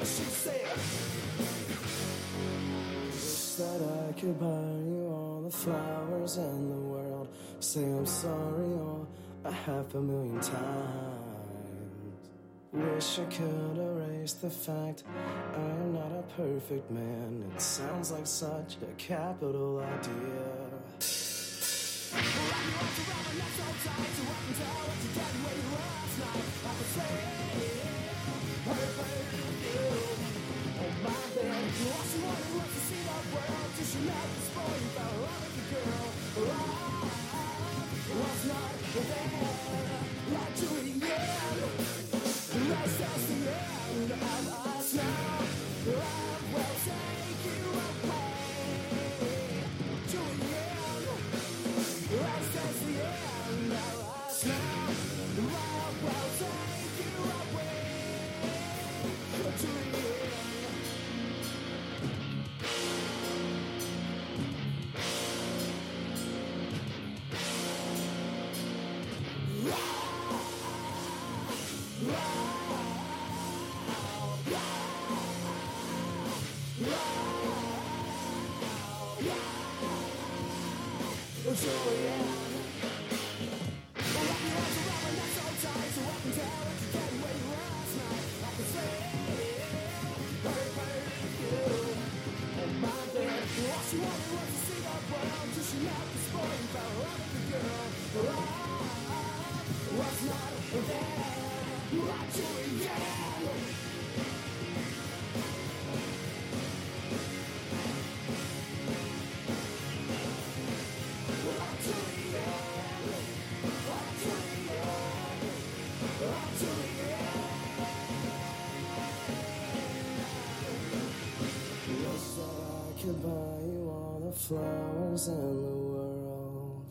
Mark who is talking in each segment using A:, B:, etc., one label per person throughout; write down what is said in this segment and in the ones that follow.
A: She said, Wish that I could buy you all the flowers in the world. Say I'm sorry all a half a million times. Wish I could erase the fact I'm not a perfect man. It sounds like such a capital idea. Wish that I could buy you all the flowers in the world.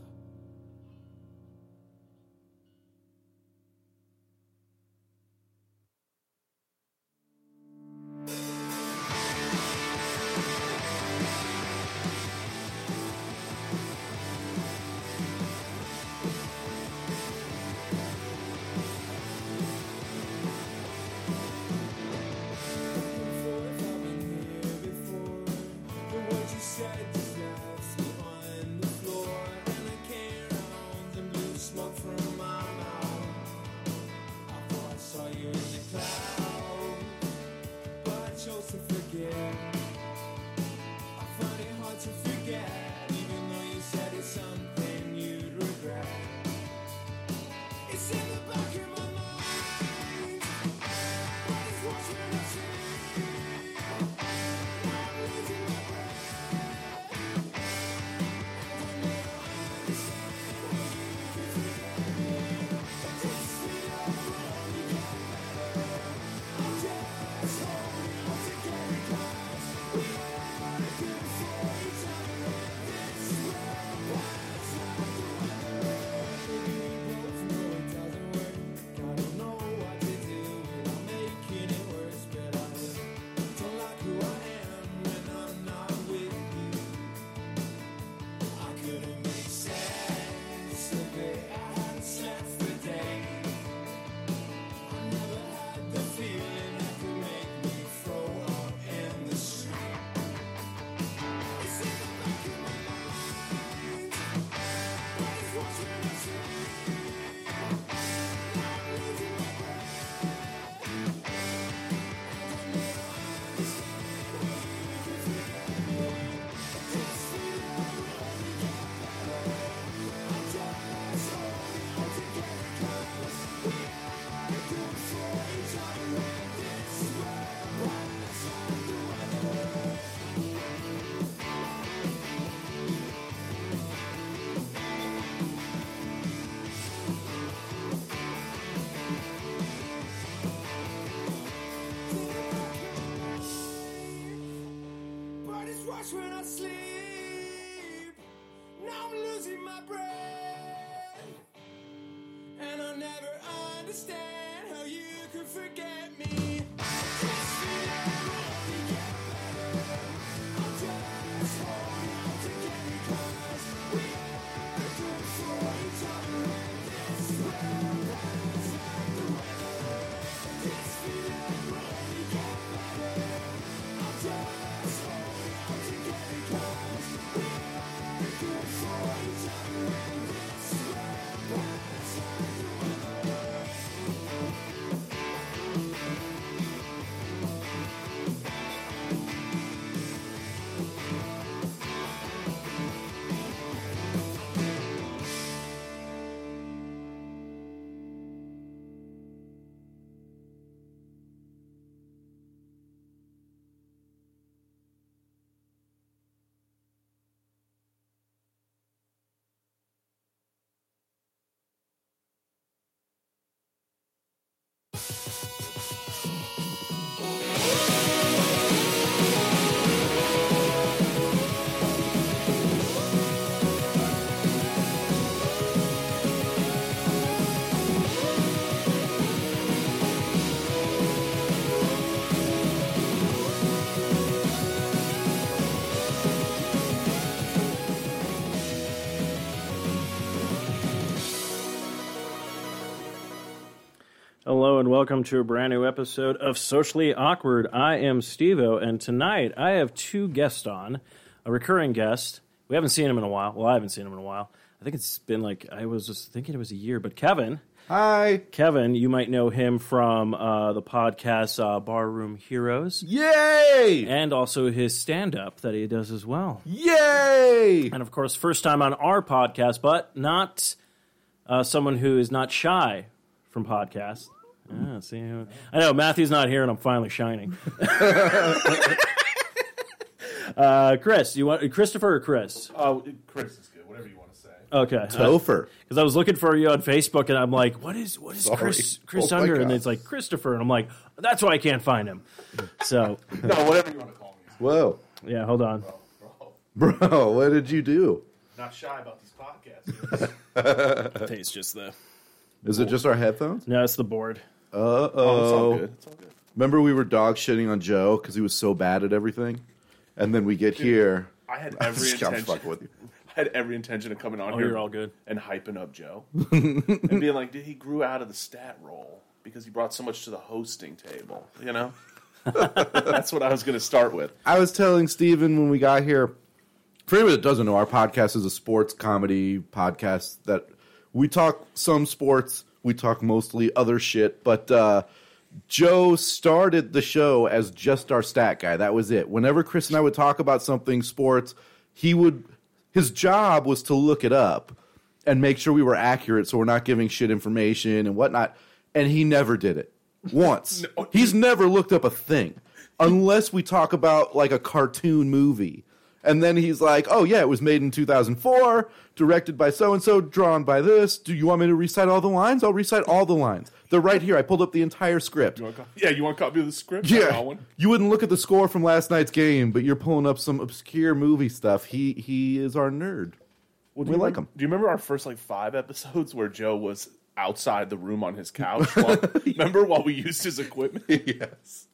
B: This feeling will only get better
C: Hello and welcome to a brand new episode of Socially Awkward. I am Stevo, and tonight I have two guests on, a recurring guest. We haven't seen him in a while. Well, I haven't seen him in a while. I think it's been like I was just thinking it was a year, but Kevin,
D: Hi.
C: Kevin, you might know him from uh, the podcast uh, Barroom Heroes,
D: Yay!
C: and also his stand-up that he does as well.
D: Yay!
C: And of course, first time on our podcast, but not uh, someone who is not shy from podcasts. Ah, see, I know Matthew's not here, and I'm finally shining. uh, Chris, you want Christopher or Chris?
E: Oh, Chris is good. Whatever you want to say.
C: Okay, because
D: Topher.
C: I was looking for you on Facebook, and I'm like, what is what is Chris Chris
D: Oh my
C: under? And
D: God.
C: it's like Christopher, and I'm like, that's why I can't find him. So
E: No, whatever you want to call me.
D: Whoa.
C: yeah, hold on.
E: Bro,
D: Bro, what did you do?
E: not shy about these podcasts.
C: It's just the
D: Is it just our headphones?
C: no, it's the board.
D: Uh
E: It's all
D: oh.
E: good. It's all good.
D: Remember we were dog shitting on Joe because he was so bad at everything? And then we get here.
E: I had
D: I'm
E: every
D: just gonna
E: intention.
D: fuck with you.
E: I had every intention of coming on
C: Oh,
E: here.
C: you're all good.
E: And hyping up Joe and being like, dude, he grew out of the stat role because he brought so much to the hosting table. You know, that's what I was going to start with.
D: I was telling Steven when we got here, for anyone that doesn't know, our podcast is a sports comedy podcast that we talk some sports, we talk mostly other shit, but uh, Joe started the show as just our stat guy. That was it. Whenever Chris and I would talk about something sports, he would his job was to look it up and make sure we were accurate so we're not giving shit information and whatnot. And he never did it. Once.
E: No.
D: He's never looked up a thing unless we talk about like a cartoon movie. And then he's like, oh, yeah, it was made in 2004, directed by so and so, drawn by this. Do you want me to recite all the lines? I'll recite all the lines. They're right here. I pulled up the entire script.
E: You want a co- Yeah, you want a copy of the script? I got
D: Yeah.
E: one.
D: You wouldn't look at the score from last night's game, but you're pulling up some obscure movie stuff. He he is our nerd.
E: do
D: we
E: you
D: like
E: remem-
D: him.
E: Do you remember our first like five episodes where Joe was outside the room on his couch? While, remember while we used his equipment? yes.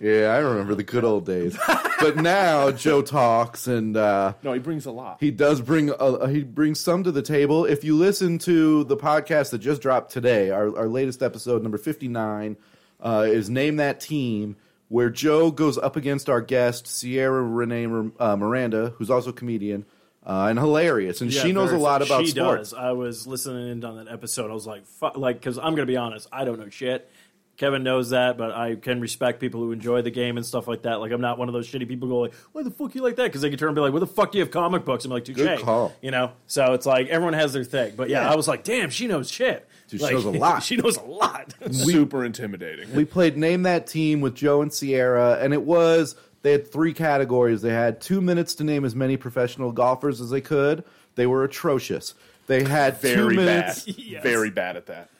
D: Yeah, I remember the good old days. but now Joe talks and uh,
E: No, he brings a lot.
D: he does bring a, he brings some to the table. If you listen to the podcast that just dropped today, our, our latest episode number fifty nine uh, is name that team, where Joe goes up against our guest Sierra Renee Mir- uh, Miranda, who's also a comedian uh, and hilarious, and she
C: Yeah,
D: knows a
C: very
D: lot
C: funny.
D: about
C: she
D: sports.
C: Does. I was listening in on that episode. I was like, fu like, because I'm gonna be honest, I don't know shit. Kevin knows that, but I can respect people who enjoy the game and stuff like that. Like, I'm not one of those shitty people who go like, "Why the fuck you like that?" Because they can turn and be like, "Where the fuck do you have comic books?" I'm like, "Touche,"
D: Good call.
C: you know. So it's like everyone has their thing. But yeah, I was like, "Damn, she knows shit."
D: Dude, she
C: Like,
D: knows a lot.
C: she knows a lot.
E: Super intimidating.
D: We played Name That Team with Joe and Sierra, and it was they had three categories. They had two minutes to name as many professional golfers as they could. They were atrocious. They had two
E: very bad.
D: minutes,
C: Yes.
E: Very bad at that.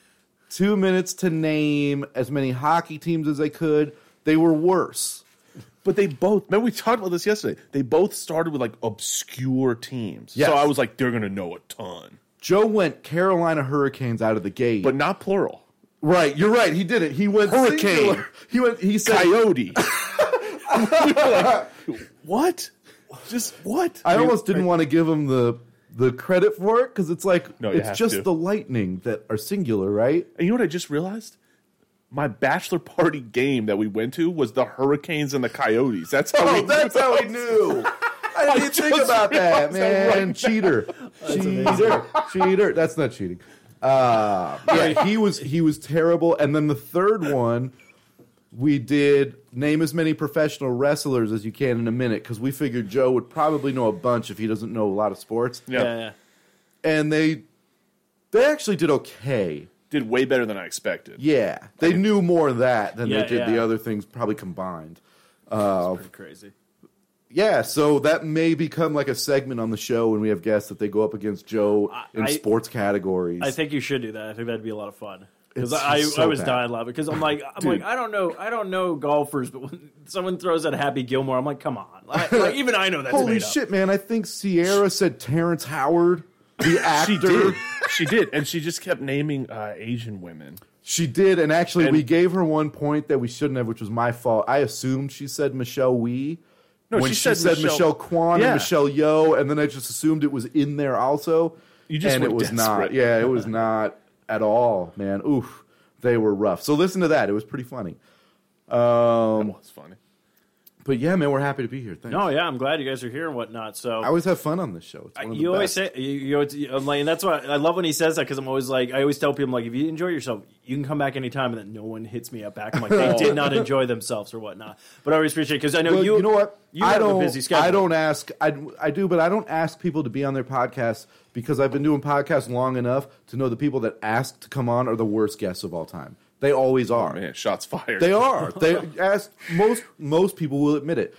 D: two minutes to name as many hockey teams as they could. They were worse.
E: But they both, man, we talked about this yesterday. They both started with like obscure teams.
D: Yes.
E: So I was like, they're going to know a ton,
D: Joe went Carolina Hurricanes out of the gate.
E: but not plural.
D: right, you're right. He did it. He went
E: Hurricane.
D: singular. He went. He said.
E: Coyote. We were like, what? Just what?
D: I almost didn't want to give him the the credit for it because it's like
E: No, you
D: it's
E: have
D: just
E: to.
D: the lightning that are singular, right?
E: And you know what I just realized? My bachelor party game that we went to was the Hurricanes and the Coyotes. That's how
D: Oh,
E: we
D: that's how he knew. I didn't even think about that, man. cheater, cheater, cheater. That's not cheating. Uh, yeah, he was he was terrible. And then the third one, we did name as many professional wrestlers as you can in a minute because we figured Joe would probably know a bunch if he doesn't know a lot of sports.
E: Yeah.
C: yeah, yeah.
D: And they they actually did okay.
E: did way better than I expected.
D: Yeah, they knew more of that than
C: Yeah,
D: they did the
C: yeah.
D: other things probably combined.
C: Pretty crazy.
D: Yeah, so that may become like a segment on the show when we have guests that they go up against Joe in
C: I-
D: sports categories.
C: I think you should do that. I think that'd be a lot of fun. Because
D: It's
C: I,
D: so
C: I was
D: bad.
C: dying laughing because I'm like I'm like I don't know I don't know golfers but when someone throws out Happy Gilmore I'm like come on like, like, even I know that's
D: Holy
C: made up.
D: shit, man! I think Sierra said Terrence Howard, the actor.
E: She did. she did. And she just kept naming uh, Asian women.
D: She did, and actually,
E: And-
D: we gave her one point that we shouldn't have, which was my fault. I assumed she said Michelle Wee.
E: No,
D: when
E: she
D: she,
E: said
D: said
E: Michelle-
D: Michelle Kwan
E: Yeah.
D: and Michelle Yo, and then I just assumed it was in there also.
E: You just
D: and
E: were
D: it was not.
E: desperate.
D: Yeah, it was not at all, man. Oof. They were rough. So listen to that. It was pretty funny. Um,
E: that was funny.
D: But yeah, man, we're happy to be here. Thanks.
C: No, yeah, I'm glad you guys are here and whatnot. So
D: I always have fun on this show. It's one of the
C: you always
D: best.
C: say you, you always, I'm like, and that's why I love when he says that because I'm always like, I always tell people like, if you enjoy yourself, you can come back anytime, and then no one hits me up back. I'm like, they did not enjoy themselves or whatnot. But I always appreciate because I know
D: Well,
C: you.
D: you, know what?
C: You
D: I
C: have
D: don't.
C: a busy schedule.
D: I don't ask. I, I do, but I don't ask people to be on their podcasts because I've been doing podcasts long enough to know the people that ask to come on are the worst guests of all time. They always
C: Oh,
D: are.
E: Man, shots fired.
D: They are. They ask most most people will admit it.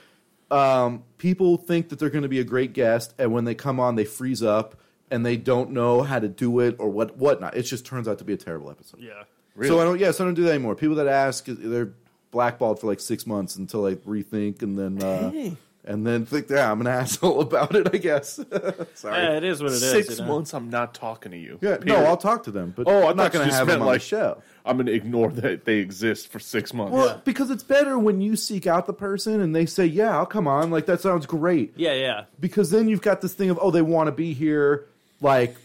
D: Um, people think that they're going to be a great guest, and when they come on, they freeze up and they don't know how to do it or what whatnot. It just turns out to be a terrible episode.
C: Yeah.
D: So I don't. Yes, I don't do that anymore. People that ask, they're blackballed for like six months until they rethink and then uh, and then think, yeah, I'm an asshole about it. I guess. Sorry.
C: Yeah, it is what it is.
E: Six
C: you know?
E: months. I'm not talking to you.
D: yeah.
E: Period.
D: No, I'll talk to them, but
E: Oh, I
D: I'm
E: thought
D: not
E: you
D: going to
E: just
D: have them
E: meant,
D: on
E: like-
D: the show.
E: I'm going to ignore that they exist for six months.
D: Well, because it's better when you seek out the person and they say, "Yeah, I'll come on." Like that sounds great.
C: Yeah, yeah.
D: Because then you've got this thing of, "Oh, they want to be here." Like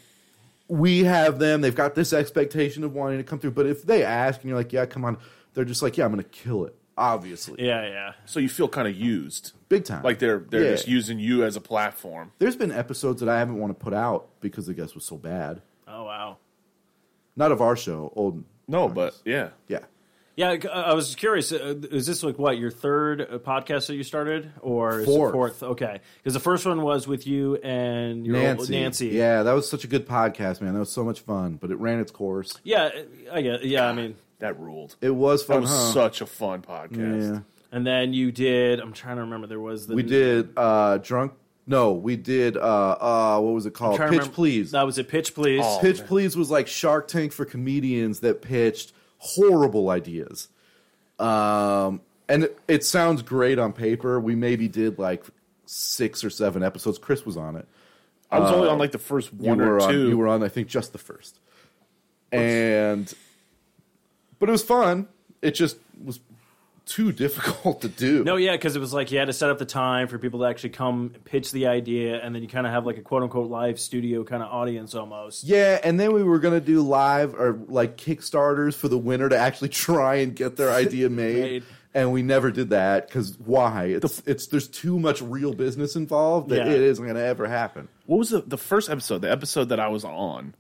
D: we have them. They've got this expectation of wanting to come through. But if they ask and you're like, "Yeah, come on," they're just like, "Yeah, I'm going to kill it." Obviously,
C: Yeah, yeah.
E: so you feel kind of used,
D: big time.
E: like they're they're
D: Yeah.
E: just using you as a platform.
D: There's been episodes that I haven't want to put out because the guest was so bad.
C: Oh wow.
D: Not of our show, old.
E: No, but yeah,
D: Yeah.
C: Yeah, I- I was curious. uh, Is this like what your third uh, podcast that you started, or is it
D: Fourth.
C: fourth? Okay, because the first one was with you and your old-
D: Nancy.
C: Nancy.
D: Yeah, that was such a good podcast, man. That was so much fun, but it ran its course.
C: yeah, I guess. Yeah, I mean,
E: that ruled.
D: It was fun.
E: That was
D: huh?
E: such a fun podcast.
D: Yeah.
C: and then you did. I'm trying to remember. There was the
D: We did uh drunk no, we did uh uh what was it called?
C: trying
D: Pitch
C: to remember-
D: Please. Oh.
C: That was it. Pitch please.
D: Pitch Please was like Shark Tank for comedians that pitched horrible ideas. Um, and it, it sounds great on paper. We maybe did like six or seven episodes. Chris was on it.
E: I was only on like the first one
D: Uh, you were
E: or
D: on,
E: two.
D: You were on, I think, just the first. And, but it was fun. It just was too difficult to do.
C: No, yeah, because it was like you had to set up the time for people to actually come pitch the idea, and then you kind of have like a quote unquote live studio kind of audience almost.
D: Yeah, and then we were gonna do live or like Kickstarters for the winner to actually try and get their idea made,
C: Made.
D: and we never did that because why? It's it's there's too much real business involved that
C: Yeah.
D: it isn't gonna ever happen.
E: what was the the first episode? The episode that I was on.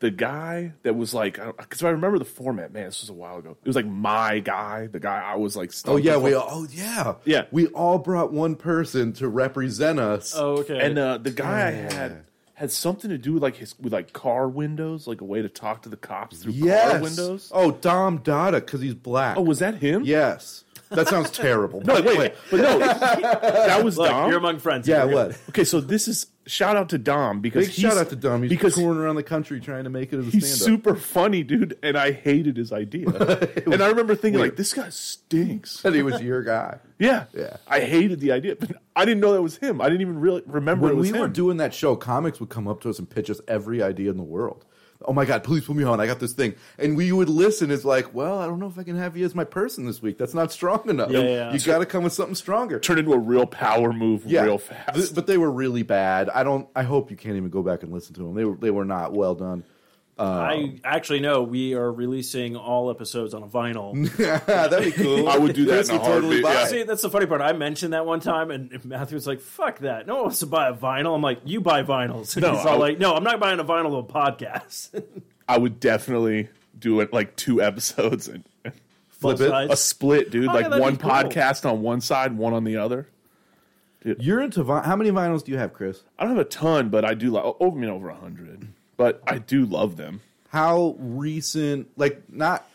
E: The guy that was like, because I, remember the format. Man, this was a while ago. It was like my guy, the guy I was like.
D: Oh yeah, we
E: we
D: all, oh yeah
E: Yeah.
D: we all brought one person to represent us.
C: Oh, okay.
E: and uh, the guy I had had something to do with like his with like car windows, like a way to talk to the cops through
D: yes,
E: car windows.
D: Oh Dom Dada because he's black.
E: Oh, was that him?
D: yes. That sounds terrible.
E: No, wait, wait, but no, that was
C: Look,
E: Dom.
C: you're among friends.
D: Yeah,
C: Here.
D: what?
E: okay, so this is shout out to Dom because
D: Big
E: he's-
D: shout out to Dom. He's
E: because
D: touring around the country trying to make it as a
E: he's
D: stand-up.
E: super funny, dude, and I hated his idea. and I remember thinking like, this guy stinks.
D: That he was your guy.
E: Yeah,
D: Yeah.
E: I hated the idea, but I didn't know that was him. I didn't even really remember it
D: when
E: was
D: we
E: him.
D: were doing that show, comics would come up to us and pitch us every idea in the world. Oh my god, please put me on! I got this thing, and we would listen. It's like, well, I don't know if I can have you as my person this week. That's not strong enough.
C: Yeah, yeah.
D: You got to come with something stronger.
E: Turned into a real power move,
D: Yeah,
E: real
D: Th-
E: fast.
D: but they were really bad. I don't. I hope you can't even go back and listen to them. They were. They were not well done.
C: I actually know we are releasing all episodes on a vinyl.
D: That'd be cool.
E: I would do that
D: Chris
E: in a
D: would totally
E: heartbeat,
D: buy
E: yeah.
D: it.
C: See, that's the funny part. I mentioned that one time, and Matthew was like, "Fuck that! No one wants to buy a vinyl." I'm like, "You buy vinyls?" And
E: No,
C: he's all
E: I-
C: like, "No, I'm not buying a vinyl of a podcast."
E: I would definitely do it like two episodes and
D: Flip
C: Both
D: it.
C: sides.
E: a split, dude.
C: Oh, yeah,
E: like
C: that'd
E: one
C: be cool.
E: podcast on one side, one on the other.
D: You're into vi- how many vinyls do you have, Chris?
E: I don't have a ton, but I do like over I mean over a hundred. But I do love them.
D: How recent? Like not.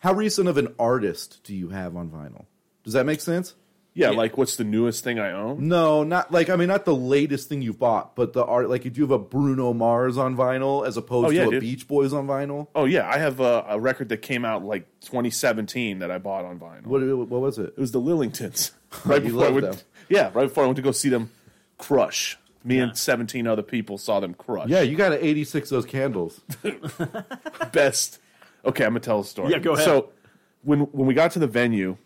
D: How recent of an artist do you have on vinyl? Does that make sense?
E: Yeah,
C: Yeah.
E: like what's the newest thing I own?
D: No, not like I mean, not the latest thing you've bought, but the art. Like, you do have a Bruno Mars on vinyl as opposed
E: Oh, yeah,
D: to a
E: dude.
D: Beach Boys on vinyl.
E: Oh yeah, I have a, a record that came out like 2017 that I bought on vinyl.
D: What what was it?
E: It was the Lillingtons. Right
D: You
E: before I
D: love
E: went,
D: them.
E: yeah, right before I went to go see them crush. Me and 17 other people saw them crush.
D: Yeah, you got to eighty six those candles.
E: best. Okay, I'm gonna tell a story.
C: Yeah, go ahead.
E: So when when we got to the venue,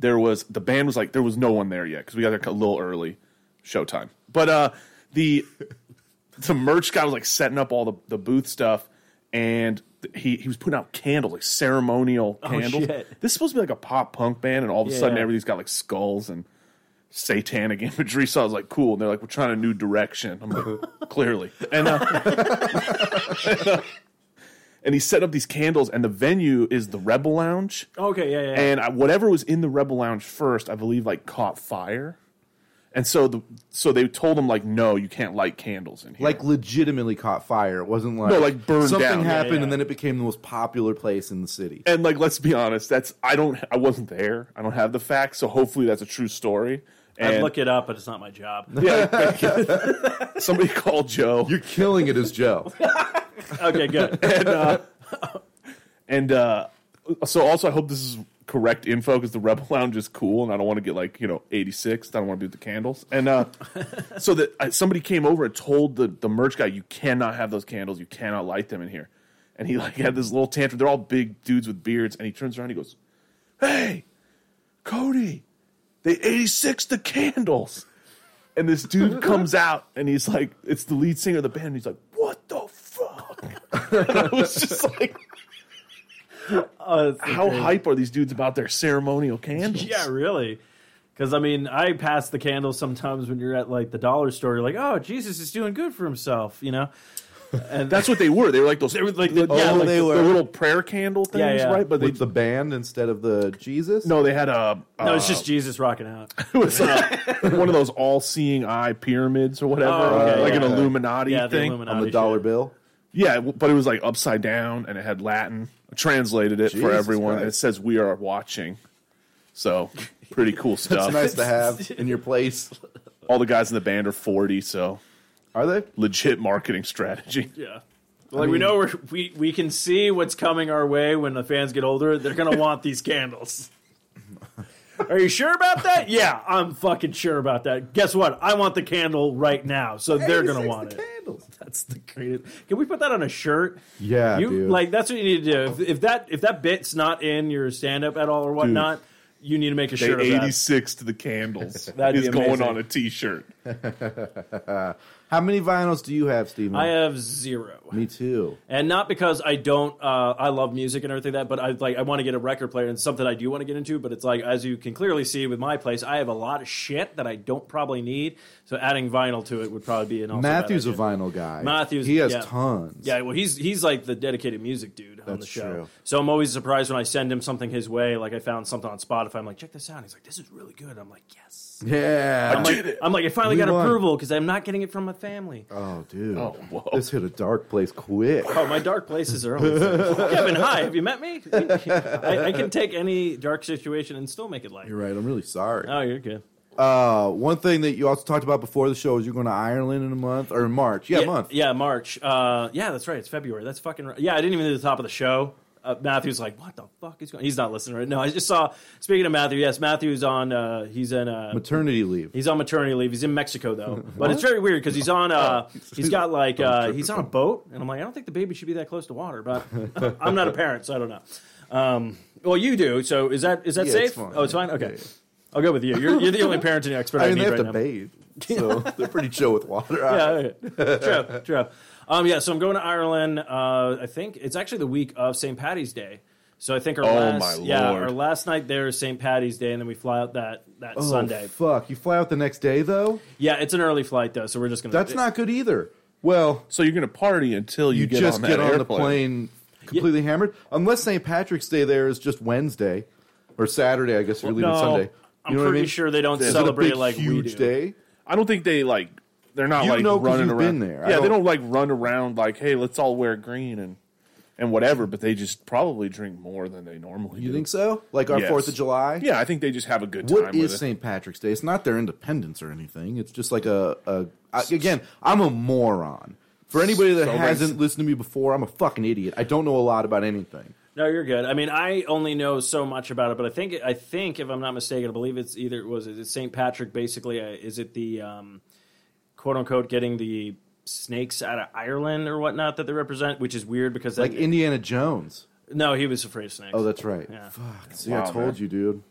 E: there was the band was like there was no one there yet because we got there a little early, showtime. But uh, the the merch guy was like setting up all the the booth stuff, and th- he he was putting out candles, like ceremonial candles.
C: shit.
E: This is supposed to be like a pop punk band, and all of a sudden
C: Yeah.
E: everything's got like skulls and satanic imagery. So I was like, cool. And they're like, we're trying a new direction. I'm like, clearly. And uh, and he set up these candles, and the venue is the Rebel Lounge.
C: Okay, yeah, yeah.
E: And I, whatever was in the Rebel Lounge first, I believe, like caught fire. And so the so they told him like, no, you can't light candles in here.
D: Like legitimately caught fire. It wasn't like
E: No, like, burned
D: something
E: down. Yeah,
D: happened
C: yeah.
D: and then it became the most popular place in the city.
E: and like let's be honest that's i don't i wasn't there i don't have the facts so hopefully that's a true story and
C: I'd look it up, but it's not my job.
E: somebody called joe
D: You're killing it as Joe.
C: Okay, good.
E: uh, and uh so also i hope this is correct info because the rebel lounge is cool and i don't want to get like you know 86 i don't want to do the candles and uh so that I, somebody came over and told the the merch guy you cannot have those candles you cannot light them in here and he like had this little tantrum they're all big dudes with beards and he turns around and he goes hey cody they 86 the candles and this dude comes out and he's like it's the lead singer of the band and he's like what the fuck and i was just like
C: Uh, it's-
E: how hype are these dudes about their ceremonial candles?
C: yeah, really. Because I mean, I pass the candle sometimes when you're at like the dollar store. You're like, oh, Jesus is doing good for himself, you know. And
E: that's what they were. They were like those. They were
C: like the- yeah,
D: like-
E: the,
D: they were.
E: the little prayer candle things,
C: Yeah, yeah.
E: right? But they
D: With the band instead of the Jesus?
E: no, they had a. Uh,
C: no, it's just Jesus rocking out.
E: it was uh, one of those all-seeing eye pyramids or whatever, uh,
C: Oh, okay,
E: like an
D: yeah.
E: Illuminati
C: Yeah, the
E: thing.
C: Illuminati.
D: on the dollar bill.
E: Yeah, w- but it was like upside down, and it had Latin. I translated it for
D: Jesus
E: everyone. and It
D: Christ.
E: says "We are watching," so pretty cool
D: It's
E: stuff.
D: nice to have in your place.
E: All the guys in the band are forty, so
D: Are they?
E: legit marketing strategy.
C: Yeah. Like we know we're, we we can see what's coming our way when the fans get older. They're gonna want these candles. Are you sure about that? Yeah, I'm fucking sure about that. Guess what? I want the candle right now, so they're gonna want it.
D: Candles.
C: That's the greatest. Can we put that on a shirt?
D: Yeah,
C: you
D: dude.
C: like that's what you need to do. If, if that if that bit's not in your stand up at all or whatnot, you need to make a
E: They
C: shirt of that.
E: 86 to the candles
C: That'd
E: is
C: be
E: going
C: amazing.
E: on a t-shirt.
D: How many vinyls do you have, Steven?
C: I uh, have zero.
D: Me too.
C: and not because I don't, uh, I love music and everything like that, but I like I want to get a record player and it's something I do want to get into. But it's like as you can clearly see with my place, I have a lot of shit that I don't probably need. So adding vinyl to it would probably be an also bad
D: Matthew's a
C: idea.
D: vinyl guy.
C: Matthews,
D: He has
C: yeah.
D: tons.
C: Yeah, well, he's he's like the dedicated music dude on the
D: That's
C: show.
D: true.
C: So I'm always surprised when I send him something his way. Like I found something on Spotify. I'm like, check this out. He's like, this is really good. I'm like, yes.
D: Yeah.
E: I did it.
C: I'm like, I finally
D: We
C: got
D: won.
C: approval because I'm not getting it from my family.
D: Oh, dude.
E: Oh, whoa.
D: This hit a dark place quick.
C: Oh, my dark places are always Kevin. Hi, have you met me? I, I can take any dark situation and still make it light.
D: You're right. I'm really sorry.
C: Oh, you're good.
D: Uh, one thing that you also talked about before the show is you're going to Ireland in a month or in March. Yeah, month.
C: Yeah, March. Uh, yeah, that's right. It's February. That's fucking right. Yeah, I didn't even do the top of the show. Uh, Matthew's like, what the fuck is going? He's not listening right now. I just saw. Speaking of Matthew, yes, Matthew's on. Uh, he's in. Uh,
D: Maternity leave.
C: He's on maternity leave. He's in Mexico though, but it's very weird because he's on. Uh,
D: Oh.
C: he's got like uh, he's on a boat, and I'm like, I don't think the baby should be that close to water, but I'm not a parent, so I don't know. Um, well, you do. So is that is that
D: Yeah,
C: safe?
D: it's fine.
C: Oh, it's fine. Okay,
D: Yeah, yeah.
C: I'll go with you. You're, you're the only parenting expert I,
D: I mean,
C: need
D: they
C: right
D: have to
C: now.
D: bathe, so they're pretty chill with water.
C: Yeah, yeah, yeah. true, true. Um, yeah, so I'm going to Ireland. Uh, I think it's actually the week of St. Patty's Day. So I think our
E: Oh,
C: last
E: my
C: yeah
E: Lord.
C: our last night there is St. Patty's Day, and then we fly out that that
D: Oh,
C: Sunday.
D: Fuck, you fly out the next day though.
C: Yeah, it's an early flight though, so we're just gonna
D: That's not good either. Well,
E: So you're going to party until you,
D: you
E: get
D: just
E: on that
D: get on the
E: airplane.
D: plane completely hammered, unless St. Patrick's Day there is just Wednesday or Saturday. I guess you're leaving
C: no,
D: Sunday. You
C: I'm
D: know what I
C: pretty
D: mean?
C: sure they don't
D: Is it a
C: celebrate
D: big,
C: like we
D: huge
C: do.
D: day.
E: I don't think they like they're not
D: You
E: like
D: know 'cause
E: running
D: you've
E: around
D: been there. I
E: Yeah, they
D: don't-
E: don't like run around like, "Hey, let's all wear green and and whatever," but they just probably drink more than they normally
D: You
E: do.
D: think so? Like our
E: Yes.
D: Fourth of July?
E: Yeah, I think they just have a good time
D: What
E: with
D: is
E: it.
D: St. Patrick's Day? It's not their independence or anything. It's just like a, a I, again, I'm a moron. For anybody that
E: So
D: hasn't listened to me before, I'm a fucking idiot. I don't know a lot about anything.
C: No, you're good. I mean, I only know so much about it, but I think I think if I'm not mistaken, I believe it's either was it St. Patrick? Basically, uh, is it the um, quote unquote getting the snakes out of Ireland or whatnot that they represent? Which is weird because that,
D: Like Indiana Jones.
C: no, he was afraid of snakes.
D: Oh, that's right.
C: Yeah.
D: Fuck. See, I
E: Wow,
D: told
E: man.
D: you, dude.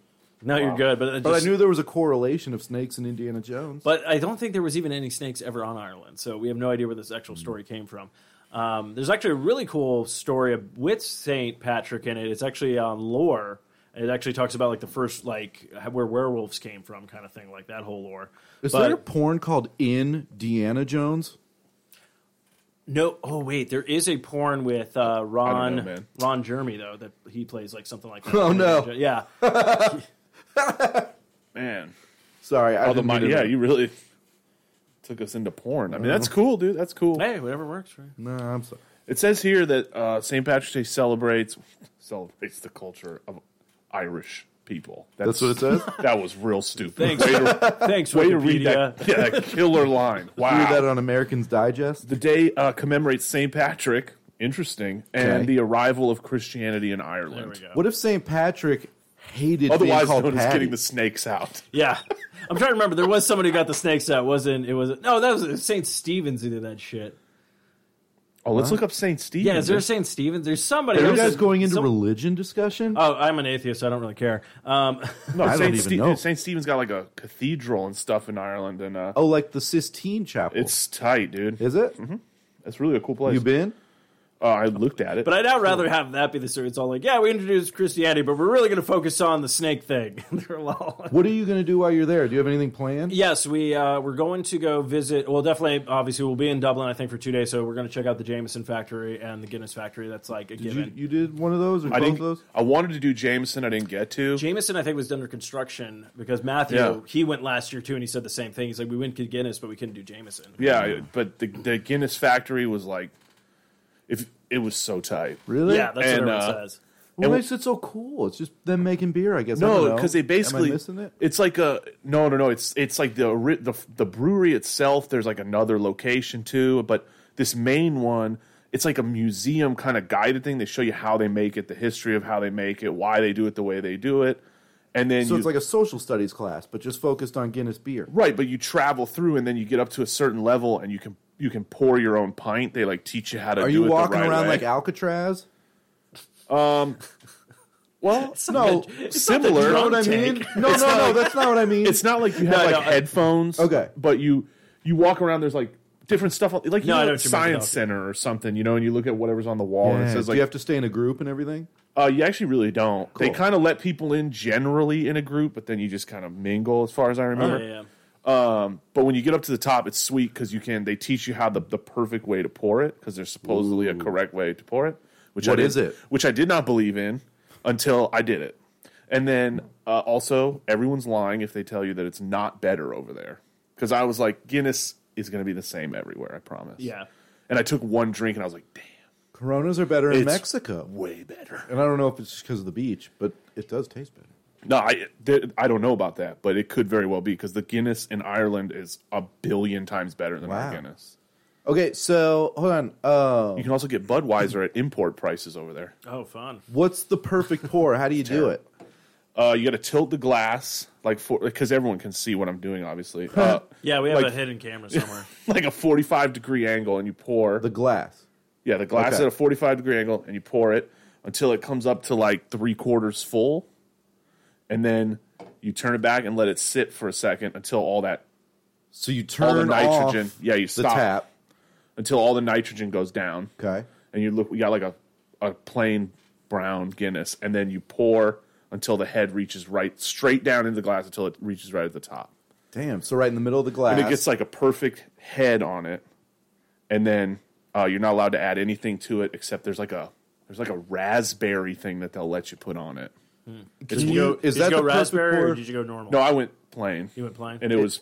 C: no, you're good. But, it
D: But
C: just-
D: I knew there was a correlation of snakes and Indiana Jones.
E: Mm.
C: But I don't think there was even any snakes ever on Ireland, so we have no idea where this actual story came from. Um, there's actually a really cool story of- with Saint Patrick in it. It's actually on lore. It actually talks about like the first like where werewolves came from, kind of thing, like that whole lore.
D: Is
C: But-
D: there porn called Indiana Jones?
C: No, oh wait, there is a porn with uh, Ron
E: know, man.
C: Ron Jeremy though that he plays like something like that.
D: Oh, no.
C: yeah,
E: Man.
D: Sorry, I
E: All Oh, the
D: didn't mean
E: money.
D: to-
E: Yeah, you really took us into porn. I mean, that's cool, dude. That's cool.
C: hey, whatever works. Right?
D: No, I'm sorry.
E: It says here that uh, St. Patrick's Day celebrates celebrates the culture of Irish people.
D: That's what it says.
E: That was real stupid.
C: Thanks,
E: Way to,
C: thanks,
E: way
C: Wikipedia.
E: to read that, yeah, that killer line. Wow.
D: Read that on Americans Digest.
E: The day uh, commemorates St. Patrick. Interesting. And
D: Okay.
E: the arrival of Christianity in
C: There we
E: Ireland.
C: go.
D: What if St. Patrick hated being
E: Otherwise
D: called
E: known as
D: Paddy?
E: getting the snakes out.
C: Yeah, I'm trying to remember. There was somebody who got the snakes out. Wasn't it? Was no? That was Saint Stevens who did that shit.
E: Oh, let's look up St. Stephen.
C: Yeah, is there a Saint Stevens? There's somebody.
D: Are you
C: else-
D: guys going into
C: some-
D: religion discussion?
E: Uh,
C: Oh, I'm an atheist. so I don't really care. Um,
E: no,
D: I don't
E: Saint
D: even
E: Ste-
D: know.
E: St. Stephen's got like a cathedral and stuff in Ireland, and uh,
D: oh, like the Sistine Chapel.
E: it's Mm-hmm. tight, dude.
D: Is it?
E: It's really a cool place.
D: You been?
E: Uh, I looked at it.
C: but I'd out rather have that be the story. It's all like, yeah, we introduced Christianity, but we're really going to focus on the snake thing. They're all
D: What are you going to do while you're there? Do you have anything planned?
C: Yes, we uh, we're going to go visit. Well, definitely, obviously, we'll be in Dublin. I think for two days, so we're going to check out the Jameson factory and the Guinness factory. That's like a
D: Did
C: given.
D: you, you did one of those or
E: I
D: both of
E: didn't.
D: those?
E: I wanted to do Jameson. I didn't get to.
C: Jameson, I think, was under construction because Matthew
E: Yeah.
C: he went last year too, and he said the same thing. He's like, we went to Guinness, but we couldn't do Jameson.
E: yeah, I- but the, the Guinness factory was like, if it was so tight.
D: Really?
C: yeah, that's what
E: And,
C: everyone
E: uh,
C: says.
D: What
E: And-
D: makes it so cool? It's just them making beer, I guess. I don't
E: No,
D: know.
E: because they
D: Am I
E: basically
D: missing it.
E: It's like a no, no, no. It's it's like the ri- the the brewery itself. There's like another location too, but this main one, it's like a museum kind of guided thing. They show you how they make it, the history of how they make it, why they do it the way they do it, and then
D: So
E: you,
D: it's like a social studies class, but just focused on Guinness beer.
E: right. But you travel through, and then you get up to a certain level, and you can you can pour your own pint. They like teach you how to.
D: Are
E: do
D: you
E: it the
D: walking
E: right
D: around
E: way.
D: like Alcatraz?
E: well,
D: No,
E: similar.
D: you know what I mean? No, no, no. That's not what I mean.
E: It's not like you have like
C: no, I-
E: headphones.
D: Okay.
E: But you you walk around. There's like different stuff. Like you
C: No, I
E: know,
C: know what you mean,
E: science
C: though.
E: center or something. You know, and you look at whatever's on the wall and it
D: Yeah.
E: says
D: Do
E: like
D: you have to stay in a group and everything?
E: uh, you actually really don't. They
D: Cool.
E: kind of let people in generally in a group, but then you just kind of mingle. As far as I
C: Yeah,
E: remember.
C: Oh, yeah, yeah.
E: Um, but when you get up to the top, it's sweet because you can. They teach you how the, the perfect way to pour it because there's supposedly a correct way to pour it. Which
D: What
E: I did-
D: is it?
E: Which I did not believe in until I did it. And then uh, also, everyone's lying if they tell you that it's not better over there. Because I was like, Guinness is going to be the same everywhere. I promise.
C: Yeah.
E: And I took one drink and I was like, damn,
D: Coronas are better in
E: It's-
D: Mexico.
E: way better.
D: And I don't know if it's because of the beach, but it does taste better.
E: No, I th- I don't know about that, but it could very well be because the Guinness in Ireland is a billion times better than
D: Wow.
E: our Guinness.
D: Okay, so hold on. Uh,
E: You can also get Budweiser at import prices over there.
C: Oh, fun.
D: what's the perfect pour? How do you do it?
E: Uh, you got to tilt the glass like for because everyone can see what I'm doing, obviously. Uh,
C: Yeah, we have
E: Like-
C: a hidden camera somewhere.
E: like a 45 degree angle, and you pour
D: The glass.
E: yeah the glass
D: Okay.
E: at a 45 degree angle, and you pour it until it comes up to like three quarters full, and then you turn it back and let it sit for a second until all that
D: So you turn
E: All the
D: off
E: nitrogen. Yeah, you
D: the
E: stop.
D: tap.
E: until all the nitrogen goes down.
D: Okay.
E: and you look we got like a, a plain brown guinness and then you pour until the head reaches right straight down into the glass until it reaches right at the top
D: Damn. So right in the middle of the glass.
E: and it gets like a perfect head on it and then uh, you're not allowed to add anything to it except there's like a there's like a raspberry thing that they'll let you put on it
D: Can
C: Did
D: you-
C: you go,
D: is
C: did you
D: that
C: go
D: the perfect
C: raspberry
D: pour?
C: or did you go normal?
E: no i went plain
C: You went plain?
E: and it, was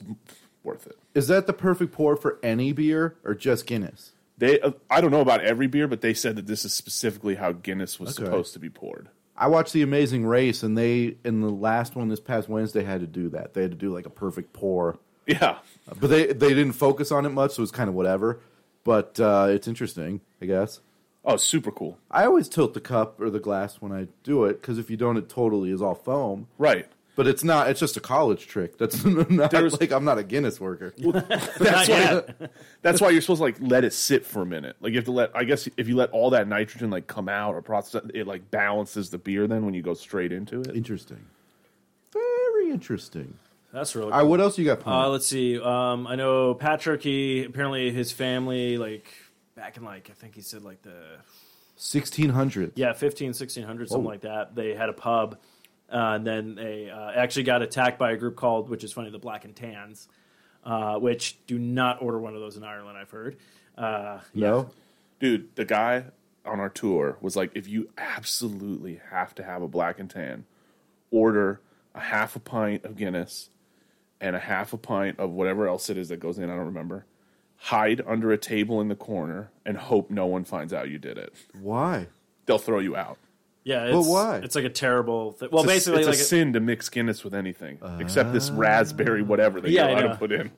E: worth it
D: Is that the perfect pour for any beer or just Guinness?
E: they uh, i don't know about every beer but they said that this is specifically how guinness was supposed to be poured
D: I watched The Amazing Race, and they in the last one this past Wednesday had to do that. They had to do like a perfect pour,
E: yeah
D: but they they didn't focus on it much, so it's kind of whatever. But uh, it's interesting, I guess.
E: oh super cool
D: I always tilt the cup or the glass when I do it because if you don't, it totally is all foam.
E: right
D: But it's not. It's just a college trick. That's not
E: There's-
D: like I'm not a Guinness worker.
E: That's
C: Not
E: why. that's why you're supposed to like let it sit for a minute. Like you have to let. I guess if you let all that nitrogen like come out or process, it like balances the beer. Then when you go straight into it,
D: Interesting. Very interesting.
C: That's really
D: All right, what else you got?
C: Uh,
D: planned?
C: let's see. Um, I know Patrick. He apparently his family like back in like I think he said like the
D: Sixteen hundred.
C: yeah 15 1600
E: Oh.
C: something
D: Whoa.
C: like that. They had a pub, uh, and then they uh, actually got attacked by a group called which is funny the Black and Tans, uh, which do not order one of those in Ireland. I've heard. Uh, yeah.
D: No.
E: dude, the guy on our tour was like, if you absolutely have to have a black and tan, order a half a pint of Guinness and a half a pint of whatever else it is that goes in. I don't remember. Hide under a table in the corner and hope no one finds out you did it.
D: Why?
E: They'll throw you out.
C: Yeah, it's,
D: why?
C: It's like a terrible. Thi- well,
E: It's a-
C: basically,
E: it's
C: like
E: a
C: a-
E: sin to mix Guinness with anything except this raspberry whatever that
C: Yeah, I
E: you're allowed
C: know.
E: to put in.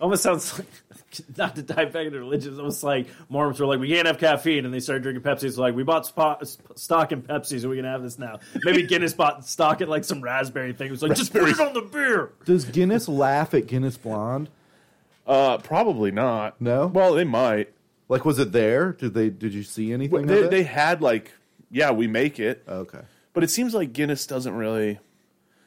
C: almost sounds like not to dive back into religion. It's almost like Mormons were like, we can't have caffeine, and they started drinking Pepsi. It's like we bought spa- sp- stock in Pepsi, so we can have this now. Maybe Guinness bought stock at like some raspberry thing. It was like just put it on the beer.
D: Does Guinness laugh at Guinness Blonde?
E: Uh, probably not.
D: No?
E: Well, they might.
D: Like, was it there? Did they? Did you see anything?
E: They,
D: of
E: they
D: it?
E: had like, yeah, we make it.
D: okay.
E: But it seems like Guinness doesn't really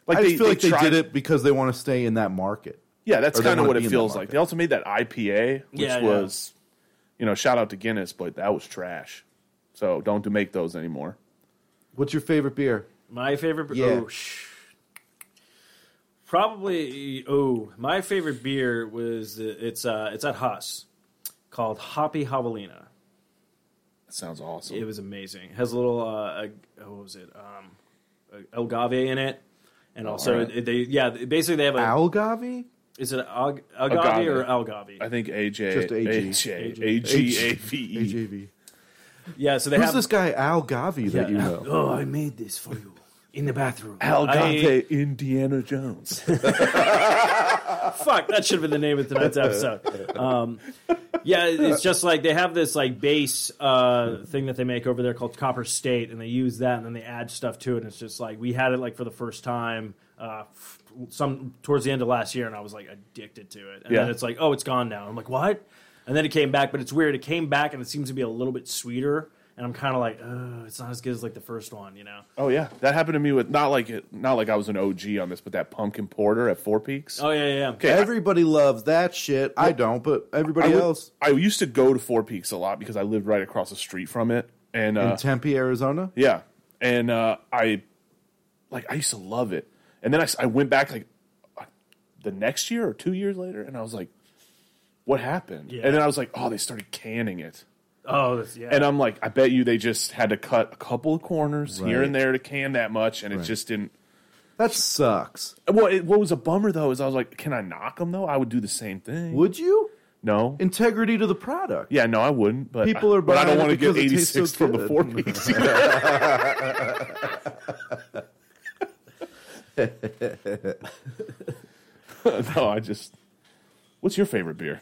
E: like
D: I
E: they
D: just feel like they
E: tried-
D: did it because they want to stay in that market.
E: Yeah, that's
D: or they
E: kind of
D: wanna
E: what it
D: be in
E: feels
D: that
E: like.
D: market.
E: They also made that IPA, which
C: Yeah, yeah.
E: was, you know, shout out to Guinness, but that was trash. So don't do make those anymore.
D: What's your favorite beer?
C: My favorite,
D: Yeah.
C: oh, sh- probably. Oh, my favorite beer was it's uh it's at Haas called Hoppy Javelina.
E: That sounds awesome.
C: It was amazing. It has a little uh, a, oh, what was it um, a- agave in it, and also
E: alright.
C: it- they yeah basically they have a
D: Algavi?
C: Is it ag- agave,
E: Agave.
C: or algavi?
E: I think AJ,
D: Just AG.
E: AJ, AGAVE.
D: AJV.
C: yeah, so they
D: Who's
C: have
D: this guy Algavi that you know?
C: Oh, I made this for you in the bathroom. I-
E: Algante Indiana Jones.
C: fuck, that should have been the name of tonight's episode. Um, yeah, it's just like they have this like base uh, thing that they make over there called Copper State, and they use that, and then they add stuff to it. And it's just like we had it like for the first time. Uh, f- some towards the end of last year, and I was like addicted to it. And
E: Yeah.
C: then it's like, oh, it's gone now. I'm like, what? And then it came back, but it's weird. It came back, and it seems to be a little bit sweeter. And I'm kind of like, oh, it's not as good as like the first one, you know?
E: oh yeah, that happened to me with not like it, not like I was an OG on this, but that pumpkin porter at Four Peaks.
C: Oh yeah, yeah. yeah.
E: Okay, I-
D: Everybody loves that shit. I don't, but everybody
E: I would-
D: else.
E: I used to go to Four Peaks a lot because I lived right across the street from it, and uh,
D: In Tempe, Arizona?
E: yeah, and uh, I like I used to love it, and then I, s- I went back like uh, the next year or two years later, and I was like, what happened?
C: Yeah.
E: And then I was like, oh, they started canning it,
C: Oh, that's, yeah.
E: and I'm like, I bet you they just had to cut a couple of corners here
D: Right.
E: and there to can that much, and it just didn't.
D: That sucks.
E: Well, it, what was a bummer though is I was like, can I knock them though? I would do the same thing.
D: Would you?
E: no,
D: Integrity to the product.
E: Yeah, no, I wouldn't. But
D: People are
E: but I don't
D: buying it
E: want to
D: because
E: get
D: it
E: eighty
D: tastes so
E: six from the
D: good.
E: four piece. no, I just. What's your favorite beer?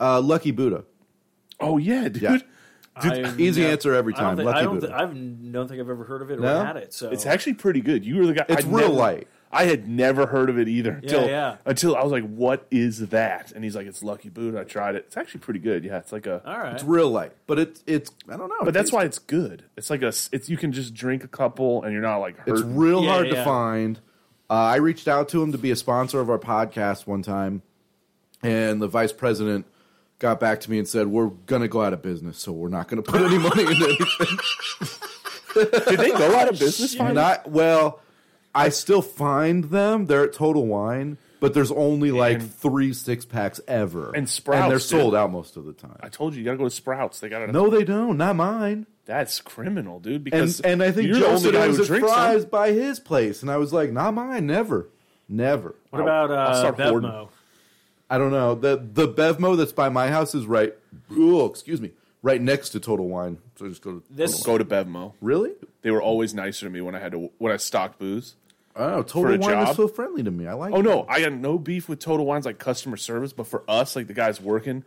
D: Uh, Lucky Buddha.
E: Oh yeah, dude.
D: Yeah.
C: I've
D: Easy
C: never-
D: answer every
C: I don't
D: time.
C: think-
D: Lucky
C: I don't,
D: Buddha.
C: thi- I've n- don't think I've ever heard of it or
D: No?
C: had it. So
E: It's actually pretty good. You were the guy.
D: It's real
E: never-
D: light.
E: I had never heard of it either until
C: yeah.
E: until I was like, "What is that?" And he's like, "It's Lucky Buddha." I tried it. It's actually pretty good. Yeah, it's like a.
C: all right.
D: It's real light, but it's it's I don't know.
E: But that's why it's good. It's like a. s- It's you can just drink a couple and you're not like hurt.
D: It's real
C: Yeah,
D: hard
C: yeah.
D: to find. Uh, I reached out to him to be a sponsor of our podcast one time, and the vice president got back to me and said, "We're gonna go out of business, so we're not gonna put any money into anything."
E: Did they go out of business? finally?
D: not well. I still find them. They're at Total Wine, but there's only like
E: And-
D: three six packs ever,
E: And Sprouts,
D: and they're
E: dude.
D: sold out most of the time.
E: I told you, you gotta go to Sprouts. They got it.
D: no, they don't. Not mine.
E: That's criminal, dude.
D: And
E: Because
D: and I think
E: you're the
D: Joe
E: only
D: said it
E: guy
D: was
E: who
D: at
E: drinks them.
D: Fry's by his place, and I was like, "Not mine. Never, never."
C: what about
E: I'll
C: uh,
E: start hoarding.
C: Bevmo?
D: I don't know. The the Bevmo that's by my house is right. Oh, excuse me. Right next to Total Wine. So I just go to
C: This
E: Go to Bevmo.
D: Really?
E: They were always nicer to me when I had to when I stocked booze.
D: I don't know.
E: For
D: Oh, Total
E: a
D: Wine
E: job?
D: is so friendly to me. I like
E: Oh
D: it.
E: no, I got no beef with Total Wine's like customer service, but for us, like the guys working,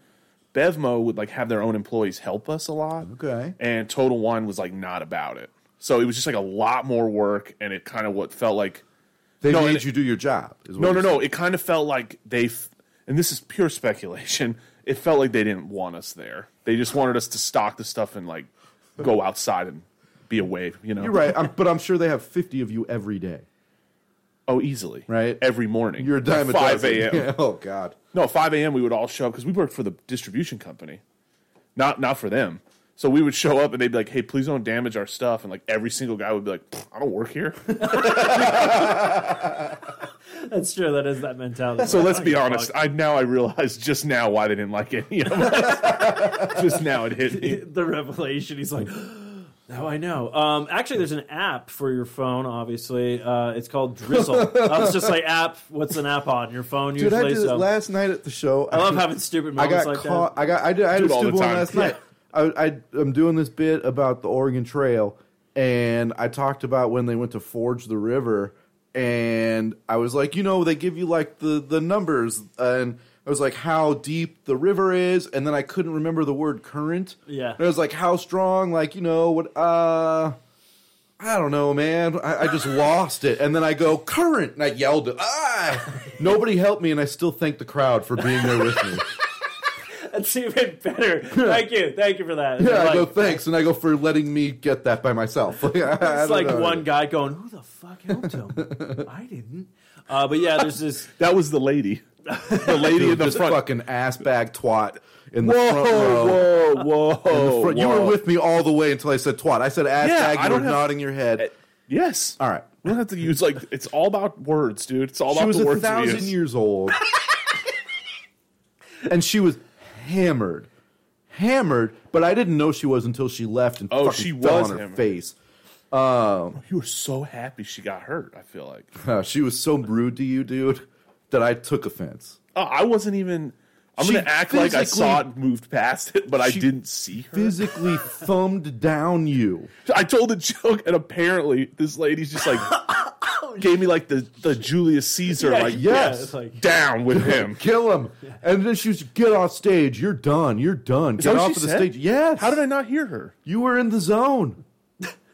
E: Bevmo would like have their own employees help us a lot.
D: Okay.
E: And Total Wine was like not about it. So it was just like a lot more work and it kind of what felt like
D: They
E: no,
D: made
E: and-
D: you do your job. is what
E: No, no,
D: you're
E: no. It kind of felt like they, f- and this is pure speculation. It felt like they didn't want us there. They just wanted us to stock the stuff and like go outside and be away. You know,
D: You're right. I'm, but I'm sure they have 50 of you every day.
E: Oh, easily,
D: Right.
E: Every morning,
D: You're a dime
E: At
D: a
E: five
D: dozen.
E: a.m.
D: Yeah. Oh, God.
E: No, five a.m. We would all show up because we worked for the distribution company, Not not for them. So we would show up and they'd be like, "Hey, please don't damage our stuff." And like every single guy would be like, "Pfft, "I don't work here."
C: That's true. That is that mentality.
E: So let's be
C: Okay,
E: honest.
C: fuck.
E: I now I realize just now why they didn't like any of us. just now it hit me.
C: the revelation. He's like, now I know. Um, actually, there's an app for your phone. Obviously, uh, it's called Drizzle. I was just like, app. What's an app on your phone?
D: Dude, I
C: usually,
D: did it
C: so
D: last night at the show.
C: I love having stupid
D: I
C: moments
D: got
C: like
D: caught. I got. I did. I had
E: Do
D: a
E: it all the
D: stupid one
E: time.
D: last
E: Yeah.
D: night. I, I, I'm doing this bit about the Oregon Trail, and I talked about when they went to forge the river, and I was like, you know, they give you like the the numbers, and I was like, how deep the river is, and then I couldn't remember the word current.
C: Yeah.
D: and I was like, how strong, like you know what? Uh, I don't know, man. I, I just lost it, and then I go current, and I yelled, ah! Nobody helped me, and I still thank the crowd for being there with me.
C: that. That's even better. Thank you, thank you for that.
D: Yeah, I
C: like,
D: go thanks, and I go for letting me get that by myself. Like, I- I
C: it's
D: don't
C: like
D: know.
C: one guy going, "Who the fuck helped him? I didn't." Uh, but yeah, there's this.
E: That was the lady. The lady in the
D: just
E: front.
D: fucking ass bag twat in the
E: Whoa,
D: front row.
E: whoa, whoa,
D: Front- you
E: whoa.
D: were with me all the way until I said twat. I said ass
E: Yeah,
D: bag.
E: I
D: You were
E: don't have-
D: nodding your
E: Eh,
D: head.
E: Yes.
D: All right.
E: We don't have to use like it's all about words, dude. It's all
D: She
E: about
D: was
E: the
D: a
E: words. we
D: thousand
E: use.
D: years old, and she was hammered, hammered. But I didn't know she was until she left and
E: Oh,
D: fucking
E: she
D: fell
E: was
D: on her
E: hammered.
D: face.
E: You were so happy she got hurt. I feel like
D: Uh, she was so rude to you, dude, that I took offense.
E: oh, I wasn't even. I'm
D: She
E: gonna act like I
D: physically-
E: saw it moved past it, but I
D: She
E: didn't see her.
D: Physically thumbed down you.
E: I told a joke, and apparently this lady's just like gave me like the the Julius Caesar like
D: yes.
C: it's like
E: down with him.
D: kill him. And then she was get off stage. You're done. You're done.
E: that
D: Get
E: what
D: off
E: she
D: of the
E: said?
D: stage. Yes.
E: How did I not hear her?
D: You were in the zone.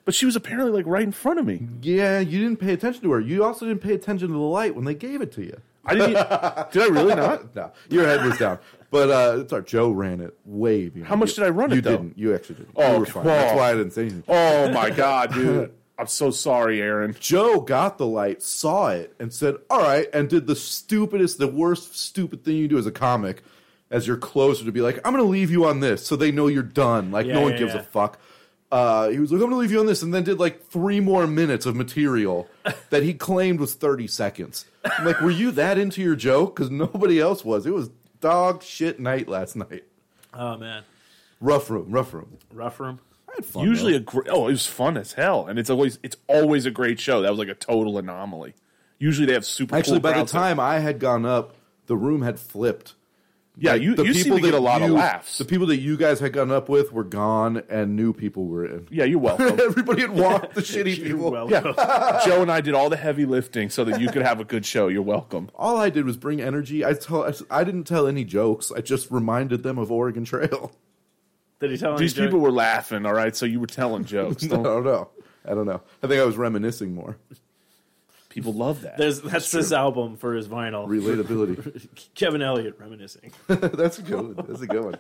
E: But she was apparently like right in front of me.
D: Yeah, you didn't pay attention to her. You also didn't pay attention to the light when they gave it to you.
E: I didn't. Uh, did I really not?
D: No, your head was down. But uh, it's our Joe ran it way beyond.
E: How much
D: you.
E: did I run it,
D: You
E: though?
D: didn't. You actually didn't.
E: Oh,
D: you were fine. That's
E: well.
D: why I didn't say anything.
E: Oh my god, dude! I'm so sorry, Aaron.
D: Joe got the light, saw it, and said, "All right," and did the stupidest, the worst, stupid thing you do as a comic, as your closer to be like, "I'm going to leave you on this," so they know you're done. Like
C: Yeah,
D: no one
C: yeah,
D: gives
C: yeah.
D: a fuck. Uh, he was like, "I'm going to leave you on this," and then did like three more minutes of material that he claimed was 30 seconds. I'm like, were you that into your joke? Because nobody else was. It was dog shit night last night.
C: oh man,
D: Rough room, rough room.
C: rough room.
D: I had fun.
E: Usually
D: though.
E: a great. Oh, it was fun as hell, and it's always it's always a great show. That was like a total anomaly. Usually they have super.
D: actually,
E: cool
D: by the
E: crowds.
D: time I had gone up, the room had flipped.
E: yeah,
D: Like,
E: you you seem to get a lot of
D: you-
E: laughs.
D: The people that you guys had gone up with were gone, and new people were in.
E: yeah, you're welcome.
D: Everybody had walked the shitty people.
E: yeah, Joe and I did all the heavy lifting so that you could have a good show. You're welcome.
D: All I did was bring energy. I tell. I, s- I didn't tell any jokes. I just reminded them of Oregon Trail.
C: Did he tell him
E: These
C: he drank-
E: people were laughing, all right. So you were telling jokes.
D: I
E: Don't-
D: don't know. I don't know. I think I was reminiscing more.
E: People love that.
C: There's, that's his album for his vinyl.
D: Relatability.
C: Kevin Elliott reminiscing.
D: That's a good. One. That's a good one.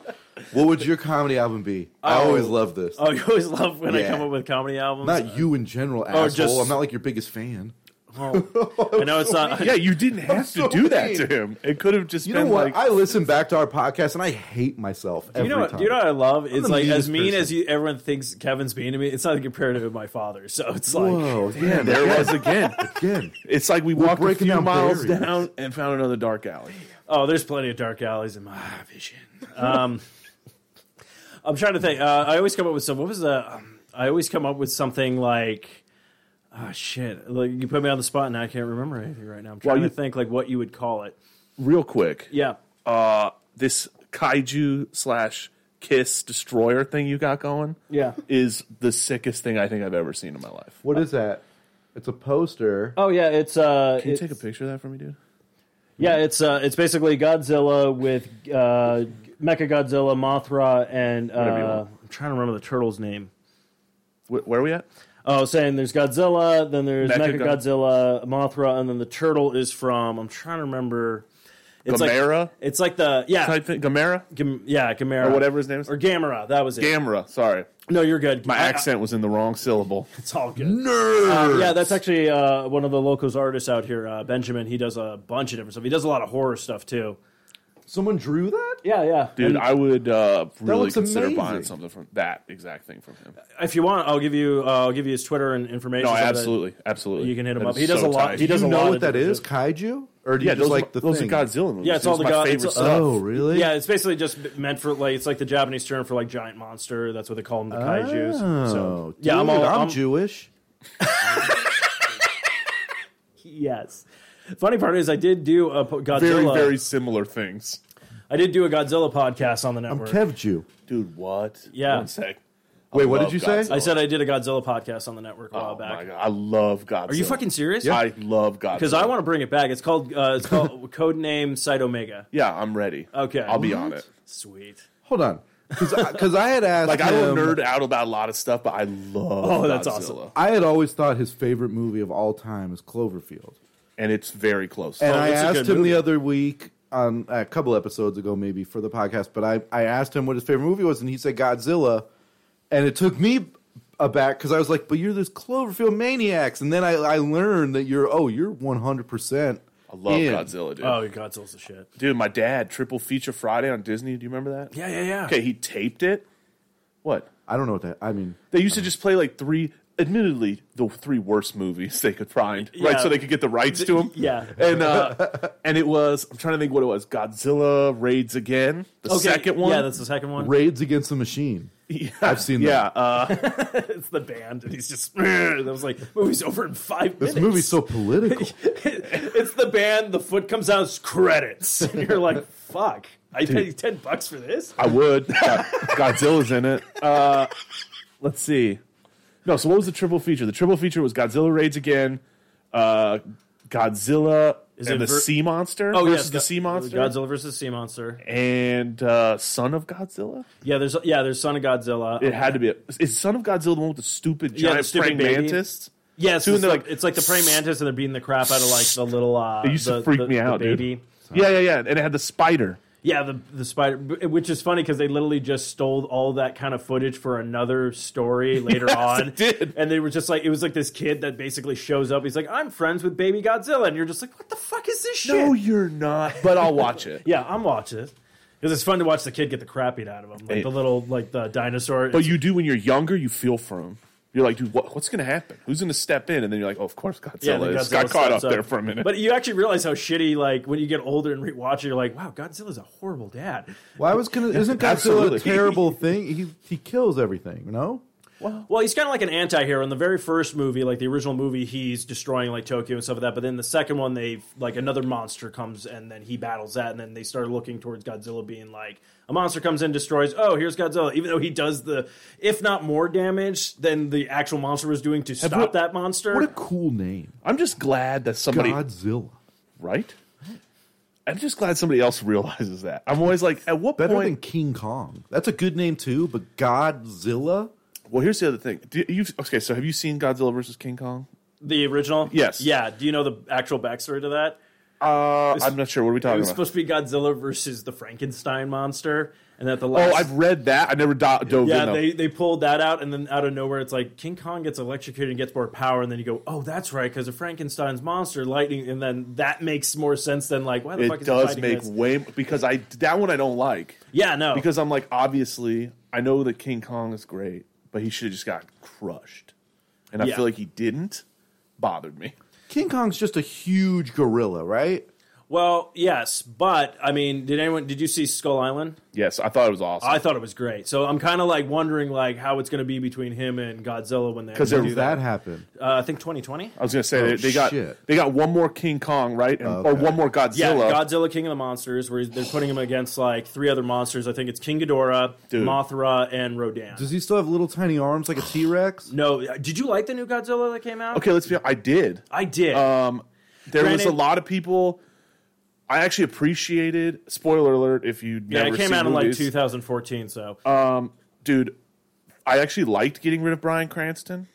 D: What would your comedy album be? I always love this.
C: Oh, you always love when I
D: Yeah.
C: come up with comedy albums.
D: Not you in general, asshole.
C: just-
D: I'm not like your biggest fan.
C: I know it's not.
E: yeah, you didn't have
D: so
E: to do that
D: mean.
E: to him. It could have just
D: You know
E: been
D: what?
E: like
D: I listen back to our podcast and I hate myself
C: Do you
D: every
C: know what?
D: time.
C: Do you know what I love? It's
D: the
C: like as
D: meanest
C: mean
D: person.
C: as you, everyone thinks Kevin's being to me. It's not compared to my father. So it's like
D: Whoa! Yeah,
E: there it was again.
D: again.
E: It's like we walked a
D: breaking
E: few
D: down
E: miles
D: barriers.
E: down and found another dark alley.
C: Oh, there's plenty of dark alleys in my vision. Um, I'm trying to think. Uh, I always come up with some. What was the? Um, I always come up with something like, oh shit! Like you put me on the spot, and I can't remember anything right now. I'm trying
E: you-
C: to think like what you would call it.
E: Real quick,
C: Yeah.
E: uh, this kaiju slash kiss destroyer thing you got going,
C: Yeah.
E: is the sickest thing I think I've ever seen in my life.
D: What is that? It's a poster.
C: Oh yeah, it's uh,
E: Can you
C: it's-
E: take a picture of that for me, dude?
C: yeah, it's uh, it's basically Godzilla with uh, Mecha Godzilla, Mothra, and
E: Whatever you
C: uh,
E: want.
C: I'm trying to remember the turtle's name.
E: Wh- where are we at?
C: Oh, saying there's Godzilla, then there's Mecha
E: Mechago-
C: Godzilla, Mothra, and then the turtle is from I'm trying to remember. It's Like,
E: Gamera?
C: it's like the yeah,
E: Type thing, Gamera,
C: Gam- yeah, Gamera
E: Or whatever his name is?
C: or Gamera. That was it.
E: Gamera. Sorry,
C: no, you're good.
E: my
C: I- I-
E: accent was in the wrong syllable.
C: it's all good. yeah, that's actually uh, one of the locals artists out here, uh, Benjamin. He does a bunch of different stuff. He does a lot of horror stuff too.
D: Someone drew that?
C: Yeah, yeah.
E: Dude, I would uh, really
D: looks
E: consider buying
D: amazing.
E: something from that exact thing from him.
C: If you want, I'll give you uh, I'll give you his Twitter and information. so
E: No,
C: that-
E: absolutely, absolutely.
C: you can hit him
E: That
C: up.
E: is
C: He does a lot-
E: tight.
C: he does
D: Do
C: a
D: you
C: lot
D: know
C: of
D: what that
C: different
D: is?
C: shit.
D: Kaiju? Or do
E: yeah,
D: you just
E: those,
D: like the
E: those
D: thing?
E: are Godzilla movies.
C: Yeah, it's
E: It was
C: all the
E: my
C: God-
E: favorite
C: it's-
E: stuff.
D: Oh, really?
C: Yeah, it's basically just meant for like it's like the Japanese term for like giant monster. That's what they call them, the kaiju's.
D: Oh,
C: so yeah, I'm all
D: dude,
C: I'm,
D: Jewish.
C: yes. Funny part is I did do a po- Godzilla.
E: Very, very similar things.
C: I did do a Godzilla podcast on the network.
D: Kev Jew.
E: Dude, what?
C: Yeah.
E: One sec.
D: Wait, what
E: love
D: did you say?
E: Godzilla.
C: I said I did a Godzilla podcast on the network a while
E: Oh my
C: back.
E: god, I love Godzilla.
C: Are you fucking serious?
E: I love Godzilla.
C: Because I want to bring it back. It's called uh, it's called Codename Site Omega.
E: Yeah, I'm ready.
C: Okay.
E: I'll be on it.
C: Sweet.
D: Hold on. Because I, had asked.
E: Like I
D: him,
E: don't nerd out about a lot of stuff, but I love.
C: Oh, that's
E: Godzilla.
C: awesome.
D: I had always thought his favorite movie of all time is Cloverfield.
E: and it's very close.
D: And
C: Oh,
D: I
C: it's a good
D: asked him
C: movie.
D: the other week on a couple episodes ago, maybe for the podcast, but I, I asked him what his favorite movie was, and he said Godzilla. And it took me aback because I was like, but you're this Cloverfield maniacs. And then I, I learned that you're, oh, you're 100%.
E: I love
D: in.
E: Godzilla, dude.
C: Oh, Godzilla's the shit.
E: Dude, my dad triple feature Friday on Disney. Do you remember that?
C: Yeah, yeah, yeah.
E: Okay, he taped it. What?
D: I don't know what that, I mean,
E: They used to just play like three, admittedly, the three worst movies they could find, right?
C: Yeah.
E: So they could get the rights to them.
C: Yeah.
E: And uh, and it was I'm trying to think what it was. Godzilla raids again. The
C: Okay.
E: second one.
C: Yeah, that's the second one.
D: Raids Against the Machine.
E: Yeah.
D: I've seen that.
E: yeah. Uh,
C: It's the band, and he's just. That was like movie's over in five minutes.
D: This movie's so political.
C: it's the band. The foot comes out. It's credits. And you're like, fuck. I paid ten bucks for this.
E: I would. God- Godzilla's in it. Uh, let's see. No, so what was the triple feature? The triple feature was Godzilla raids again. Uh, Godzilla
C: Is
E: and
C: it
E: the
C: ver-
E: sea monster
C: Oh
E: versus
C: yes,
E: the
C: Go-
E: sea monster.
C: Godzilla versus sea monster.
E: and uh, Son of Godzilla.
C: Yeah, there's yeah, there's Son of Godzilla.
E: It had to be. Is Son of Godzilla the one with the stupid
C: Yeah,
E: giant
C: the stupid
E: praying
C: baby.
E: mantis?
C: yeah, it's,
E: Two and
C: the-
E: they're like-
C: it's like the praying mantis, and they're beating the crap out of like the little. Uh,
E: It used
C: the,
E: to freak
C: the-
E: me
C: the
E: out, dude.
C: baby.
E: Yeah, yeah, yeah. And it had the spider.
C: Yeah, the the spider, b- which is funny because they literally just stole all that kind of footage for another story later on.
E: it did.
C: and they were just like, it was like this kid that basically shows up. He's like, "I'm friends with Baby Godzilla," and you're just like, "What the fuck is this shit?"
E: No, you're not. But I'll watch it.
C: Yeah, I'm watching this because it's fun to watch the kid get the crap beat out of him, like
E: Hey.
C: the little like the dinosaur.
E: But you do when you're younger. You feel for him. You're like, dude, what, what's going to happen? Who's going to step in? And then you're like, oh, of course, Godzilla.
C: yeah, the
E: is.
C: Godzilla
E: Got caught up
C: steps
E: there for a minute.
C: But you actually realize how shitty, like when you get older and rewatch it, you're like, "Wow, Godzilla's a horrible dad."
D: Well, I was gonna. Isn't Godzilla
E: Absolutely.
D: a terrible thing? He he kills everything. You know.
C: Well, he's kind of like an anti-hero. In the very first movie, like the original movie, he's destroying like Tokyo and stuff like that. But then the second one, they like another monster comes and then he battles that, and then they start looking towards Godzilla being like a monster comes in, destroys. Oh, here's Godzilla. Even though he does the if not more damage than the actual monster was doing to stop
E: what-
C: that monster.
D: What a cool name,
E: I'm just glad that somebody
D: Godzilla.
E: right. I'm just glad somebody else realizes that. I'm always like, at what
D: Better
E: point?
D: than King Kong. That's a good name too, but Godzilla.
E: well, here's the other thing. Do you, okay, so have you seen Godzilla versus King Kong?
C: the original,
E: Yes.
C: yeah. Do you know the actual backstory to that?
E: Uh, I'm not sure. What are we
C: It
E: talking
C: was
E: about?
C: supposed to be Godzilla versus the Frankenstein monster, and that the
E: Oh,
C: last
E: I've read that. I never do- dove
C: Yeah,
E: in. though.
C: they, they pulled that out, and then out of nowhere, it's like King Kong gets electrocuted and gets more power, and then you go, oh, that's right, because of Frankenstein's monster, lightning, and then that makes more sense than like, why the fuck
E: it
C: is
E: does
C: fighting
E: make
C: this?
E: way because I that one I don't like
C: yeah, no,
E: because I'm like obviously I know that King Kong is great, but he should have just got crushed, and I
C: Yeah.
E: feel like he didn't. Bothered me.
D: King Kong's just a huge gorilla, right?
C: well, yes, but I mean, did anyone did you see Skull Island?
E: Yes, I thought it was awesome.
C: I thought it was great, so I'm kind of like wondering like how it's going to be between him and Godzilla when they
E: 'Cause
C: do
E: they're
D: Did that happen?
C: Uh, I think 2020.
E: I was gonna say
C: Oh,
E: they, they got
D: shit.
E: they got one more King Kong right, and, or
D: Okay.
E: one more
C: Yeah,
E: Godzilla.
C: Godzilla King of the Monsters, where they're putting him against like three other monsters. I think it's King Ghidorah,
E: Dude.
C: Mothra, and Rodan.
D: Does he still have little tiny arms like a T Rex?
C: No, did you like the new Godzilla that came out?
E: okay, let's be. I did.
C: I did.
E: Um, there was
C: Granted-
E: a lot of people. I actually appreciated. Spoiler alert! If you
C: yeah,
E: never
C: it came
E: seen
C: out
E: movies. Uh,
C: in like 2014. So
E: dude. I actually liked getting rid of Brian Cranston.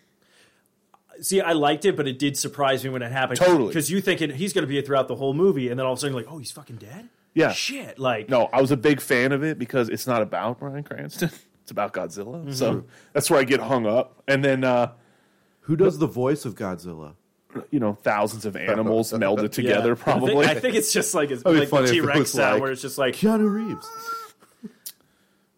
C: see, I liked it, but it did surprise me when it happened.
E: Totally.
C: because you thinking he's going to be it throughout the whole movie, and then all of a sudden, like, oh, he's fucking dead.
E: Yeah.
C: shit. Like,
E: No, I was a big fan of it because it's not about Brian Cranston. It's about
C: Mm-hmm.
E: Godzilla. So that's where I get hung up. And then uh,
D: Who does the voice of Godzilla?
E: you know thousands of animals melded together.
C: Yeah. I
E: Probably.
C: think, I think it's just like it's
D: be
C: like
D: funny
C: the
D: if it
C: T Rex
D: was
C: sound
D: like-
C: where it's just like
D: Keanu Reeves.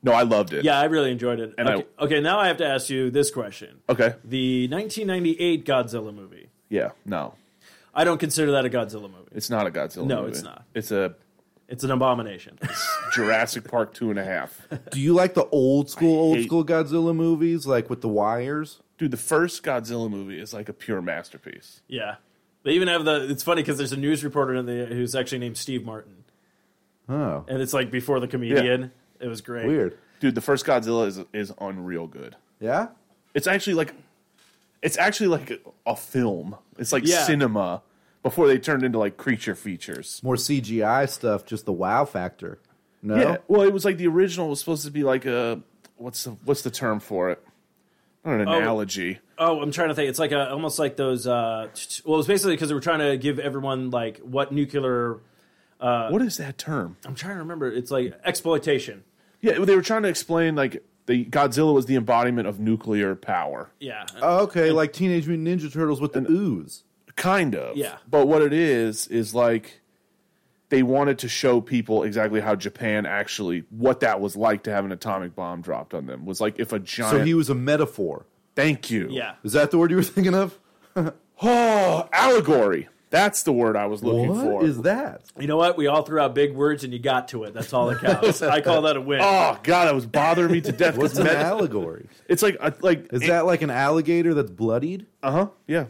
E: no, I loved it.
C: yeah, I really enjoyed it.
E: And I-
C: okay, okay, now I have to ask you this question:
E: Okay.
C: the 1998 Godzilla movie.
E: Yeah. No,
C: I don't consider that a Godzilla movie.
E: it's not a Godzilla.
C: No,
E: movie.
C: it's not.
E: It's a
C: It's an abomination.
E: Jurassic Park two and a half.
D: Do you like the old school,
E: I
D: old
E: hate-
D: school Godzilla movies, like with the wires?
E: Dude, the first Godzilla movie is like a pure masterpiece.
C: yeah, they even have the. It's funny because there's a news reporter in the who's actually named Steve Martin,
D: Oh,
C: and it's like before the comedian. It was great.
D: weird.
E: Dude, the first Godzilla is is unreal good.
D: Yeah,
E: It's actually like it's actually like a, a film. It's like
C: Yeah.
E: cinema before they turned into like creature features.
D: more CGI stuff, just the wow factor. No,
E: Yeah. Well, it was like the original was supposed to be like a what's the what's the term for it? Not an analogy.
C: Oh, I'm trying to think. It's like a, almost like those. Uh, t- t- well, it's basically because they were trying to give everyone like what nuclear.
D: uh,
E: what is that term?
C: I'm trying to remember. It's like exploitation.
E: Yeah, they were trying to explain like the Godzilla was the embodiment of nuclear power.
C: Yeah.
D: Oh, okay, like Teenage Mutant Ninja Turtles with the ooze.
E: Kind of.
C: Yeah.
E: But what it is is like they wanted to show people exactly how Japan actually what that was like to have an atomic bomb dropped on them. Was like if a giant
D: So he was a metaphor.
E: thank you.
C: yeah.
D: Is that the word you were thinking of?
E: Oh, allegory. That's the word I was looking
D: What
E: for.
D: is that?
C: You know what? We all threw out big words and you got to it. That's all that counts. I call that a win.
E: Oh god, that was bothering me to death. 'cause
D: What's an
E: met-
D: allegory?
E: it's like a- like
D: Is that like an alligator that's bloodied?
E: uh huh yeah,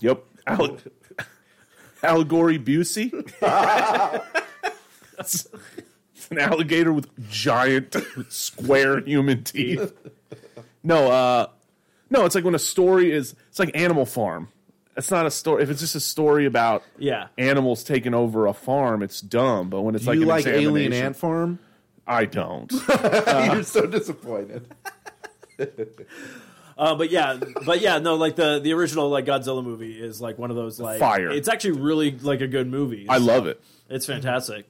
E: yep. Alle- allegory Busey. it's an alligator with giant square human teeth. No, uh, no. It's like when a story is. It's like Animal Farm. It's not a story. If it's just a story about
C: Yeah.
E: animals taking over a farm, it's dumb. But when it's
D: Do
E: like
D: you
E: an
D: like Alien
E: examination-
D: Ant Farm? Uh-huh.
E: I don't.
D: You're so disappointed.
C: Uh, but yeah, but yeah, no, like the the original like Godzilla movie is like one of those like
E: Fire.
C: It's actually really like a good movie.
E: I love it.
C: It's fantastic.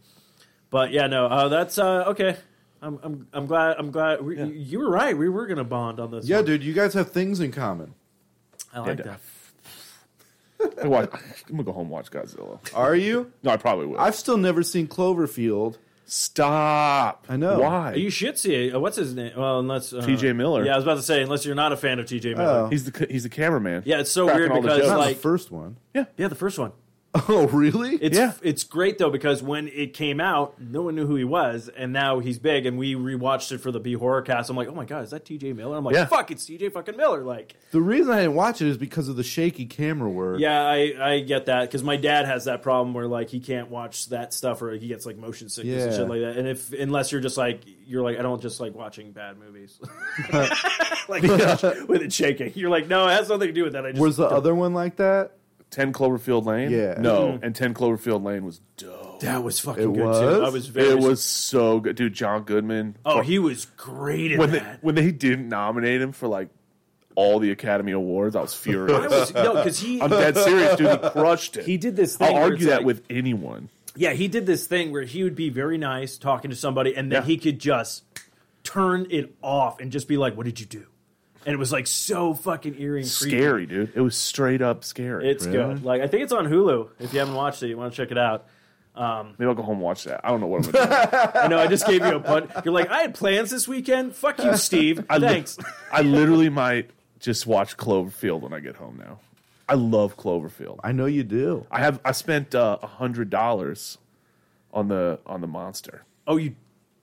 C: But yeah, no, uh, that's uh, okay. I'm, I'm I'm glad I'm glad we, you were right. We were gonna bond on this.
D: Yeah,
C: one.
D: dude, you guys have things in common.
C: I like
E: And, uh,
C: that.
E: I watch, I'm gonna go home and watch Godzilla.
D: Are you?
E: No, I probably will.
D: I've still never seen Cloverfield.
E: Stop.
D: I know.
E: Why?
C: You should see it. Uh, What's his name? Well, unless uh,
E: T.J. Miller.
C: Yeah, I was about to say unless you're not a fan of TJ Miller.
D: Oh.
E: he's the he's the cameraman.
C: Yeah, it's so
E: Cracking
C: weird
E: all the
C: because
E: jokes.
D: Not
C: like
D: the first one.
C: yeah, the first one.
D: Oh, really?
C: It's
E: Yeah.
C: it's great though because when it came out, no one knew who he was, and now he's big. And we rewatched it for the B horror cast. I'm like, oh my god, is that T.J. Miller? I'm like,
E: Yeah.
C: fuck, it's T.J. fucking Miller. Like,
D: the reason I didn't watch it is because of the shaky camera work.
C: yeah, I I get that because my dad has that problem where like he can't watch that stuff or he gets like motion sickness and
D: Yeah.
C: shit like that. And if unless you're just like you're like I don't just like watching bad movies, like with it shaking. You're like, no, it has nothing to do with that. I just
D: Was the
C: don't-
D: other one like that?
E: Ten Cloverfield Lane.
D: Yeah.
E: No,
C: Mm-hmm.
E: and Ten Cloverfield Lane was dope.
C: that was fucking
D: It
C: good
D: was?
C: too. I was very
E: It was so good, dude. John Goodman.
C: oh he was great in
E: when they,
C: that.
E: when they didn't nominate him for like all the Academy Awards, I was
C: I
E: furious.
C: was, no, because he
E: I'm dead serious, dude. He crushed it.
C: He did this thing
E: I'll
C: where
E: argue
C: it's
E: that
C: like-
E: with anyone.
C: Yeah, he did this thing where he would be very nice talking to somebody, and then
E: Yeah.
C: he could just turn it off and just be like, "What did you do?" And it was like so fucking eerie and creepy.
E: Scary, dude. It was straight up scary.
C: It's good. Like I think it's on Hulu. If you haven't watched it, you want to check it out.
E: Maybe I'll go home and watch that. I don't know what I'm gonna do.
C: I know I just gave you a pun. You're like, I had plans this weekend. Fuck you, Steve.
E: li-
C: Thanks.
E: I literally might just watch Cloverfield when I get home now. I love Cloverfield.
D: I know you do.
E: I have I spent uh, a hundred dollars on the on the monster.
C: oh, you.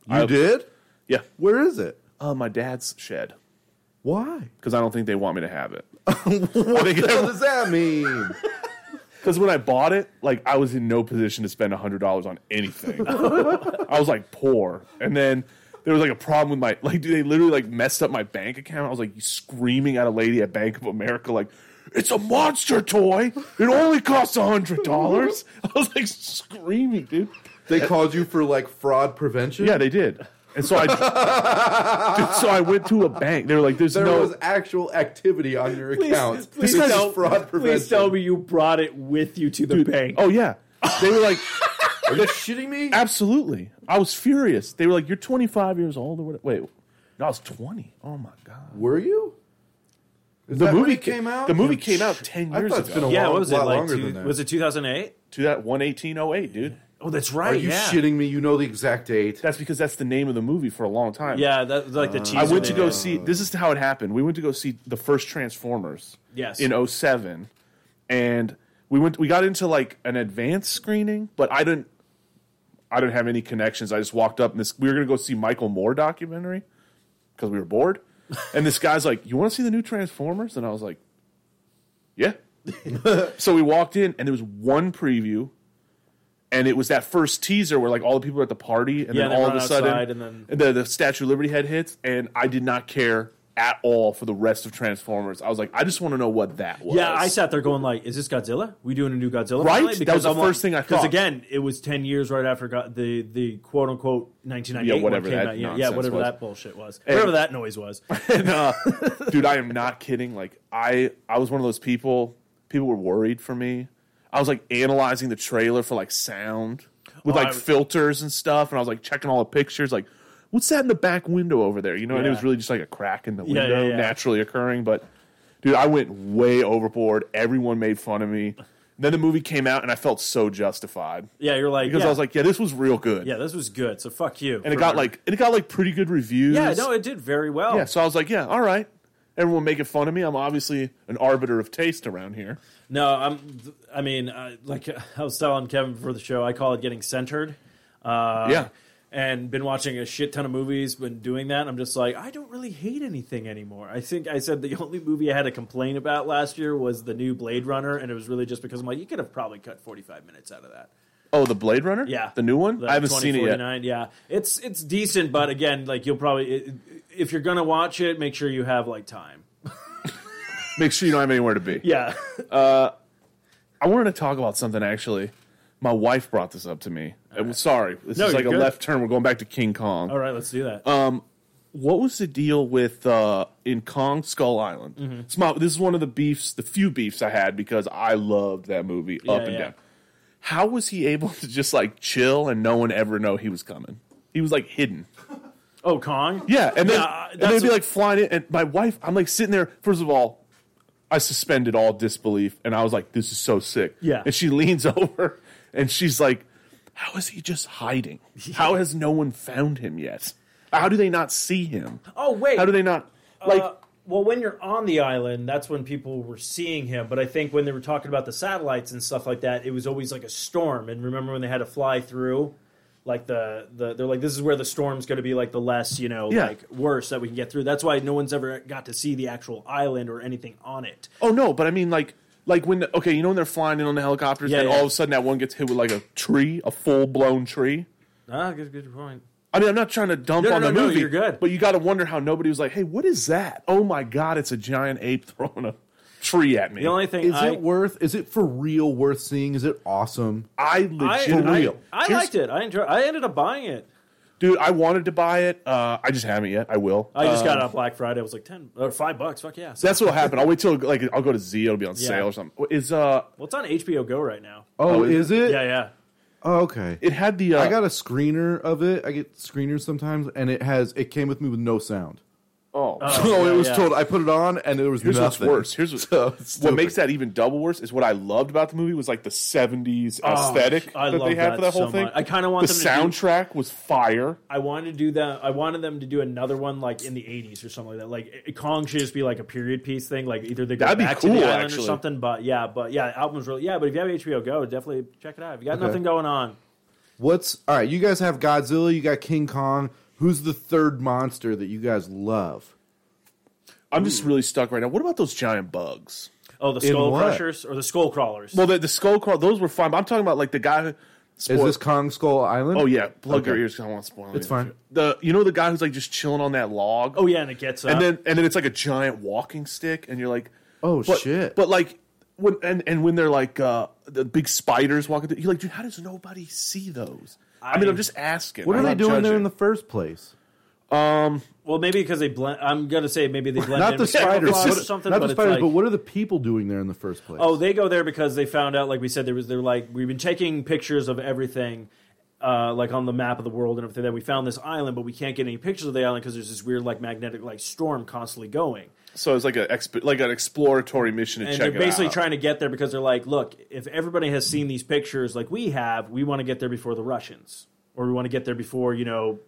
D: You
E: I-
D: did?
E: Yeah,
D: Where is it?
E: uh, my dad's shed
D: Why?
E: because I don't think they want me to have it.
D: What the hell does that mean?
E: Because when I bought it, like I was in no position to spend hundred dollars on anything. I was like poor, and then there was like a problem with my like. Dude, they literally like messed up my bank account. I was like screaming at a lady at Bank of America, like, "It's a monster toy! It only costs hundred dollars!" I was like screaming, dude.
D: They called you for like fraud prevention?
E: Yeah, they did. And so I, Dude, so I went to a bank. They were like, "There's
D: There
E: no."
D: was actual activity on your account.
C: Please, please,
D: this
C: tell,
D: is fraud prevention.
C: please tell me you brought it with you to the bank.
E: oh yeah, they were like.
D: Are you shitting me?
E: Absolutely. I was furious. They were like, "You're 25 years old or what?" Wait, no, I was 20. Oh my god.
D: Were you? Is
E: The
D: that when
E: movie
D: it came
E: ca-
D: out?
E: The movie came out ten
D: I
E: years
D: thought it's been a
E: ago.
C: yeah,
D: long-
C: what was it
D: lot
C: like?
D: longer
C: two-
D: than that.
C: was it 2008?
E: To that one eighteen oh eight, dude.
C: Oh, that's
D: Are
C: right.
D: you
C: yeah.
D: shitting me? You know the exact date.
E: That's because that's the name of the movie for a long time.
C: Yeah, that, like the teaser.
E: I went to
C: they
E: go
C: did.
E: see. This is how it happened. We went to go see the first Transformers.
C: Yes.
E: In 07. and we went. We got into like an advanced screening, but I didn't. I didn't have any connections. I just walked up and this. We were gonna go see Michael Moore documentary because we were bored, and this guy's like, "You want to see the new Transformers?" And I was like, "Yeah." so we walked in, and there was one preview. And it was that first teaser where like all the people are at the party, and
C: Yeah,
E: then
C: they
E: all of
C: run
E: a sudden,
C: outside and then-
E: and Mm-hmm. the, the Statue of Liberty head hits, and I did not care at all for the rest of Transformers. I was like, I just want to know what that was.
C: Yeah, I sat there going like, "Is this Godzilla? We doing a new Godzilla?"
E: Right?
C: finally?"
E: That was the first thing I
C: Because
E: thought.
C: again, it was ten years right after Go- the the quote unquote nineteen ninety eight.
E: Yeah, whatever
C: came
E: that
C: out. Yeah, yeah,
E: nonsense
C: whatever
E: was.
C: that bullshit was. whatever that noise was.
E: And, uh, dude, I am not kidding. Like I, I was one of those people. People were worried for me. I was like analyzing the trailer for like sound with
C: Oh,
E: like
C: I was-
E: filters and stuff, and I was like checking all the pictures. Like, what's that in the back window over there? You know, and it
C: Yeah.
E: was really just like a crack in the
C: Yeah,
E: window,
C: yeah, yeah.
E: naturally occurring. But dude, I went way overboard. Everyone made fun of me. Then the movie came out, and I felt so justified
C: Yeah, you're like
E: because
C: yeah,
E: I was like, yeah, this was real good.
C: yeah, this was good. So fuck you.
E: And it got like and it got like pretty good reviews.
C: yeah, no, it did very well.
E: Yeah, so I was like, yeah, all right. Everyone making fun of me. I'm obviously an arbiter of taste around here.
C: No, I'm. I mean, I, like I was telling Kevin before the show, I call it getting centered. Uh,
E: Yeah.
C: and been watching a shit ton of movies. Been doing that. And I'm just like, I don't really hate anything anymore. I think I said the only movie I had to complain about last year was the new Blade Runner, and it was really just because I'm like, you could have probably cut 45 minutes out of that.
E: Oh, the Blade Runner?
C: Yeah,
E: The new one?
C: The
E: I haven't seen it yet.
C: 2049, Yeah, it's it's decent, but again, like you'll probably i- i- if you're gonna watch it, make sure you have like time.
E: Make sure you don't have anywhere to be.
C: Yeah,
E: I wanted to talk about something actually. My wife brought this up to me. I'm sorry. This
C: No,
E: is like
C: you're
E: a
C: good.
E: left turn. We're going back to King Kong.
C: all right, let's do that.
E: Um, What was the deal with uh, in Kong Skull Island?
C: Mm-hmm.
E: It's my, this is one of the beefs, the few beefs I had because I loved that movie up
C: Yeah,
E: and
C: yeah.
E: down. How was he able to just like chill and no one ever know he was coming? He was like hidden.
C: oh, Kong.
E: Yeah, and then
C: Yeah,
E: and
C: that's
E: they'd be
C: what-
E: like flying in, and my wife, I'm like sitting there. First of all, I suspended all disbelief, and I was like, "This is so sick."
C: Yeah.
E: and she leans over, and she's like, "How is he just hiding? How has no one found him yet? How do they not see him?
C: Oh wait,
E: How do they not like?"
C: Uh, well, when you're on the island, that's when people were seeing him. But I think when they were talking about the satellites and stuff like that, it was always like a storm. And remember when they had to fly through, like the, the they're like, this is where the storm's going to be like the less you know,
E: Yeah.
C: like worse that we can get through. That's why no one's ever got to see the actual island or anything on it.
E: oh no, but I mean like. Like when the, okay, you know when they're flying in on the helicopters,
C: Yeah,
E: and
C: yeah.
E: all of a sudden that one gets hit with like a tree, a full blown tree.
C: Ah, good, good point.
E: I mean, I'm not trying to dump
C: No,
E: on
C: no,
E: the
C: no,
E: movie.
C: you're good.
E: But you got to wonder how nobody was like, "Hey, what is that? Oh my god, it's a giant ape throwing a tree at me."
C: The only thing
D: Is
C: I,
D: it worth? Is it for real worth seeing? Is it awesome?
E: I
C: I,
E: legit
C: I-
E: real,
C: I,
E: Here's-
C: liked it. I enjoyed. I ended up buying it.
E: dude. I wanted to buy it. Uh, I just haven't yet. I will.
C: I
D: Uh,
C: just
E: Um,
C: got it on Black Friday. It was like ten or five bucks. Fuck yeah! So,
E: That's what'll happen. I'll wait till like I'll go to Z. It'll be on
C: Yeah.
E: sale or something. Is uh,
C: well, it's on HBO Go right now.
D: Oh,
E: Oh, is
D: is it?
C: Yeah, yeah.
D: Oh, okay.
E: it had the uh,
D: I got a screener of it. I get screeners sometimes, and it has. It came with me with no sound.
E: oh.
D: so it was
C: yeah.
D: told. I put it on, and there was
E: Here's
D: nothing.
E: what's worse. Here's what, what
D: stupid.
E: makes that even double worse is what I loved about the movie was like the '70s aesthetic
C: Oh, I
E: that
C: love
E: they had
C: that
E: for that whole
C: so
E: thing.
C: much. I kinda want
E: the
C: them to do-
E: soundtrack was fire.
C: I wanted to do that. I wanted them to do another one like in the '80s or something like that. Like it- Kong should just be like a period piece thing. Like either they go
E: That'd be
C: back
E: cool,
C: to the island
E: actually.
C: or something. But yeah, but yeah, album's really yeah. But if you have HBO Go, definitely check it out. If you got nothing going on,
D: What's all right? You guys have Godzilla. You got King Kong. Who's the third monster that you guys love?
E: I'm just really stuck right now. What about those giant bugs?
C: oh the
D: In
C: Skull
D: what?
C: Crushers or the Skull Crawlers.
E: Well, the, the skull crawl, those were fine. But I'm talking about like the guy. Who,
D: Is
E: spoil-
D: this Kong Skull Island?
E: Oh yeah, plug your
D: Okay.
E: ears. 'cause I don't want to spoil. anything.
D: It's fine.
E: The you know the guy who's like just chilling on that log.
C: oh yeah, and it gets up.
E: and then and then it's like a giant walking stick, and you're like,
D: Oh,
E: but-
D: shit.
E: But like when and and when they're like uh the big spiders walking, through, you're like, dude, how does nobody see those? I, mean,
C: I-
E: I'm just asking.
D: What
E: I'm
D: are they
E: not
D: doing there
E: judging.
D: in the first place?
C: well, maybe because they blend. I'm gonna say maybe they blend
D: Not
C: in
D: the
C: with Skull
D: spiders.
C: Crawlers
D: What-
C: or something.
D: not
C: but
D: the
C: it's
D: spiders.
C: like-
D: but what are the people doing there in the first place?
C: Oh, they go there because they found out, like we said, there was they're like we've been taking pictures of everything, uh, like on the map of the world and everything that we found this island, but we can't get any pictures of the island because there's this weird like magnetic like storm constantly going.
E: So it's like a exp- like an exploratory mission to
C: And
E: check
C: they're basically
E: it out.
C: trying to get there because they're like, look, if everybody has seen these pictures like we have, we want to get there before the Russians. Or we want to get there before you know,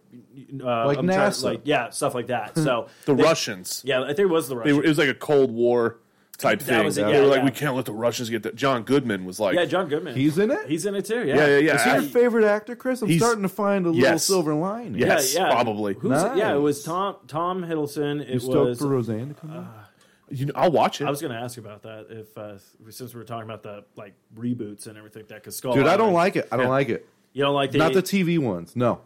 C: uh,
D: Like
C: I'm trying-
D: NASA.
C: like yeah, stuff like that. So
E: the
C: they-
E: Russians.
C: yeah, I think it was the
E: They
C: Russians.
E: were, it was like a Cold War type thing.
C: was it,
E: they
C: yeah,
E: were like,
C: yeah.
E: we can't let the Russians get that. John Goodman was like,
C: yeah, John Goodman.
D: He's in it?
C: He's in it too. Yeah,
E: yeah, yeah, yeah.
D: Is he your
E: I-
D: favorite actor, Chris? I'm
E: He's-
D: starting to find a little
E: Yes.
D: silver lining.
E: Yeah. Yes, probably.
C: Who's it? Yeah, it was
D: Nice.
C: Tom Tom Hiddleston. It
D: You stoked
C: was. Oh,
D: for Roseanne to come in?
E: you know, I'll watch it.
C: I was going to ask you about that if uh, since we were talking about the like reboots and everything that because Skull
D: Dude, I don't
C: Island-
D: like it. I don't like it.
C: you don't like the,
D: Not the TV ones. No.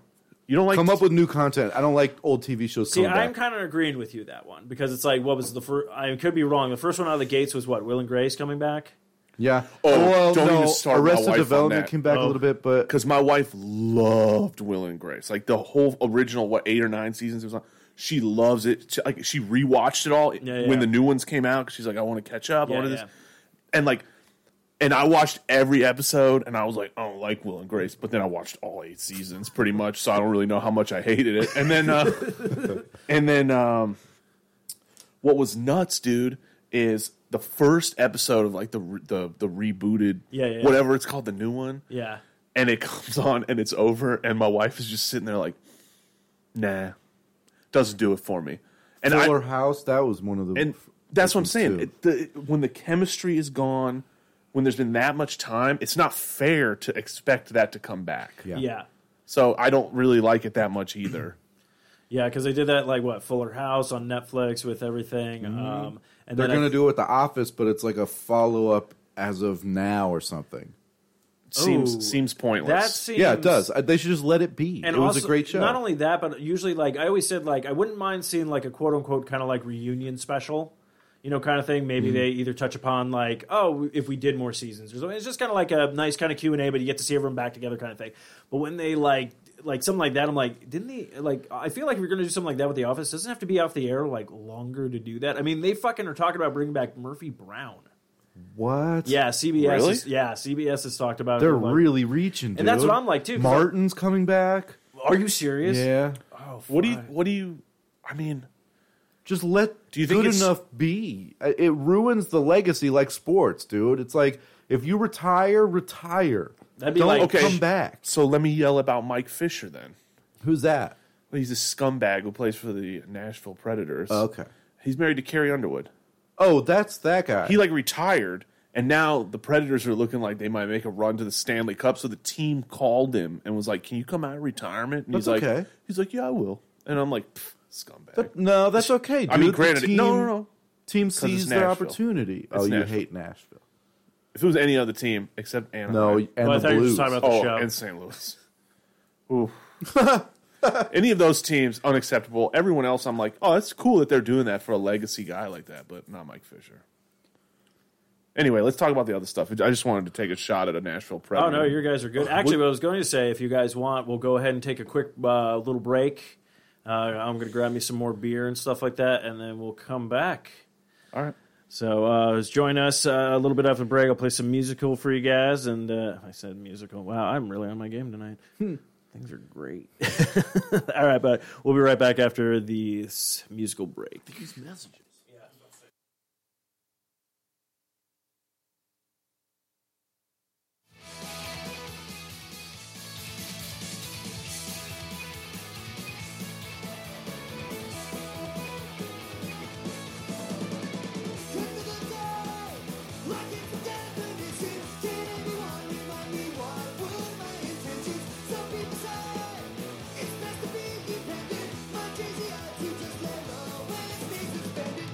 E: you don't like
D: Come up with new content. I don't like old TV shows.
C: See,
D: coming back.
C: I'm kind of agreeing with you that one because it's like what was the first? I could be wrong. The first one out of the gates was what Will and Grace coming back.
D: Yeah.
E: Oh,
D: well,
E: don't
D: no,
E: even start my
D: Arrested
E: wife on
D: Development
E: that.
D: came back
C: Oh.
D: a little bit, but
E: because my wife loved Will and Grace, like the whole original what eight or nine seasons it was on. She loves it. She, like she rewatched it all
C: Yeah, yeah.
E: when the new ones came out. 'cause She's like, I want to catch up. I
C: Yeah,
E: want to
C: yeah.
E: this, and like, and I watched every episode, and I was like, I don't like Will and Grace, but then I watched all eight seasons pretty much, so I don't really know how much I hated it. And then, uh, and then, um, what was nuts, dude, is the first episode of like the re- the the rebooted,
C: Yeah, yeah, yeah.
E: whatever it's called, the new one
C: Yeah,
E: and it comes on and it's over and my wife is just sitting there like nah doesn't do it for me and I,
D: Fuller House, that was one of the.
E: and that's what i'm
D: ones
E: saying
D: too.
E: it, the, when the chemistry is gone when there's been that much time it's not fair to expect that to come back
D: yeah.
C: yeah, yeah,
E: so i don't really like it that much either
C: Because they did that like what Fuller House on Netflix with everything. Um, and
D: They're
C: then I
D: going to do it with The Office, but it's like a follow up as of now or something.
C: Ooh.
E: seems seems pointless
C: That seems
D: Yeah, it does. Uh, They should just let it be.
C: And
D: it was
C: also-
D: a great show.
C: Not only that, but usually, like I always said, like I wouldn't mind seeing like a quote unquote kind of like reunion special, you know, kind of thing. Maybe
D: Mm-hmm.
C: they either touch upon like, oh, if we did more seasons, or something. It's just kind of like a nice kind of Q and A, but you get to see everyone back together, kind of thing. But when they like like something like that, I'm like, didn't they like? I feel like if you're going to do something like that with The Office, doesn't have to be off the air like longer to do that. I mean, they fucking are talking about bringing back Murphy Brown.
D: what?
C: Yeah, CBS.
E: Really?
C: Is, yeah, CBS has talked about. it.
D: They're
C: Like,
D: really reaching, dude.
C: And that's what I'm like, too, 'cause I-
D: Martin's coming back.
C: Are you serious?
D: Yeah.
E: what do you what do you i mean
D: Just let
E: Do you think
D: good
E: it's-
D: enough be. I- It ruins the legacy like sports, dude. It's like if you retire, retire.
C: That'd be
D: Don't
C: like-
E: Okay.
D: come back.
E: so let me yell about mike fisher then
D: Who's that?
E: he's a scumbag who plays for the nashville predators
D: Oh, Okay.
E: he's married to carrie underwood
D: Oh, that's that guy.
E: he like retired and now the predators are looking like they might make a run to the stanley cup so the team called him and was like can you come out of retirement and he's
D: That's
E: like
D: okay.
E: he's like yeah i will and i'm like "Pfft, scumbag
D: No, that's okay. Dude.
E: i mean
D: The
E: granted
D: team,
E: no no no
D: team
E: it's
D: sees their
E: Nashville.
D: opportunity. oh, you
E: Nashville.
D: hate Nashville?
E: if it was any other team except Anaheim.
D: No, and
C: Well, I
D: the
C: thought you were
D: Blues.
C: just talking about the
E: oh
C: show.
E: and st louis Ooh. any of those teams unacceptable everyone else i'm like oh that's cool that they're doing that for a legacy guy like that but not mike fisher Anyway, let's talk about the other stuff. I just wanted to take a shot at a Nashville Predator.
C: Oh no, you guys are good. Actually, what I was going to say, if you guys want, we'll go ahead and take a quick uh, little break. Uh, I'm going to grab me some more beer and stuff like that, and then we'll come back.
E: All right.
C: So uh, just join us uh, a little bit after the break. I'll play some musical for you guys. And uh, I said musical. Wow, I'm really on my game tonight.
E: Hmm.
C: Things are great. All right, but we'll be right back after this musical break.
F: It's best to be independent, much easier to just let always be suspended.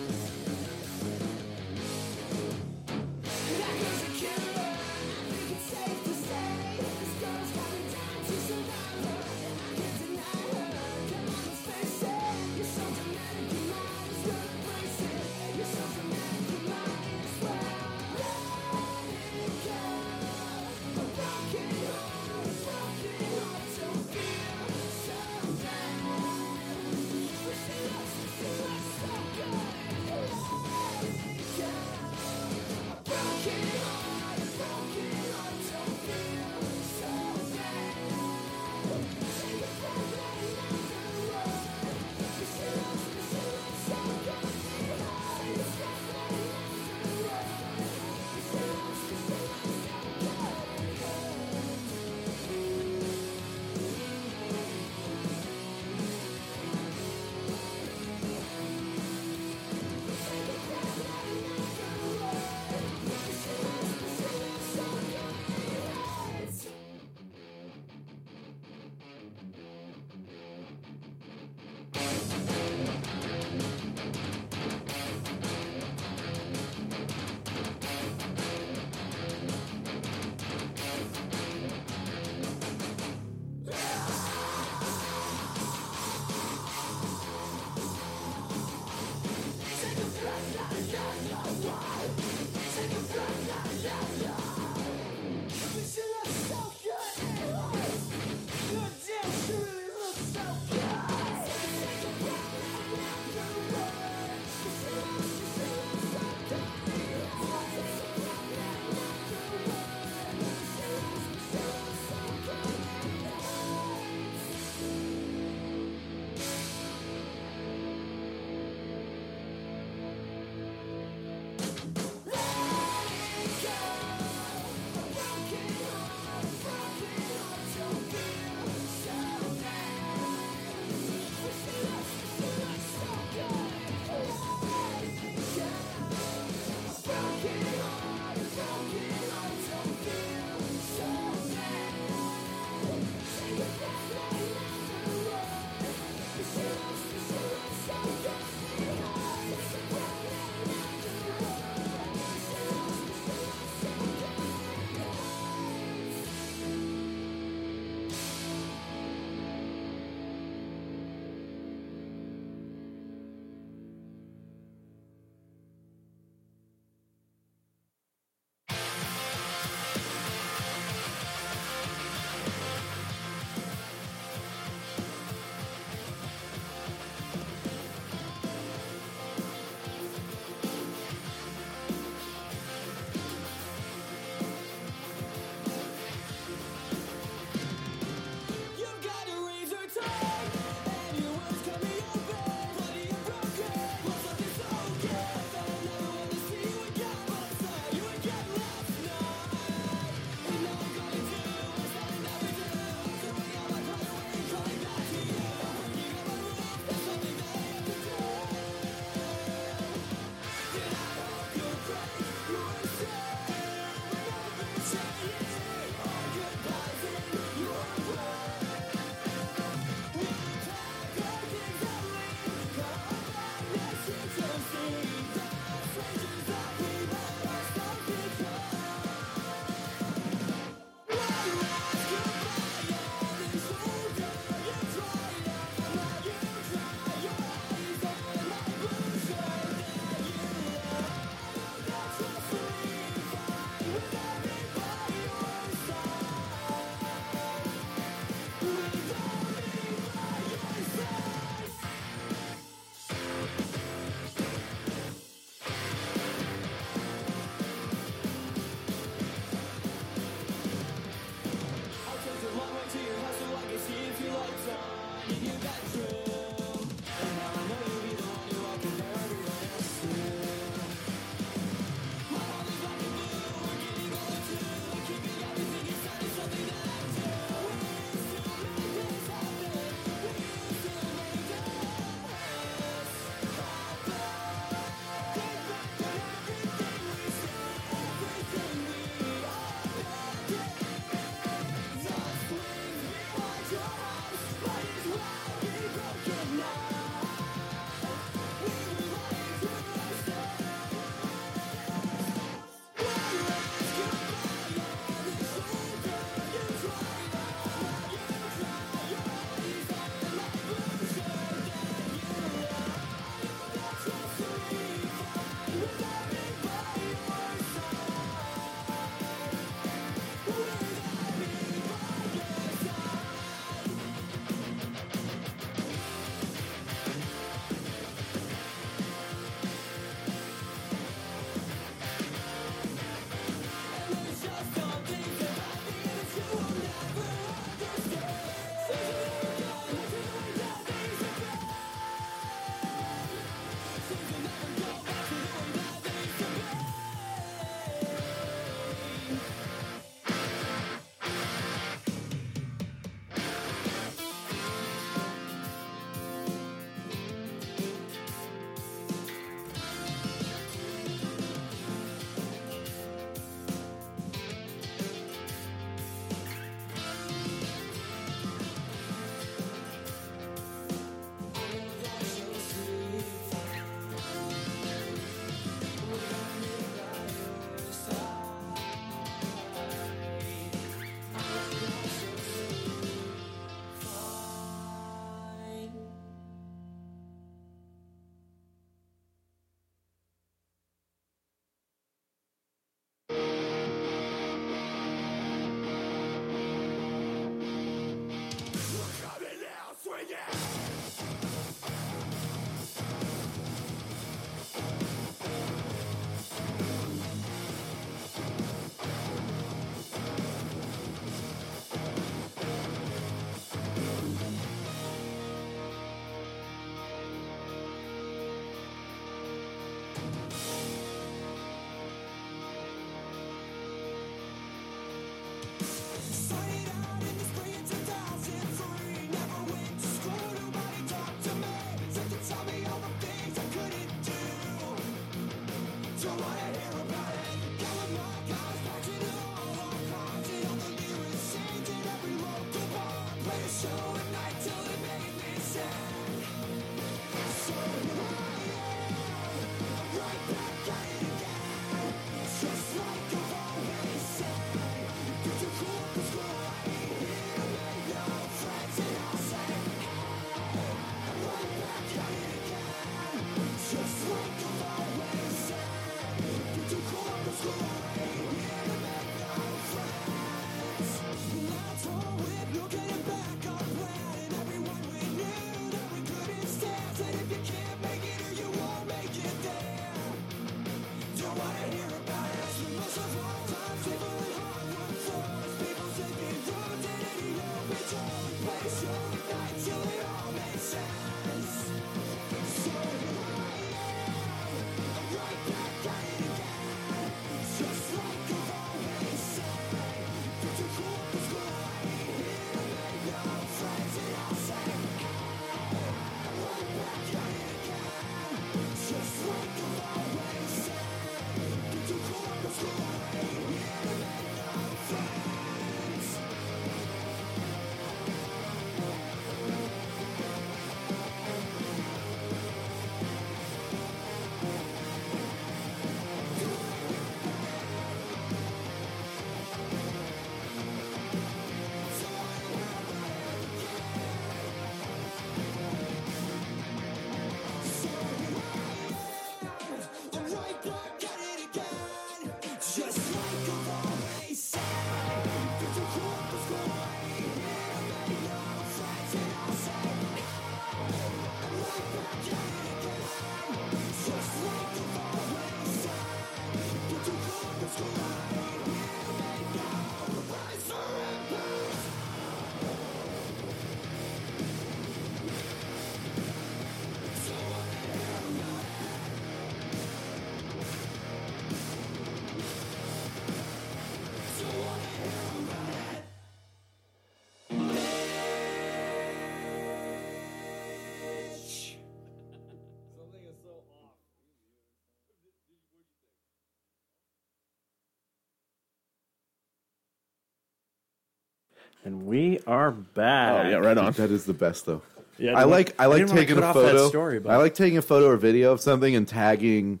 C: And we are back.
E: Oh yeah, right on.
D: That is the best though.
C: Yeah,
D: I
C: dude,
D: like I
C: I
D: like
C: didn't wanna
D: taking
C: cut
D: a
C: off that
D: photo.
C: story, but-
D: I like taking a photo or video of something and tagging,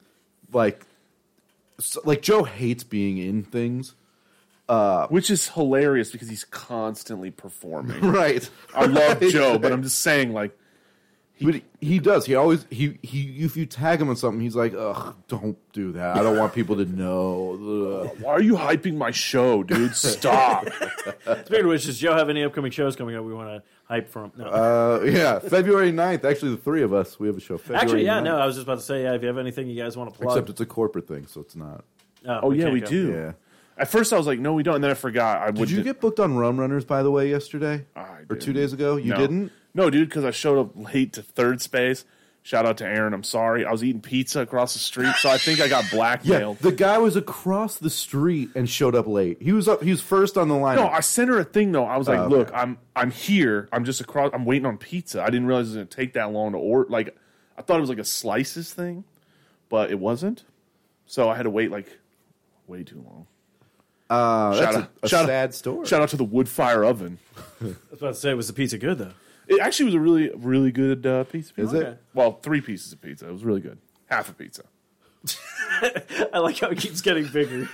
D: like, so, like Joe hates being in things.
E: Which is hilarious because he's constantly performing.
D: Right.
E: I love Joe, but I'm just saying, like,
D: But he does. He always he he. If you tag him on something, he's like, "Ugh, don't do that. I don't want people to know." Ugh.
E: why are you hyping my show, dude? Stop.
C: Speaking of which, does Joe have any upcoming shows coming up we want to hype from? No.
D: Uh, yeah, February 9th. Actually, the three of us we have a show. February
C: Actually, yeah,
D: 9th.
C: no, I was just about to say, yeah, if you have anything you guys want to plug.
D: Except it's a corporate thing, so it's not.
E: Oh yeah,
C: can't
E: we
C: go.
E: do.
D: Yeah.
E: At first, I was like, no, we don't, and then I forgot. I
D: Did you get booked on Rum Runners by the way yesterday
E: I
D: or two
E: didn't.
D: days ago? You
E: No.
D: didn't.
E: No, dude, because I showed up late to third space. Shout out to Aaron. I'm sorry. I was eating pizza across the street, so I think I got
D: Yeah,
E: blackmailed.
D: the guy was across the street and showed up late. He was up. He was first on the line.
E: no, I sent her a thing though. I was like,
D: Oh, okay.
E: "Look, I'm I'm here. I'm just across. I'm waiting on pizza. I didn't realize it was gonna take that long to order. Like, I thought it was like a slices thing, but it wasn't. So I had to wait like way too long.
D: uh, that's
E: shout out-
D: a, a
E: shout out-
D: sad story.
E: Shout out to the wood fire oven.
C: I was about to say, was the pizza good, though?
E: It actually was a really really good uh, piece. Of pizza.
D: Is it?
C: Okay.
E: Well, three pieces of pizza. It was really good. Half a pizza.
C: I like how it keeps getting bigger.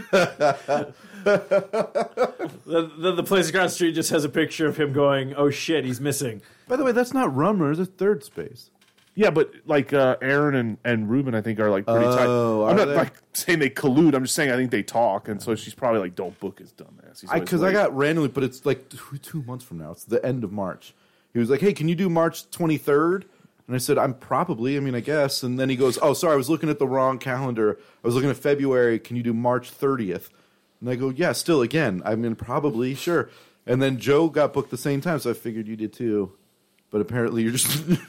C: the, the, the place across the street just has a picture of him going, oh shit, he's missing.
D: By the way, that's not Rum Runners. It's Third Space.
E: Yeah, but like uh, Aaron and, and Ruben, I think are like pretty
D: Oh,
E: tight. I'm
D: are
E: not
D: they?
E: like saying they collude. I'm just saying I think they talk, and so she's probably like, "Don't book his dumbass." He's
D: I
E: always
D: because I
E: late.
D: got randomly, but it's like two, two months from now. It's the end of March. He was like, "Hey, can you do March 23rd?" And I said, "I'm probably. I mean, I guess." And then he goes, "Oh, sorry, I was looking at the wrong calendar. I was looking at February. Can you do March 30th?" And I go, "Yeah, still again. I mean, probably, sure." And then Joe got booked the same time, so I figured you did too. But apparently, you're just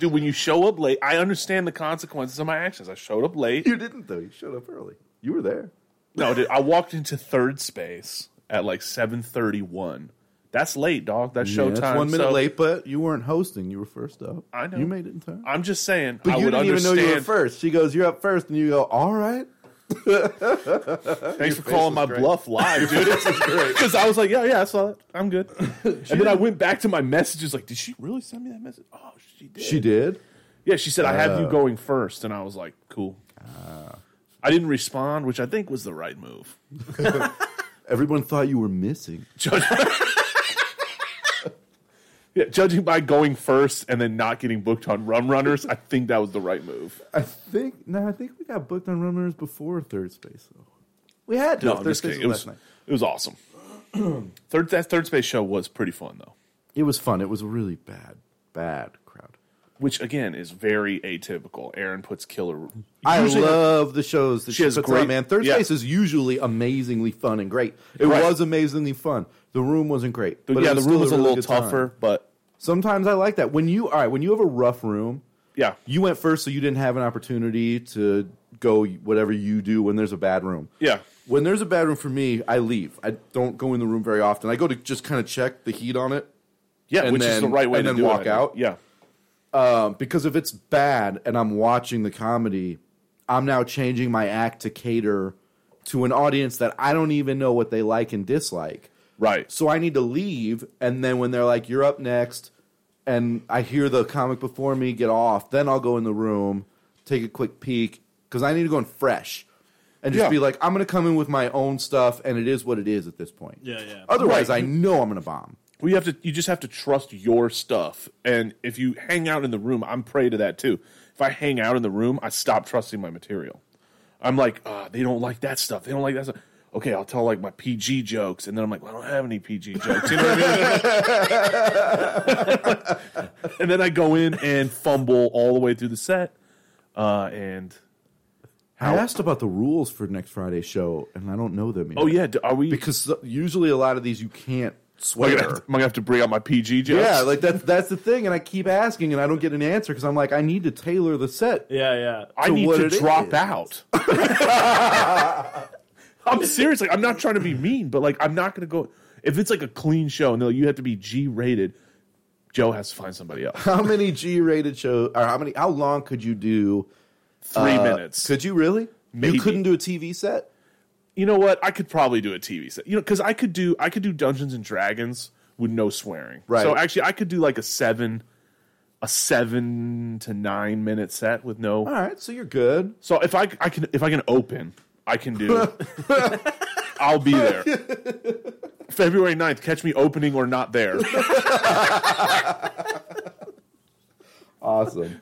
E: dude. When you show up late, I understand the consequences of my actions. I showed up late.
D: you didn't though. You showed up early. You were there.
E: no, dude, I walked into third space at like seven thirty one. That's late, dog. That's
D: Yeah,
E: showtime.
D: that's one minute
E: So,
D: late, but you weren't hosting. You were first up.
E: I know.
D: You made it in time.
E: I'm just saying.
D: But
E: I
D: you
E: would
D: didn't even know
E: understand.
D: you were first. She goes, "You're up first. and you go, "All right."
E: Thanks for calling my
D: great.
E: bluff live, dude. Because I was like, yeah, yeah, I saw it. I'm good. and then I went back to my messages, like, did she really send me that message? Oh, she did.
D: She did.
E: Yeah, she said, I have you going first. And I was like, cool. I didn't respond, which I think was the right move.
D: Everyone thought you were missing.
E: Judge- yeah, judging by going first and then not getting booked on Rum Runners, I think that was the right move.
D: I think. No, I think we got booked on Runners before Third Space. Though we had to.
E: No, I'm just kidding. It was, it was awesome. third, that third space show was pretty fun, though.
D: It was fun. It was a really bad, bad crowd.
E: which again is very atypical. Aaron puts killer.
D: I
E: Usually-
D: love the shows that she,
E: She has
D: puts
E: great-
D: on. Man, Third
E: yeah.
D: Space is usually amazingly fun and great. It
E: Right.
D: was amazingly fun. The room wasn't great. but it
E: yeah, the room
D: still
E: was a
D: really
E: little
D: good time.
E: tougher, but
D: Sometimes I like that. When you all right, when you have a rough room,
E: yeah,
D: you went first, so you didn't have an opportunity to go whatever you do when there's a bad room.
E: yeah.
D: When there's a bad room for me, I leave. I don't go in the room very often. I go to just kind of check the heat on it.
E: Yeah,
D: And
E: which is
D: then-
E: the right way
D: and
E: to
D: then
E: do it,
D: walk
E: I think.
D: out?
E: Yeah,
D: Um, because if it's bad and I'm watching the comedy, I'm now changing my act to cater to an audience that I don't even know what they like and dislike.
E: right.
D: So I need to leave. And then when they're like, you're up next, and I hear the comic before me get off, then I'll go in the room, take a quick peek, because I need to go in fresh and just
E: Yeah.
D: be like, I'm going to come in with my own stuff, and it is what it is at this point.
C: Yeah, yeah.
D: Otherwise,
E: Right.
D: I know I'm going to bomb.
E: Well, you have to. You just have to trust your stuff, and if you hang out in the room, I'm prey to that too. If I hang out in the room, I stop trusting my material. I'm like, ah, they don't like that stuff. They don't like that stuff. Okay, I'll tell like my PG jokes, and then I'm like, well, I don't have any PG jokes. You know what I mean? and then I go in and fumble all the way through the set, uh, and
D: I asked about the rules for next Friday's show, and I don't know them yet.
E: oh yeah, d- are we?
D: Because usually a lot of these you can't
E: am I
D: swear.
E: gonna, have to, am I gonna have to bring out my PG jokes?
D: Yeah, like that's that's the thing, and I keep asking, and I don't get an answer because I'm like, I need to tailor the set.
C: Yeah, yeah.
E: I
D: to
E: need
D: what
E: to
D: it
E: drop
D: is.
E: out. I'm serious. Like, I'm not trying to be mean, but like, I'm not going to go. If it's like a clean show and they're like, you have to be G rated, Joe has to find somebody else.
D: How many G-rated shows, or how many? How long could you do?
E: Three
D: uh,
E: minutes.
D: Could you really?
E: Maybe.
D: You couldn't do a TV set.
E: you know what? I could probably do a TV set. You know, because I could do I could do Dungeons and Dragons with no swearing.
D: Right.
E: So actually, I could do like a seven, a seven to nine minute set with no.
D: All right, so you're good.
E: So if I I can if I can open, I can do. I'll be there. February 9th, catch me opening or not there.
D: Awesome.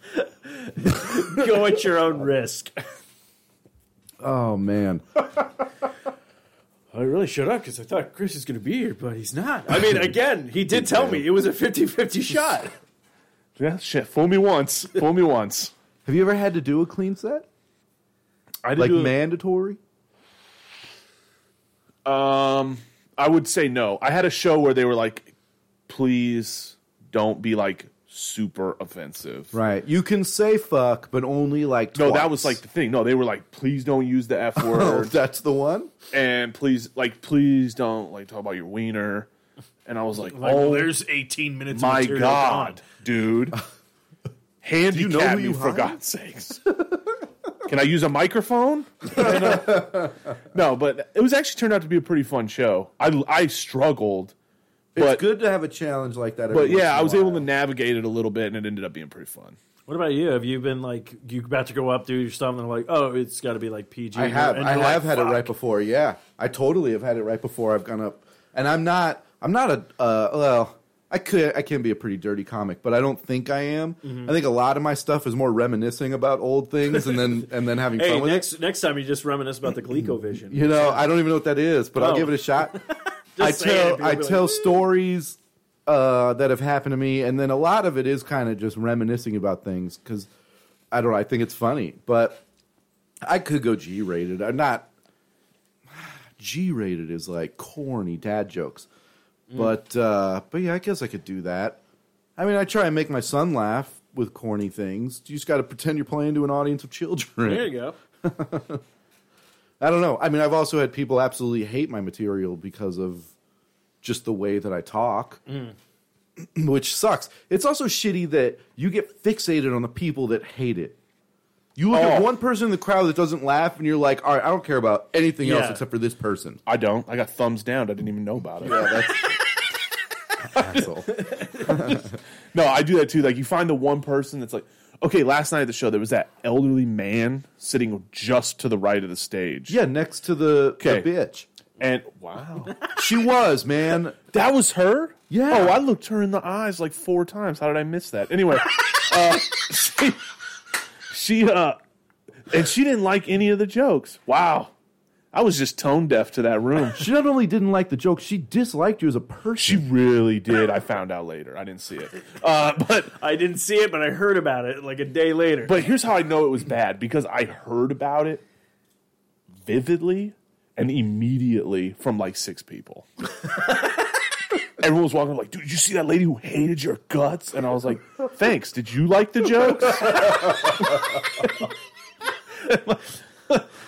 C: Go at your own risk.
D: Oh man.
C: I really showed up because I thought Chris was going to be here, but he's not. I mean, again, he did tell me it was a 50 50 shot.
E: Yeah, shit. Fool me once. Fool me once.
D: Have you ever had to do a clean set?
E: I did
D: Like
E: do a-
D: mandatory?
E: Um, I would say no. I had a show where they were like, "Please don't be like super offensive."
D: Right. You can say fuck, but only like
E: No, that
D: twice.
E: was like the thing. No, they were like, "Please don't use the f
D: Oh,
E: word,"
D: that's the one?
E: and please, like, please don't like talk about your wiener. And I was like,
C: Like,
E: "Oh
C: there's 18 minutes of
E: my
C: material
E: god,
C: gone.
E: dude!" Handicap
D: you know who
E: me
D: you
E: for
D: hired?
E: God's sakes. Can I use a microphone? And, uh, no, but it was actually turned out to be a pretty fun show. I I struggled.
D: It's
E: But
D: good to have a challenge like that.
E: But yeah, I was able to navigate it a little bit, and it ended up being pretty fun.
C: What about you? Have you been like, you about to go up, do your stuff, and they're like, oh, it's got to be like PG?
D: I have.
C: And
D: I
C: you're
D: have
C: like,
D: had it
C: fuck.
D: right before. Yeah, I totally have had it right before. I've gone up, and I'm not. I'm not a. Uh, well, I could. I can be a pretty dirty comic, but I don't think I am.
C: Mm-hmm.
D: I think a lot of my stuff is more reminiscing about old things, and then and then having
C: Hey,
D: fun with it.
C: next, next time you just reminisce about the Glycovision.
D: You know, I don't even know what that is, but I'll
C: Oh.
D: give it a shot. I
C: Just saying,
D: tell
C: people
D: I
C: be like,
D: tell stories uh, that have happened to me, and then a lot of it is kind of just reminiscing about things because I don't know. I think it's funny, but I could go G rated. I'm not G rated is like corny dad jokes,
C: Mm.
D: but uh, but yeah, I guess I could do that. I mean, I try and make my son laugh with corny things. You just got to pretend you're playing to an audience of children.
C: There you go.
D: I don't know. I mean, I've also had people absolutely hate my material because of just the way that I talk,
E: Mm.
D: which sucks. It's also shitty that you get fixated on the people that hate it. You look at
E: Oh.
D: one person in the crowd that doesn't laugh, and you're like, all right, I don't care about anything else
C: Yeah.
D: except for this person.
E: I don't. I got thumbs down. I didn't even know about it.
D: Asshole.
E: No, I do that too. Like you find the one person that's like, okay, last night at the show there was that elderly man sitting just to the right of the stage.
D: yeah, next to the, the
E: Okay.
D: bitch.
E: and wow,
D: She was, man.
E: that was her.
D: Yeah.
E: Oh, I looked her in the eyes like four times. How did I miss that? Anyway, uh, she, she uh, and she didn't like any of the jokes. Wow, I was just tone deaf to that room.
D: She not only didn't like the joke, she disliked you as a
E: She
D: person.
E: really did. I found out later. I didn't see it. Uh, but
C: I didn't see it, but I heard about it like a day later.
E: but here's how I know it was bad because I heard about it vividly and immediately from like six people. Everyone was walking like, dude, you see that lady who hated your guts? And I was like, thanks. Did you like the jokes?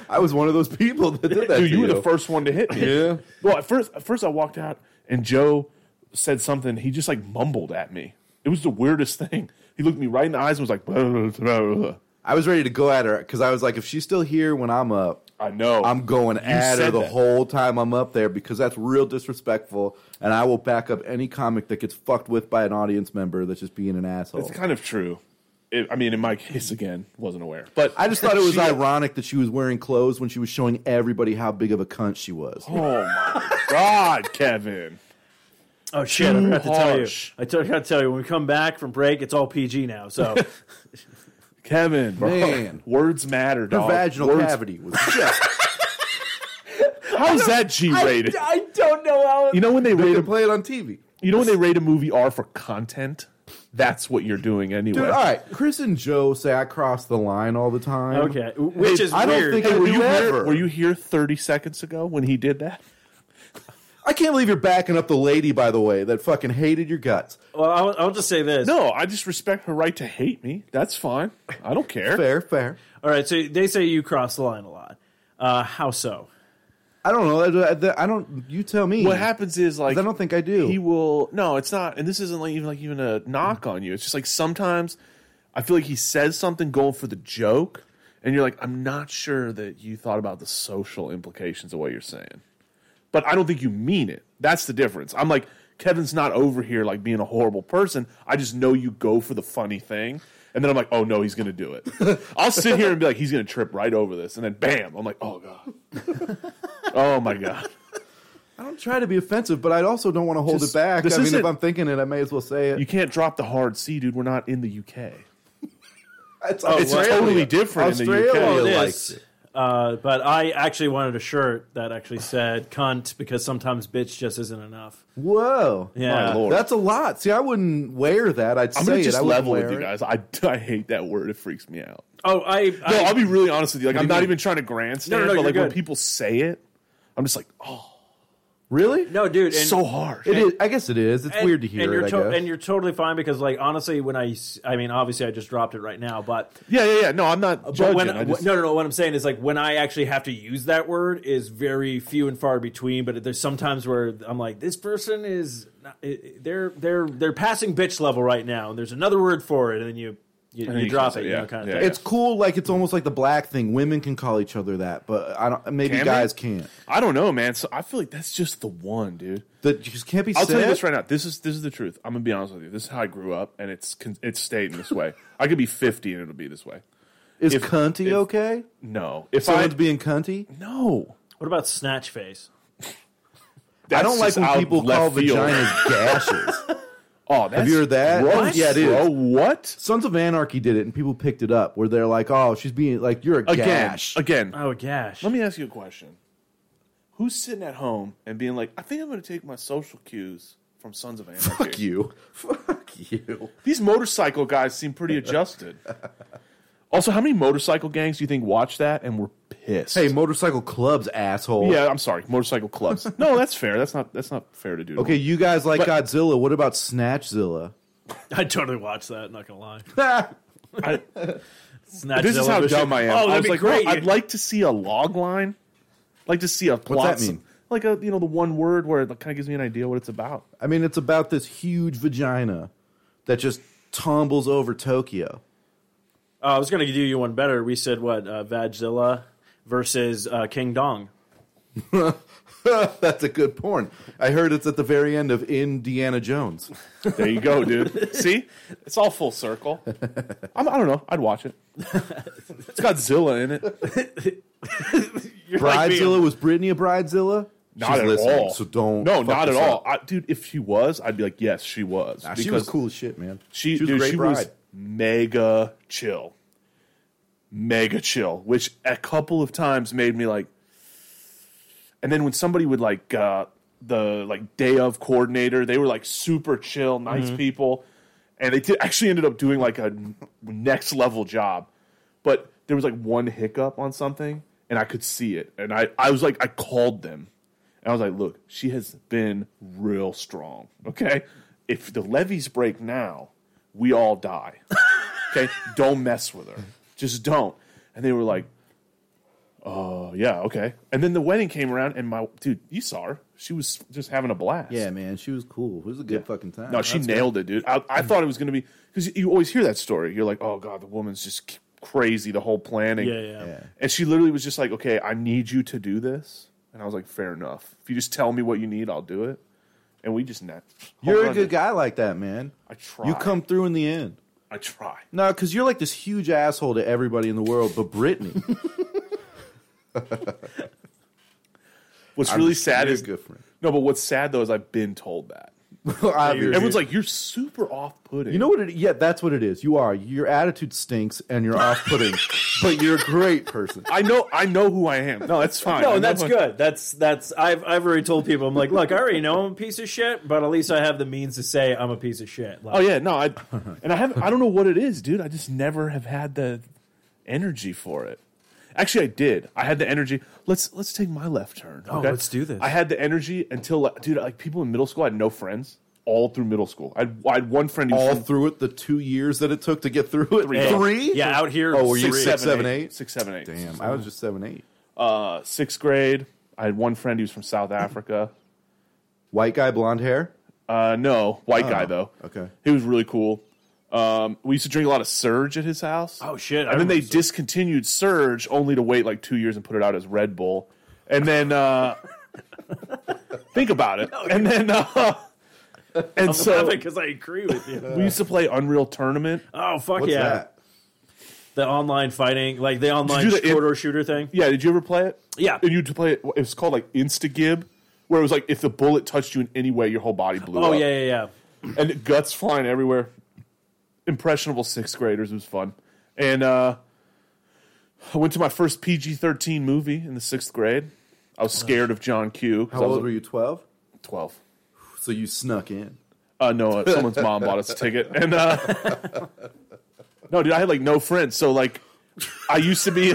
D: I was one of those people that did that.
E: Dude,
D: to
E: you were the first one to hit me.
D: Yeah.
E: Well, at first, at first I walked out and Joe said something. He just like mumbled at me. It was the weirdest thing. He looked me right in the eyes and was like, blah, blah, blah, blah, blah.
D: I was ready to go at her because I was like, if she's still here when I'm up,
E: I know.
D: I'm going at her
E: Oh, said
D: the
E: that.
D: whole time I'm up there because that's real disrespectful, and I will back up any comic that gets fucked with by an audience member that's just being an asshole.
E: It's kind of true. It, I mean, in my case, again, wasn't aware. But
D: I just thought it was
E: She-
D: ironic that she was wearing clothes when she was showing everybody how big of a cunt she was.
E: oh my god, Kevin!
C: Oh shit! I forgot to tell you.
E: harsh.
C: I forgot to tell you. When we come back from break, it's all PG now. So
E: Kevin, bro.
D: Man.
E: words matter,
D: Her
E: dog.
D: vaginal
E: Words-
D: cavity was just.
E: How's that G-rated?
C: don't know how.
E: you know when they
D: they
E: rate
D: could
E: a,
D: play it on TV.
E: you know when they rate a movie R for content? That's what you're doing anyway.
D: Dude, all right. Chris and Joe say I cross the line all the time.
C: Okay, which is
D: I don't
C: weird.
D: think
E: Hey, were
D: I do
E: you
D: ever.
E: here? Were you here 30 seconds ago when he did that?
D: I can't believe you're backing up the lady, by the way, that fucking hated your guts.
C: well, I'll, I'll just say this.
E: No, I just respect her right to hate me. That's fine. I don't care.
D: Fair, fair.
C: All right. So they say you cross the line a lot. Uh, how so?
D: I don't know. I- I- I don't. You tell me.
E: what happens is like
D: 'Cause I don't think I do.
E: He will no, it's not, and this isn't like even like even a knock on you. It's just like sometimes I feel like he says something going for the joke, and you're like, I'm not sure that you thought about the social implications of what you're saying, but I don't think you mean it. That's the difference. I'm like, Kevin's not over here like being a horrible person. I just know you go for the funny thing. And then I'm like, oh no, he's gonna do it. I'll sit here and be like, he's gonna trip right over this, and then bam, I'm like, oh god, oh my god.
D: I don't try to be offensive, but I also don't want to hold
E: Just-
D: it back.
E: this
D: I mean, if
E: isn't-
D: I'm thinking it, I may as well say it.
E: You can't drop the hard C, dude. We're not in the UK.
D: it's
E: Oh, it's totally different in the
D: Australia
E: UK.
C: Well, it
D: likes
C: is. Uh, but I actually wanted a shirt that actually said "cunt" because sometimes "bitch" just isn't enough.
D: Whoa.
C: Yeah.
E: My lord.
D: That's a lot. See, I wouldn't wear that. I'd
E: I'm
D: say
E: gonna
D: it.
E: just
D: I wouldn't
E: level with
D: wear
E: you
D: it.
E: guys. I, I hate that word. It freaks me out.
C: Oh, I,
E: No,
C: I
E: I'll be really honest with you. Like, I'm
D: do you
E: not
D: mean?
E: even trying to grandstand,
C: No, no, no,
E: but like
C: you're
E: when
C: good.
E: people say it, I'm just like, oh,
D: Really?
C: no, dude. And,
E: it's so hard.
D: It is. I guess it is. It's
C: and-
D: weird to hear
C: And you're,
D: it.
C: to-
D: I guess.
C: and you're totally fine because, like, honestly, when I, s- I mean, obviously, I just dropped it right now, but
E: Yeah, yeah, yeah. No, I'm not
C: But
E: judging.
C: when,
E: I just-
C: no, no, no. What I'm saying is like when I actually have to use that word is very few and far between. But there's sometimes where I'm like, this person is not, it- it- they're they're they're passing bitch level right now, and there's another word for it, and then you you, you
E: you
C: drop
E: say,
C: it, you
E: yeah,
C: know, kind
E: yeah.
C: of thing.
D: it's cool. Like it's almost like the black thing. Women can call each other that, but I don't. Maybe
E: Can they?
D: guys can't.
E: I don't know, man. So I feel like that's just the one, dude.
D: That just can't be
E: I'll
D: said.
E: tell you this right now. This is this is the truth. I'm gonna be honest with you. This is how I grew up, and it's con- it's stayed in this way. I could be 50 and it'll be this way.
D: Is
E: If-
D: cunty
E: if-
D: okay?
E: No, if I
D: Someone's being cunty.
E: no,
C: What about snatch face?
D: I
E: That's
D: don't like
E: just
D: when
E: out
D: people
E: left
D: call
E: field.
D: vaginas gashes.
E: Oh, that's
D: Have you heard that?
E: Gross,
D: Yeah, it is.
E: bro. What?
D: Sons of Anarchy did it, and people picked it up. Where they're like, "Oh, she's being like you're a
E: Again,
D: gash."
E: again.
C: Oh gosh,
E: Let me ask you a question. Who's sitting at home and being like, I think I'm going to take my social cues from Sons of Anarchy.
D: Fuck you. Fuck you.
E: These motorcycle guys seem pretty adjusted. also, how many motorcycle gangs do you think watch that and were pissed?
D: Hey, motorcycle clubs, asshole.
E: yeah, I'm sorry, motorcycle clubs. no, that's fair. That's not that's not fair to do. to
D: Okay,
E: them.
D: you guys like
E: But-
D: Godzilla. What about Snatchzilla?
C: I totally watched that. Not gonna lie,
E: I-
C: Snatchzilla
E: this is how
C: was-
E: dumb I am.
C: Oh, that'd
E: I was
C: be
E: like,
C: great.
E: "Oh, I'd like to see a log line. Like to see a plot.
D: that mean?
E: Like a you know the one word where it kind of gives me an idea what it's about.
D: I mean, it's about this huge vagina that just tumbles over Tokyo.
C: Uh, I was gonna do you one better. We said what uh, Vagzilla versus uh, King Dong.
D: That's a good porn. I heard it's at the very end of Indiana Jones.
E: There you go, dude. See, it's all full circle. I'm, I don't know. I'd watch it. It's got Zilla in it.
C: You're like me.
D: Bridezilla was Brittany a Bridezilla?
E: Not
D: She's
E: at
D: listening,
E: all.
D: So don't.
E: No,
D: fuck
E: not at
D: this
E: all,
D: up.
E: I, dude. If she was, I'd be like, yes, she was.
D: Nah, she was cool as shit, man.
E: She,
D: she was
E: dude,
D: a great
E: she
D: bride.
E: was mega chill, mega chill. Which a couple of times made me like. And then when somebody would like uh, the like day of coordinator, they were like super chill, nice
D: Mm-hmm.
E: people, and they did, actually ended up doing like a n- next level job. But there was like one hiccup on something, and I could see it, and I I was like I called them. And I was like, look, she has been real strong. Okay. If the levees break now, we all die. Okay. don't mess with her. Just don't. And they were like, oh, yeah, okay. And then the wedding came around, and my dude, you saw her. She was just having a blast.
D: Yeah, man, she was cool. It was a good fucking time.
E: No, she
D: That's
E: nailed it, dude. I, I thought it was going to be because you always hear that story. You're like, oh, God, the woman's just c- crazy, the whole planning.
C: Yeah, yeah.
D: Yeah.
E: And she literally was just like, "Okay, I need you to do this." And I was like, "Fair enough. If you just tell me what you need, I'll do it." And we just net.
D: You're a good guy like that, man.
E: I try.
D: You come through in the end.
E: I try.
D: No, because you're like this huge asshole to everybody in the world, but Brittany.
E: What's really sad
D: you're
E: is
D: a good friend.
E: no, but what's sad though is I've been told that
D: Obviously.
E: everyone's like, "You're super off-putting."
D: You know what? It, yeah, that's what it is. You are. Your attitude stinks, and you're off-putting, but you're a great person.
E: I know. I know who I am. No, that's fine. I
C: No,
E: know
C: and that's
E: who I-
C: good. That's that's I've I've already told people I'm like, look, I already know I'm a piece of shit, but at least I have the means to say I'm a piece of shit. Like,
E: Oh yeah, no, I and I haven't. I don't know what it is, dude. I just never have had the energy for it. Actually, I did. I had the energy. Let's let's take my left turn. Oh,
C: let's do this.
E: I had the energy until, like, dude, like people in middle school, I had no friends all through middle school. I had, I had one friend who was
D: All
E: from
D: through it, the two years that it took to get through it.
E: Hey.
D: Three?
C: Yeah, out here.
D: Oh, were you
C: three.
D: six, seven, eight?
E: six, seven, eight.
D: Damn, I was just seven, eight.
E: Uh, sixth grade. I had one friend who was from South Africa.
D: White guy, blonde hair.
E: Uh, no, white guy though.
D: Oh, okay.
E: he was really cool. Um, we used to drink a lot of Surge at his house.
C: Oh, shit, I
E: And then they
C: remember Surge.
E: discontinued Surge, only to wait like two years and put it out as Red Bull. And then uh, think about it. and then uh, and so
C: because I agree with you.
E: we used to play Unreal Tournament.
C: Oh fuck
D: What's
C: yeah!
D: that?
C: The online fighting, like the online
E: you do the-
C: quarter shooter thing.
E: Yeah, did you ever play it?
C: Yeah.
E: And you'd play it. It was called like Instagib, where it was like if the bullet touched you in any way, your whole body blew up.
C: Oh yeah, yeah, yeah.
E: and guts flying everywhere. Impressionable sixth graders. It was fun. And uh, I went to my first PG 13 movie in the sixth grade. I was scared of John Q. 'cause
D: How
E: I was
D: old were you? Twelve.
E: 12.
D: So you snuck in.
E: Uh, no, uh, someone's mom bought us a ticket. And uh, no, dude, I had like no friends. So, like, I used to be.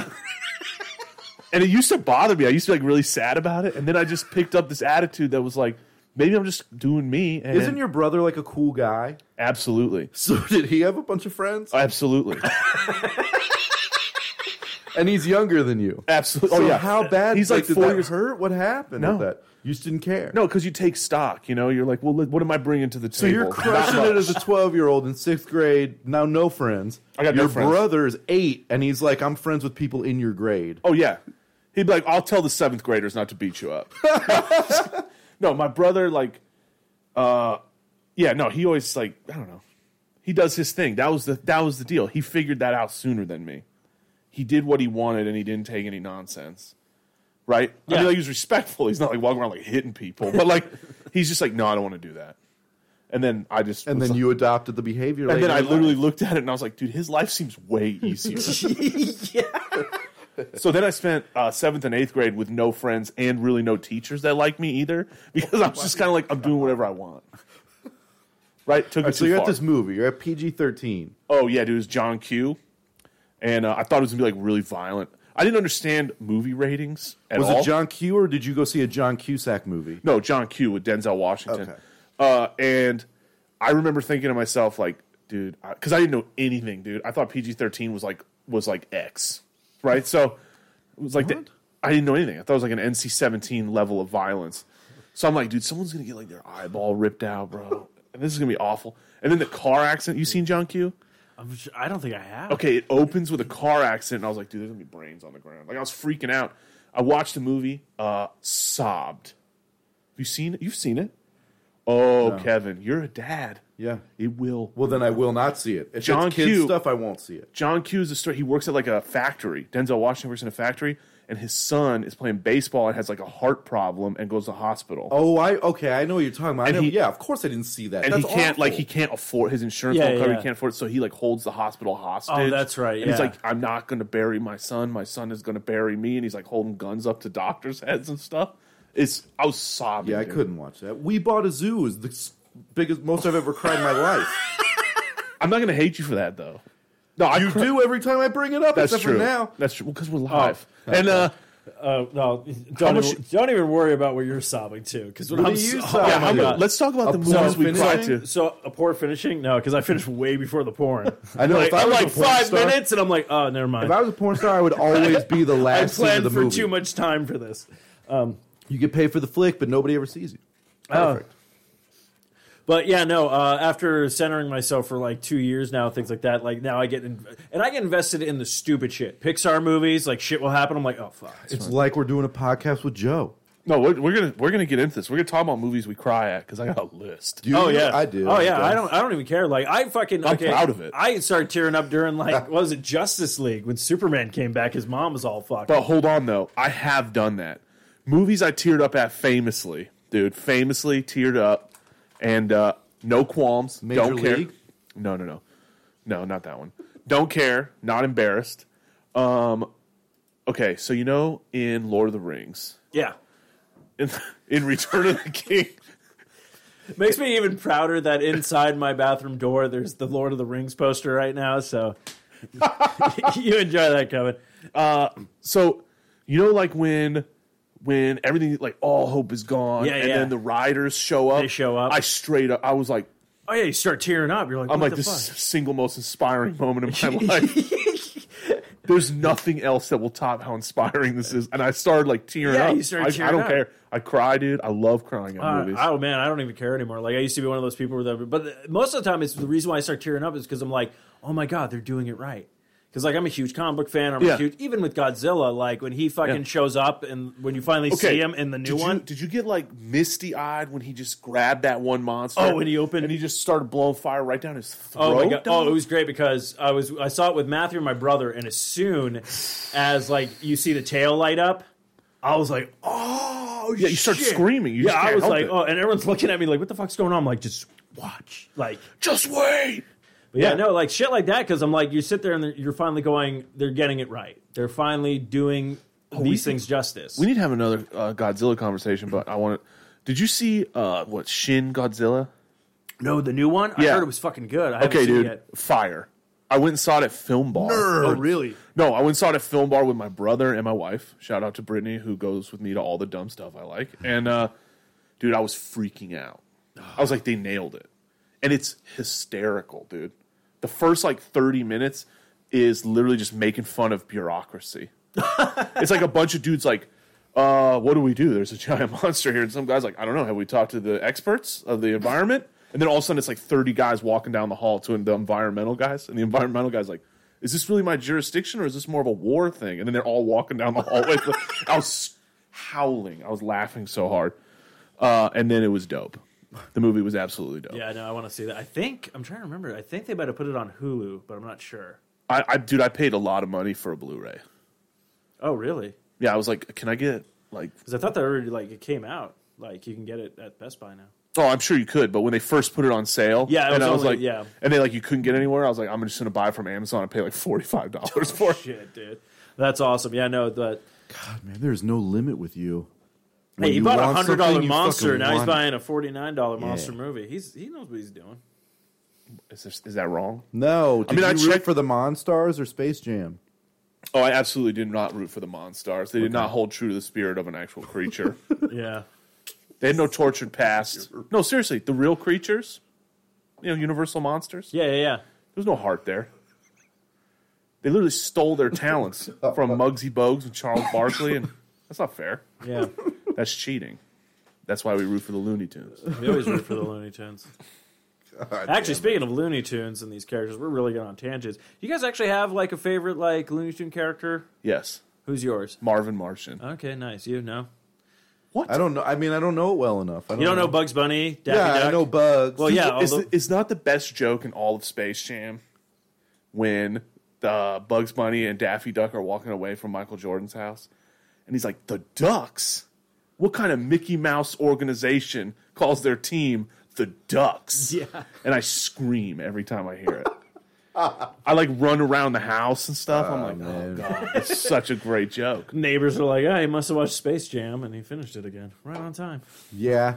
E: And it used to bother me. I used to be like really sad about it. And then I just picked up this attitude that was like, maybe I'm just doing me. And
D: Isn't your brother like a cool guy?
E: absolutely,
D: So did he have a bunch of friends?
E: absolutely,
D: And he's younger than you.
E: absolutely?
D: So
E: oh yeah,
D: how bad?
E: He's like
D: did
E: four
D: that
E: years.
D: hurt. What happened?
E: No.
D: with that you just didn't care.
E: No, because you take stock. You know, you're like, well, what am I bringing to the table?
D: So you're
E: Not
D: crushing
E: much.
D: it as a 12 year old in sixth grade. Now no friends.
E: I got no
D: your
E: friends.
D: brother's eight, and he's like, "I'm friends with people in your grade."
E: Oh yeah, he'd be like, "I'll tell the seventh graders not to beat you up." no, my brother, like, uh, yeah, no, he always like, I don't know, he does his thing. That was the that was the deal. He figured that out sooner than me. He did what he wanted, and he didn't take any nonsense. Right? I
C: Yeah.
E: mean, like, he was respectful. He's not like walking around like hitting people, but like, he's just like, no, I don't want to do that. And then I just
D: And
E: was
D: then
E: like-
D: you adopted the behavior.
E: And
D: later
E: then I
D: in life.
E: literally looked at it and I was like, dude, his life seems way easier. So then I spent uh, seventh and eighth grade with no friends and really no teachers that liked me either because I was just kind of like, I'm doing whatever I want. Right? Took it
D: So
E: too
D: you're
E: far.
D: at this movie. You're at PG 13.
E: oh, yeah, dude, it was John Q. And uh, I thought it was going to be like really violent. I didn't understand movie ratings at
D: Was
E: all.
D: it John Q or did you go see a John Cusack movie?
E: No, John Q with Denzel Washington.
D: Okay.
E: Uh, and I remember thinking to myself, like, dude, because I, didn't know anything, dude. I thought PG thirteen was like was like X, right? So it was like the, I didn't know anything. I thought it was like an NC seventeen level of violence. So I'm like, dude, someone's gonna get like their eyeball ripped out, bro, and this is gonna be awful. And then the car accident. You seen John Q?
C: I'm sh- I don't think I have.
E: okay, it opens with a car accident, and I was like, dude, there's gonna be brains on the ground. Like I was freaking out. I watched the movie, uh, sobbed. You seen it? You've seen it? Oh, Kevin, you're a dad.
D: Yeah.
E: It will.
D: Well, then I will not see it. If
E: John
D: it's kids
E: Q-
D: stuff, I won't see it.
E: John Q is the story. He works at like a factory. Denzel Washington works in a factory, and his son is playing baseball and has like a heart problem and goes to the hospital.
D: Oh, I okay. I know what you're talking about. I
E: And
D: know,
E: he-
D: yeah, of course I didn't see that.
E: and
D: That's
E: he can't
D: awful.
E: like he can't afford his insurance
C: Yeah,
E: won't cover,
C: yeah.
E: he can't afford it, so he like holds the hospital hostage.
C: Oh, that's right,
E: And he's
C: yeah.
E: like, I'm not gonna bury my son, my son is gonna bury me, and he's like holding guns up to doctors' heads and stuff. It's I was sobbing.
D: Yeah, I
E: dude.
D: couldn't watch that. We bought a zoo is the s- biggest most I've ever cried in my life.
E: I'm not gonna hate you for that though. No, I
D: You
E: cr-
D: do every time I bring it up,
E: that's
D: except
E: true.
D: for now.
E: That's true. because
C: Oh,
E: we're live. and uh
C: Uh, no, don't,
E: much-
C: even, don't even worry about what you're sobbing to. Because when
D: What
C: I'm
D: do
C: so-
D: you sob?
C: oh
E: yeah,
C: my
E: I'm gonna-
C: God.
E: let's talk about the
D: poor
E: movies we cried
D: finishing?
E: to.
C: So a poor finishing? No, because I finished way before the porn.
D: I know.
C: Like,
D: if I
C: I'm
D: was a
C: like
D: porn
C: five
D: star-
C: minutes, and I'm like, oh, never
D: If
C: mind.
D: I was a porn star, I would always be the
C: I
D: last scene of
C: planned
D: the
C: for
D: movie.
C: too much time for this.
D: You get paid for the flick, but nobody ever sees you. Perfect.
C: But yeah, no. Uh, after centering myself for like two years now, things like that. Like now, I get in- and I get invested in the stupid shit. Pixar movies, like shit will happen. I'm like, oh fuck.
D: it's like we're doing a podcast with Joe.
E: No, we're, we're gonna we're gonna get into this. We're gonna talk about movies we cry at because I got a list.
D: Do you?
C: Oh yeah,
D: I do.
C: Oh yeah, I don't. I don't even care. Like I fucking.
E: I'm
C: okay,
E: proud of it.
C: I started tearing up during like what was it Justice League when Superman came back. His mom was all fucked.
E: But hold on though, I have done that. Movies I teared up at famously, dude, famously teared up, and uh, no qualms.
D: Major
E: don't care.
D: League?
E: No, no, no, no, not that one. Don't care. Not embarrassed. Um, okay, so you know in Lord of the Rings,
C: yeah,
E: in, in Return of the King,
C: makes me even prouder that inside my bathroom door there's the Lord of the Rings poster right now. So you enjoy that, Kevin.
E: so you know like when when everything like all hope is gone,
C: Yeah,
E: and
C: yeah.
E: then the riders show up.
C: They show up.
E: I straight up. I was like,
C: Oh yeah, you start tearing up. You're like,
E: I'm
C: what
E: like
C: the
E: this
C: fuck?
E: is the single most inspiring moment of my life. There's nothing else that will top how inspiring this is. And I started like tearing
C: Yeah,
E: up.
C: you started
E: I, I
C: tearing
E: don't
C: up.
E: care. I cry, dude. I love crying at
C: Uh,
E: movies.
C: oh man, I don't even care anymore. Like I used to be one of those people where, that, but most of the time, it's the reason why I start tearing up is because I'm like, oh my god, they're doing it right. Because like I'm a huge comic book fan. I'm
E: Yeah.
C: a huge even with Godzilla. Like when he fucking
E: Yeah.
C: shows up and when you finally see him in the new
E: did you-
C: one,
E: did you get like misty eyed when he just grabbed that one monster?
C: Oh, when he opened-
E: and he just started blowing fire right down his throat.
C: Oh my god!
E: dog?
C: Oh, it was great because I was I saw it with Matthew and my brother, and as soon as like you see the tail light up, I was like, oh
E: Yeah, you start screaming. You
C: yeah,
E: just
C: I
E: can't
C: was
E: help
C: like,
E: it.
C: oh, and everyone's looking at me like, what the fuck's going on? I'm like, just watch, like,
E: just wait.
C: but yeah,
E: Yeah.
C: no, like shit like that because I'm like, you sit there and they're- you're finally going, they're getting it right, they're finally doing these
E: we-
C: things justice.
E: We need to have another uh, Godzilla conversation, but I want to. Did you see uh, what Shin Godzilla?
C: no, the new one, I
E: Yeah.
C: heard it was fucking good. I
E: Okay,
C: haven't seen
E: dude,
C: It yet.
E: fire! I went and saw it at Film Bar.
C: Oh, really?
E: No, I went and saw it at Film Bar with my brother and my wife. Shout out to Brittany who goes with me to all the dumb stuff I like. And uh, dude, I was freaking out. I was like, they nailed it, and it's hysterical, dude. The first like thirty minutes is literally just making fun of bureaucracy. it's like a bunch of dudes like. Uh, what do we do? There's a giant monster here, and some guys like, I don't know. Have we talked to the experts of the environment? And then all of a sudden, it's like 30 guys walking down the hall to the environmental guys, and the environmental guys like, is this really my jurisdiction or is this more of a war thing? And then they're all walking down the hallway. I was howling. I was laughing so hard. Uh, and then it was dope. The movie was absolutely dope.
C: Yeah, no, I want to see that. I think I'm trying to remember. I think they might have put it on Hulu, but I'm not sure.
E: I, I dude, I paid a lot of money for a Blu-ray.
C: Oh, really?
E: Yeah, I was like, can I get like?
C: Because I thought that already like it came out. Like you can get it at Best Buy now.
E: Oh, I'm sure you could, but when they first put it on sale,
C: Yeah, it
E: and
C: was
E: I was
C: only-
E: like,
C: yeah.
E: and they like you couldn't get anywhere. I was like, I'm just gonna buy it from Amazon and pay like forty five dollars for it.
C: Oh, Shit, dude, that's awesome. Yeah, no, but
D: Man, there's no limit with you.
C: hey,
D: When
C: he
D: you
C: bought a
D: want
C: hundred dollar
D: something, you
C: monster.
D: fucking
C: Now he's
D: want it.
C: buying a forty nine dollar monster movie. He's he knows what he's doing.
E: Is, this, is that wrong?
D: No, did
E: mean, I
D: you root
E: checked-
D: for the Monstars or Space Jam.
E: Oh, I absolutely did not root for the Monstars. They did not hold true to the spirit of an actual creature.
C: Yeah,
E: They had no tortured past. No, seriously, the real creatures, you know, Universal monsters.
C: yeah, yeah, yeah.
E: There's no heart there. They literally stole their talents from Muggsy Bogues and Charles Barkley, and that's not fair.
C: Yeah,
E: That's cheating. That's why we root for the Looney Tunes.
C: we always root for the Looney Tunes. actually, speaking of Looney Tunes and these characters, we're really good on tangents. You guys actually have like a favorite like Looney Tune character?
E: Yes,
C: Who's yours?
E: Marvin Martian.
C: Okay, nice. You know,
D: I don't know. I mean, I don't know it well enough. I don't
C: you don't know Bugs Bunny? Daffy
D: Yeah,
C: Duck?
D: I know Bugs.
C: Well, yeah,
E: it's,
C: although-
E: it's not the best joke in all of Space Jam when the Bugs Bunny and Daffy Duck are walking away from Michael Jordan's house, and he's like, "The Ducks? What kind of Mickey Mouse organization calls their team the Ducks?"
C: Yeah.
E: and I scream every time I hear it. I like run around the house and stuff. I'm like,
D: man.
E: "Oh god, it's such a great joke."
C: neighbors are like, "Oh, he must have watched Space Jam," and he finished it again, right on time.
D: yeah.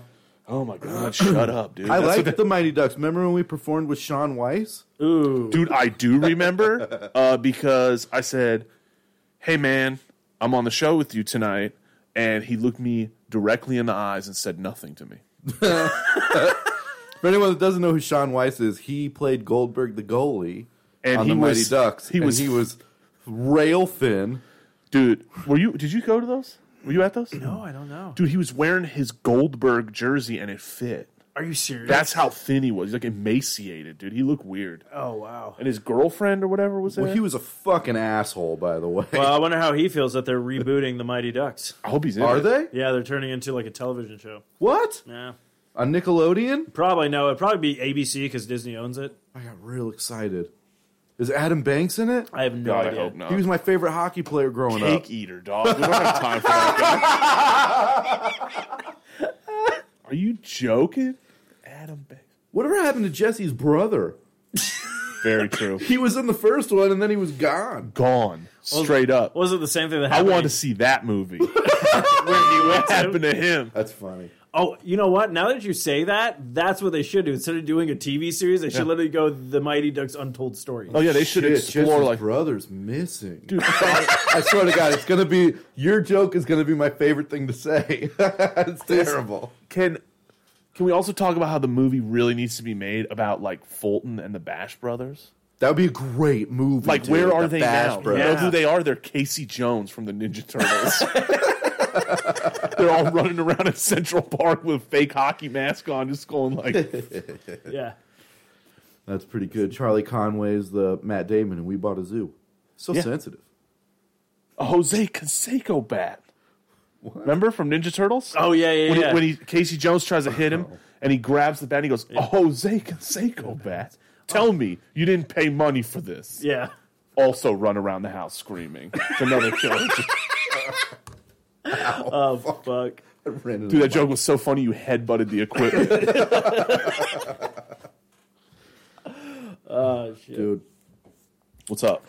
E: Oh my god, shut up, dude.
D: I
E: That's
D: liked
E: what-
D: the Mighty Ducks. Remember when we performed with Sean Weiss?
C: Ooh,
E: dude i do remember uh, because i said hey man i'm on the show with you tonight and he looked me directly in the eyes and said nothing to me
D: For anyone that doesn't know who Sean Weiss is, he played Goldberg the goalie
E: And
D: on
E: he
D: the
E: was-
D: Mighty Ducks.
E: he
D: and
E: was-
D: he was rail thin.
E: dude were you did you go to those were you at those
C: no, Oh, I don't know.
E: dude he was wearing his goldberg jersey and it fit
C: Are you serious?
E: that's how thin he was he's like emaciated dude he looked weird
C: oh wow.
E: and his girlfriend or whatever was there
D: Well, he was a fucking asshole, by the way.
C: Well, I wonder how he feels that they're rebooting the Mighty Ducks.
E: i hope he's in
D: Are
E: it.
D: they?
C: Yeah, they're turning into like a television show.
D: What?
C: Yeah,
D: On Nickelodeon?
C: probably no. It'd probably be ABC because Disney owns it.
D: I got real excited. Is Adam Banks in it?
C: I have no
E: god i
C: idea.
E: hope not
D: He was my favorite hockey player growing
E: cake eater dog we don't have time for that guy. are you joking adam Banks.
D: up. Whatever happened to Jesse's brother?
E: Very true.
D: He was in the first one and then he was gone.
E: Gone straight up.
C: Was it the same thing that
E: I
C: happened?
E: want to see that movie. what happened to him?
D: That's funny.
C: Oh, you know what? Now that you say that, that's what they should do. Instead of doing a TV series, they should literally go the Mighty Ducks Untold Story.
E: Oh yeah, they should
D: Shit,
E: explore
D: Jesse's
E: like uh,
D: brother's missing. Dude, I swear to God, it's gonna be your joke is gonna be my favorite thing to say. it's terrible.
E: can. Can we also talk about how the movie really needs to be made about like Fulton and the Bash Brothers?
D: That would be a great movie.
E: Like,
D: dude,
E: where are
D: the
E: they
D: Bash
E: now?
D: Bros.
E: You know who they are? They're Casey Jones from the Ninja Turtles. They're all running around in Central Park with a fake hockey mask on, just going like,
C: Yeah.
D: That's pretty good. Charlie Conway's the Matt Damon, and we bought a zoo. So
E: Yeah.
D: sensitive.
E: a Jose Canseco bat. Remember from Ninja Turtles?
C: Oh yeah, yeah,
E: when,
C: yeah.
E: He, when he Casey Jones tries to hit him and he grabs the bat and he goes, "A Jose Canseco bat. Tell me you didn't pay money for this.
C: yeah.
E: Also run around the house screaming. It's another joke.
C: Oh fuck.
D: Brandon
E: Dude, that joke was so funny you headbutted the equipment.
C: Oh shit.
D: dude.
E: What's up?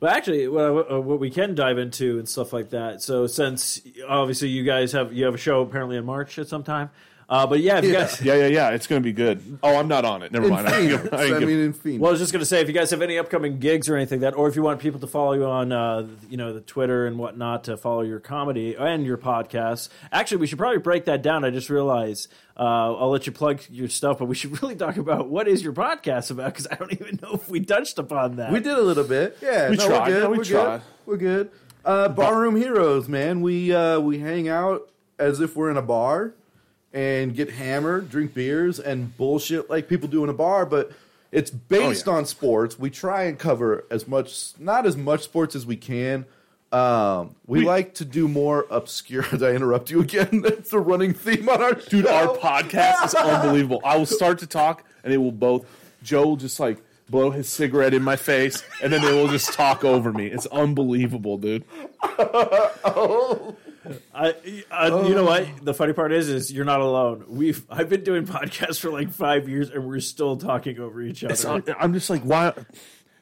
C: But actually, what, I- uh, what we can dive into and stuff like that. So since obviously you guys have you have a show apparently in March at some time. Uh, but yeah, if you guys.
E: Yeah, yeah, yeah. It's going to be good. Oh, I'm not on it. Never
D: In
E: mind. I, didn't
D: Phoenix.
E: give- I
D: I,
E: didn't give-
D: mean, in Phoenix.
C: Well, I was just gonna say if you guys have any upcoming gigs or anything like that, or if you want people to follow you on, uh, you know, the Twitter and whatnot to follow your comedy and your podcast. Actually, we should probably break that down. I just realized uh, I'll let you plug your stuff, but we should really talk about what is your podcast about because I don't even know if we touched upon that.
D: we did a little bit. Yeah,
E: We
D: no,
E: tried.
D: We're good.
E: No, we
D: are
E: tried.
D: Good. We're good. Uh, barroom heroes, man. We uh, we hang out as if we're in a bar and get hammered, drink beers, and bullshit like people do in a bar, but. It's based
E: Oh, yeah.
D: on sports. We try and cover as much, not as much sports as we can. Um, we,
E: We-
D: like to do more obscure. Did I interrupt you again? That's the running theme on our
E: Dude, our
D: show.
E: podcast is unbelievable. I will start to talk, and it will both. Joe will just like blow his cigarette in my face, and then they will just talk over me. It's unbelievable, dude.
C: I, I, you know what?
D: Oh.
C: The funny part is, is you're not alone. We've I've been doing podcasts for like five years, and we're still talking over each other.
E: It's un- I'm just like, why?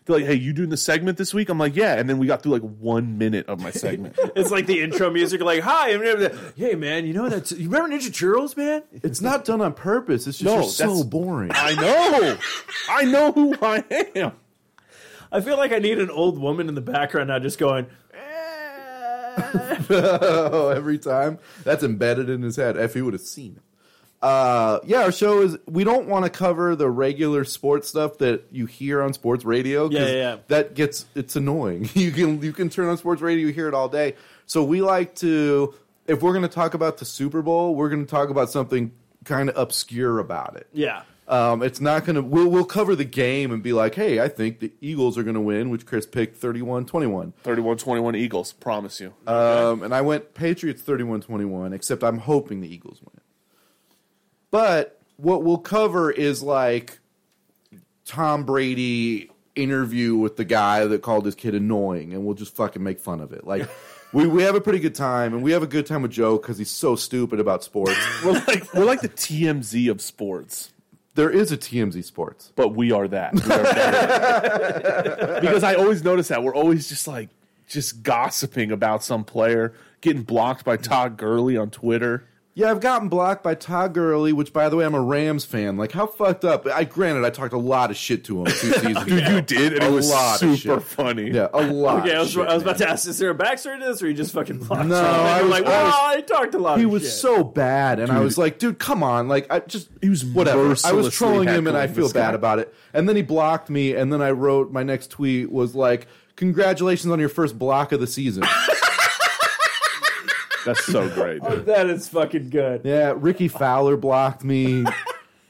E: They're like, hey, you doing the segment this week? I'm like, yeah. And then we got through like one minute of my segment.
C: It's like the intro music, like "Hi, I'm hey man, you know that's you remember Ninja Turtles, man?
D: It's not done on purpose. It's just
E: No,
D: you're so
E: that's-
D: boring.
E: I know. I know who I am.
C: I feel like I need an old woman in the background now, just going. "Eh."
D: Oh, every time. That's embedded in his head. If he would have seen it. Uh, yeah, our show is. We don't want to cover the regular sports stuff that you hear on sports radio. 'cause
C: Yeah, yeah, yeah.
D: That gets it's annoying. You can you can turn on sports radio, you hear it all day. So we like to. If we're going to talk about the Super Bowl, we're going to talk about something kind of obscure about it.
C: yeah,
D: Um, it's not going to. We'll, we'll cover the game and be like, hey, I think the Eagles are going to win, which Chris picked 31 21.
E: 31 21 Eagles, promise you.
D: Um, and I went Patriots 31 21, except I'm hoping the Eagles win. But what we'll cover is like Tom Brady interview with the guy that called his kid annoying, and we'll just fucking make fun of it. Like, we, we have a pretty good time, and we have a good time with Joe because he's so stupid about sports.
E: we're, like, we're like the TMZ of sports.
D: there is a TMZ Sports.
E: but we are that. We are better. because I always notice that we're always just like just gossiping about some player getting blocked by Todd Gurley on Twitter.
D: Yeah, I've gotten blocked by Todd Gurley, which, by the way, I'm a Rams fan. Like, how fucked up? I granted, I talked a lot of shit to him two seasons ago.
E: Dude, you did, and
D: A
E: it was
D: lot
E: super
D: of shit.
E: funny.
D: Yeah, a lot.
C: okay.
D: of
C: I was,
D: shit,
C: I was
D: man.
C: about to ask, is there a backstory to this, or you just fucking blocked?
D: No,
C: something?
D: I
C: You're
D: was-
C: like,
D: I was-
C: well, I, talked a lot.
D: He
C: of
D: was
C: shit."
D: so bad, and I
E: Dude.
D: was like, "Dude, come on!" Like, I just
E: He was
D: whatever. I
E: mercilessly
D: was trolling him, and I
E: heckling
D: feel
E: this guy.
D: bad about it. And then he blocked me, and then I wrote my next tweet was like, "Congratulations on your first block of the season."
E: That's so great. dude.
C: that is fucking good.
D: yeah, Ricky Fowler blocked me,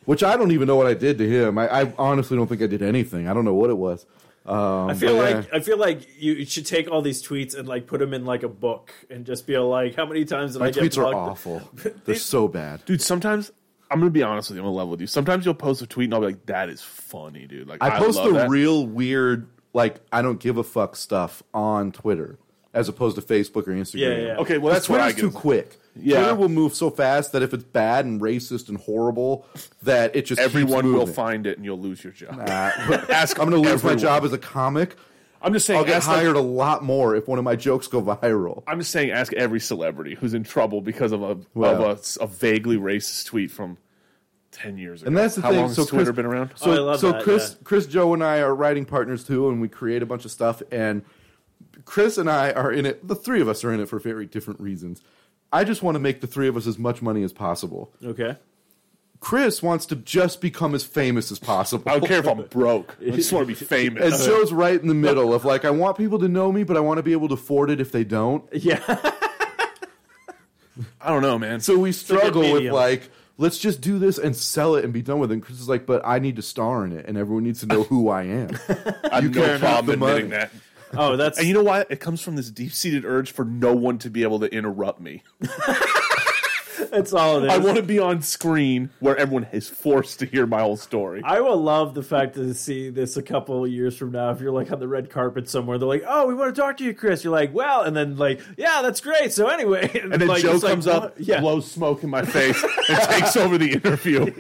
D: which I don't even know what I did to him. I, I honestly don't think I did anything. I don't know what it was. Um,
C: I feel
D: but yeah.
C: like I feel like you should take all these tweets and like put them in like a book and just be like, how many times did
D: my
C: I get
D: tweets are
C: blocked?
D: awful. They're so bad.
E: Dude, sometimes I'm gonna be honest with you, I'm gonna level with you. Sometimes you'll post a tweet and I'll be like, that is funny, dude. Like
D: I post
E: love
D: the
E: that.
D: real weird, like I don't give a fuck stuff on Twitter as opposed to Facebook or Instagram.
C: Yeah, yeah.
E: Okay, well that's,
D: That's
E: what I
D: Twitter's
E: get.
D: too quick.
E: Yeah.
D: Twitter will move so fast that if it's bad and racist and horrible, that it just keeps
E: Everyone will
D: moving.
E: find it and you'll lose your job.
D: Uh,
E: Ask
D: I'm going to lose
E: everyone.
D: my job as a comic.
E: I'm just saying
D: I'll get
E: ask, like,
D: hired a lot more if one of my jokes go viral.
E: I'm just saying, ask every celebrity who's in trouble because of a
D: Well.
E: of a, a vaguely racist tweet from ten years ago.
D: And that's the
E: How
D: thing.
E: long
D: so
E: has Twitter
D: Chris,
E: been around?
D: So,
C: Oh, I love
D: so
C: that,
D: Chris,
C: yeah.
D: Chris, Joe, and I are writing partners too, and we create a bunch of stuff. And Chris and I are in it. The three of us are in it for very different reasons. I just want to make the three of us as much money as possible.
C: Okay.
D: Chris wants to just become as famous as possible.
E: I don't care if I'm broke. I just want to be
D: And
E: famous.
D: Joe's right in the middle of like, I want people to know me, but I want to be able to afford it if they don't.
C: Yeah.
E: I don't know, man.
D: So we
C: good
D: struggle with
C: medium.
D: like, let's just do this and sell it and be done with it. And Chris is like, but I need to star in it, and everyone needs to know who I am.
E: I have
D: you
E: no
D: can't have the
E: problem admitting
D: money.
E: that.
C: Oh, that's
E: And you know why? It comes from this deep seated urge for no one to be able to interrupt me.
C: that's all it is.
E: I want to be on screen where everyone is forced to hear my whole story.
C: I will love the fact to see this a couple of years from now. If you're like on the red carpet somewhere, they're like, "Oh, we want to talk to you, Chris." You're like, "Well," and then like, "Yeah, that's great." So anyway,
E: And then
C: like,
E: Joe
C: it's like,
E: comes up,
C: what? yeah,
E: blows smoke in my face, and takes over the interview.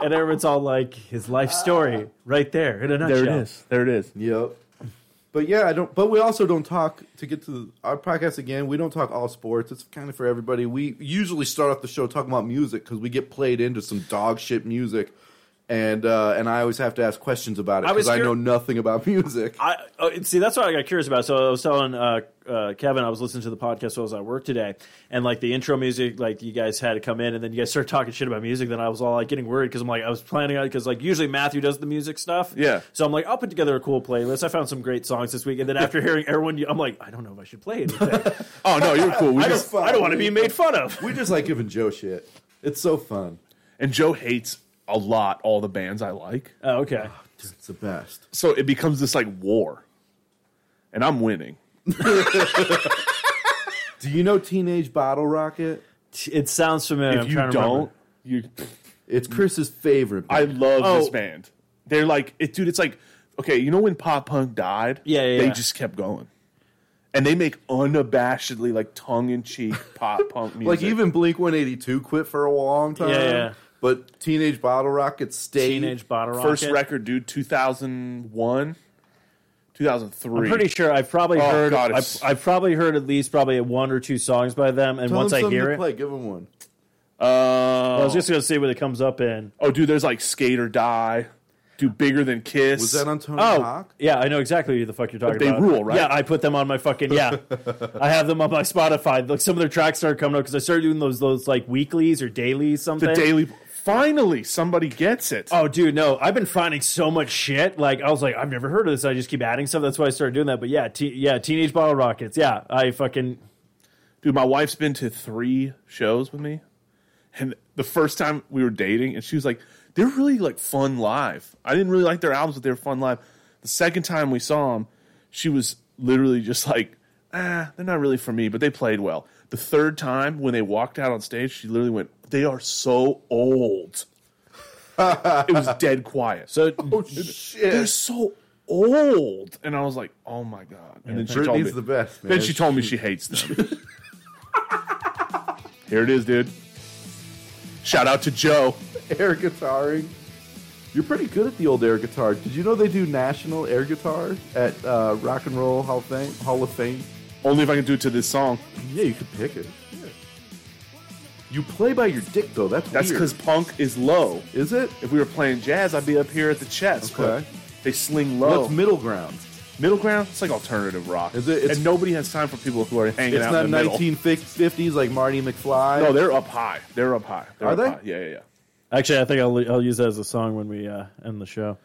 C: and everyone's all like, "His life story, right there in a nutshell."
E: There it is.
D: Yep. But yeah, I don't. But we also don't talk to get to the, our podcast again. We don't talk all sports. It's kind of for everybody. We usually start off the show talking about music because we get played into some dog shit music, and uh, and I always have to ask questions about it
C: I was
D: because I,
C: cur-
D: know nothing about music.
C: I oh, see. That's what I got curious about. So I was telling uh, uh, Kevin, I was listening to the podcast while I was at work today, and like the intro music, like you guys had to come in, and then you guys started talking shit about music. Then I was all like getting worried because I'm like I was planning on because like usually Matthew does the music stuff.
E: Yeah.
C: So I'm like I'll put together a cool playlist. I found some great songs this week, and then after hearing everyone, I'm like I don't know if I should play anything.
E: Oh no, you're cool. We
C: I
E: just
C: don't, I don't want to be made fun of.
D: we just like giving Joe shit. It's so fun.
E: and Joe hates a lot all the bands I like,
C: Oh, okay.
D: It's the best.
E: so it becomes this like war, and I'm winning.
D: Do you know Teenage Bottle Rocket?
C: It sounds familiar. I'm
E: if you
C: trying to
E: don't,
C: remember.
E: you.
D: It's Chris's favorite.
E: I
D: band.
E: love this
C: Oh.
E: band. They're like, it, dude. It's like, okay, you know when pop punk died?
C: Yeah, yeah,
E: They
C: yeah.
E: just kept going, and they make unabashedly like tongue in cheek pop punk music.
D: like even Blink One Eighty Two quit for a long time.
C: Yeah, yeah.
D: But Teenage Bottle Rocket stayed.
C: Teenage Bottle Rocket.
E: first record, dude, two thousand one, two thousand
C: I'm
E: three.
C: pretty sure I've probably
E: Oh,
C: heard
E: God,
C: I've,
E: it's-
C: I've probably heard at least probably one or two songs by them, and
D: Tell
C: once
D: him
C: I
D: something
C: hear
D: to
C: it,
D: play, give him one.
C: I was just gonna see what it comes up in.
E: Uh, oh, dude, there's like Skate or Die, do Bigger Than Kiss.
D: Was that on Tony
C: Oh,
D: Hawk?
C: yeah, I know exactly who the fuck you're talking
E: They
C: about.
E: rule, right?
C: Yeah, I put them on my fucking yeah. I have them on my Spotify. Like some of their tracks started coming up because I started doing those those like weeklies or dailies something.
E: the Daily? Finally, somebody gets it.
C: Oh, dude, no! I've been finding so much shit. Like, I was like, I've never heard of this. I just keep adding stuff. That's why I started doing that. But yeah, te- yeah, teenage bottle rockets. Yeah, I fucking
E: Dude, my wife's been to three shows with me. And the first time we were dating, and she was like, they're really like fun live. I didn't really like their albums, but they were fun live. The second time we saw them, she was literally just like, ah, they're not really for me, but they played well. The third time when they walked out on stage, she literally went, they are so old. it was dead quiet. Oh, So
C: so
E: they're so old. And I was like, oh my God. And then she told me,
D: Britney's the best, man.
E: then she told me she hates them. Here it is, dude. Shout out to Joe.
D: air guitaring. You're pretty good at the old air guitar. Did you know they do national air guitar at uh, Rock and Roll Hall of Fame? Hall of Fame?
E: Only if I can do it to this song.
D: Yeah, you could pick it. Yeah. You play by your dick though. That's
E: That's
D: weird.
E: because punk is low.
D: is it?
E: If we were playing jazz, I'd be up here at the chest.
D: Okay.
E: But they sling low.
D: What's middle ground?
E: middle ground? It's like alternative rock.
D: Is it- it's-
E: and nobody has time for people who are hanging
D: It's
E: out
D: not
E: in the middle.
D: 1950s like Marty McFly.
E: No, they're up high. They're up high. They're
D: Are
E: up
D: they?
E: High. Yeah, yeah, yeah.
C: actually, I think I'll I'll use that as a song when we uh, end the show.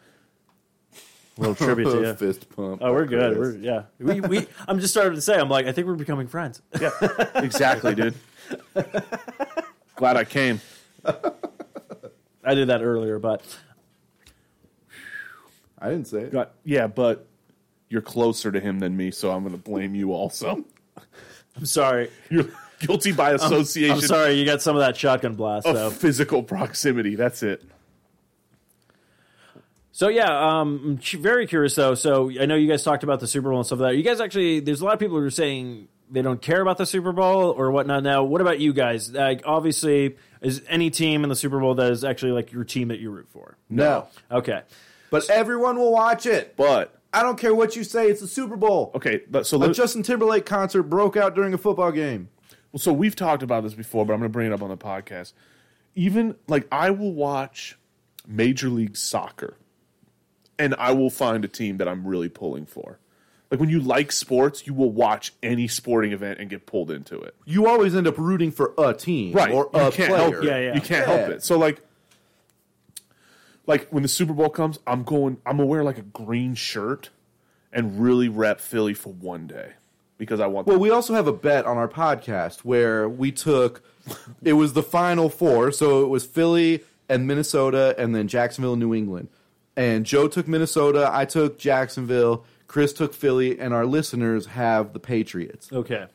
C: A little tribute to you.
D: fist pump.
C: Oh, we're good.
D: Chris.
C: We're yeah. We, we I'm just starting to say I'm like I think we're becoming friends.
E: Yeah, exactly, dude. Glad I came.
C: I did that earlier, but
D: I didn't say it.
E: Got- yeah, but you're closer to him than me, so I'm going to blame you also.
C: I'm sorry.
E: You're guilty by association.
C: I'm sorry. You got some of that shotgun blast
E: Of
C: though. Oh.
E: physical proximity. That's it.
C: So yeah, um, I'm cu- very curious though. So I know you guys talked about the Super Bowl and stuff like that. You guys actually, there's a lot of people who are saying they don't care about the Super Bowl or whatnot. Now, what about you guys? Like, obviously, is any team in the Super Bowl that is actually like your team that you root for?
D: No.
C: Okay,
D: But everyone will watch it.
E: But
D: I don't care what you say. It's the Super Bowl.
E: okay, but- so
D: A
E: let,
D: Justin Timberlake concert broke out during a football game.
E: so we've talked about this before, but I'm going to bring it up on the podcast. Even like I will watch Major League Soccer, and I will find a team that I'm really pulling for. Like when you like sports, you will watch any sporting event and get pulled into it.
D: You always end up rooting for a team
E: right.
D: or a
E: you can't
D: player.
E: help it.
C: Yeah, yeah.
E: You can't help
D: Yeah.
E: it. So like, like when the Super Bowl comes, I'm going. I'm gonna wear like a green shirt and really rep Philly for one day because I want.
D: Well, we also have a bet on our podcast where we took it was the final four, so it was Philly and Minnesota and then Jacksonville and New England. And Joe took Minnesota, I took Jacksonville, Chris took Philly, and our listeners have the Patriots.
C: Okay.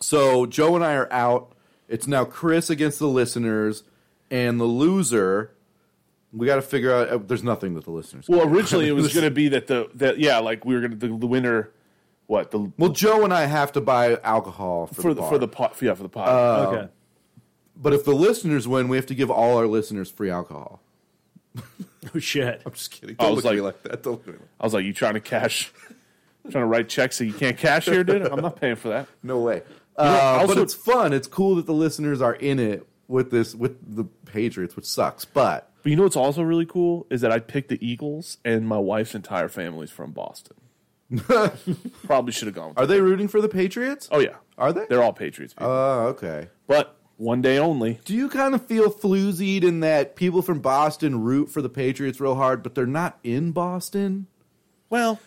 D: So Joe and I are out. It's now Chris against the listeners and the loser. We got to figure out. uh, There's nothing that the listeners.
E: well, originally it was gonna be that the that yeah, like we were gonna the, the winner. What the
D: Well, Joe and I have to buy alcohol for,
E: for
D: the
E: the
D: bar.
E: for the pot Uh, yeah for the pot.
C: okay.
D: But if the listeners win, we have to give all our listeners free alcohol.
C: Oh shit.
D: Just kidding.
E: I
D: Don't
E: was
D: look
E: like-
D: at me like that. Don't look at me like
E: I was like, you trying to cash? Trying to write checks that you can't cash here, dude. I'm not paying for that.
D: No way.
E: I
D: Uh,
E: also-
D: but it's fun. It's cool that the listeners are in it with this with the Patriots, which sucks. But
E: But you know what's also really cool is that I picked the Eagles, and my wife's entire family's from Boston. Probably should have gone. With
D: are they rooting for the Patriots?
E: Oh yeah,
D: Are they?
E: They're all Patriots, people.
D: Oh, okay.
E: but one day only.
D: Do you kind of feel floozied in that people from Boston root for the Patriots real hard, but they're not in Boston?
E: Well,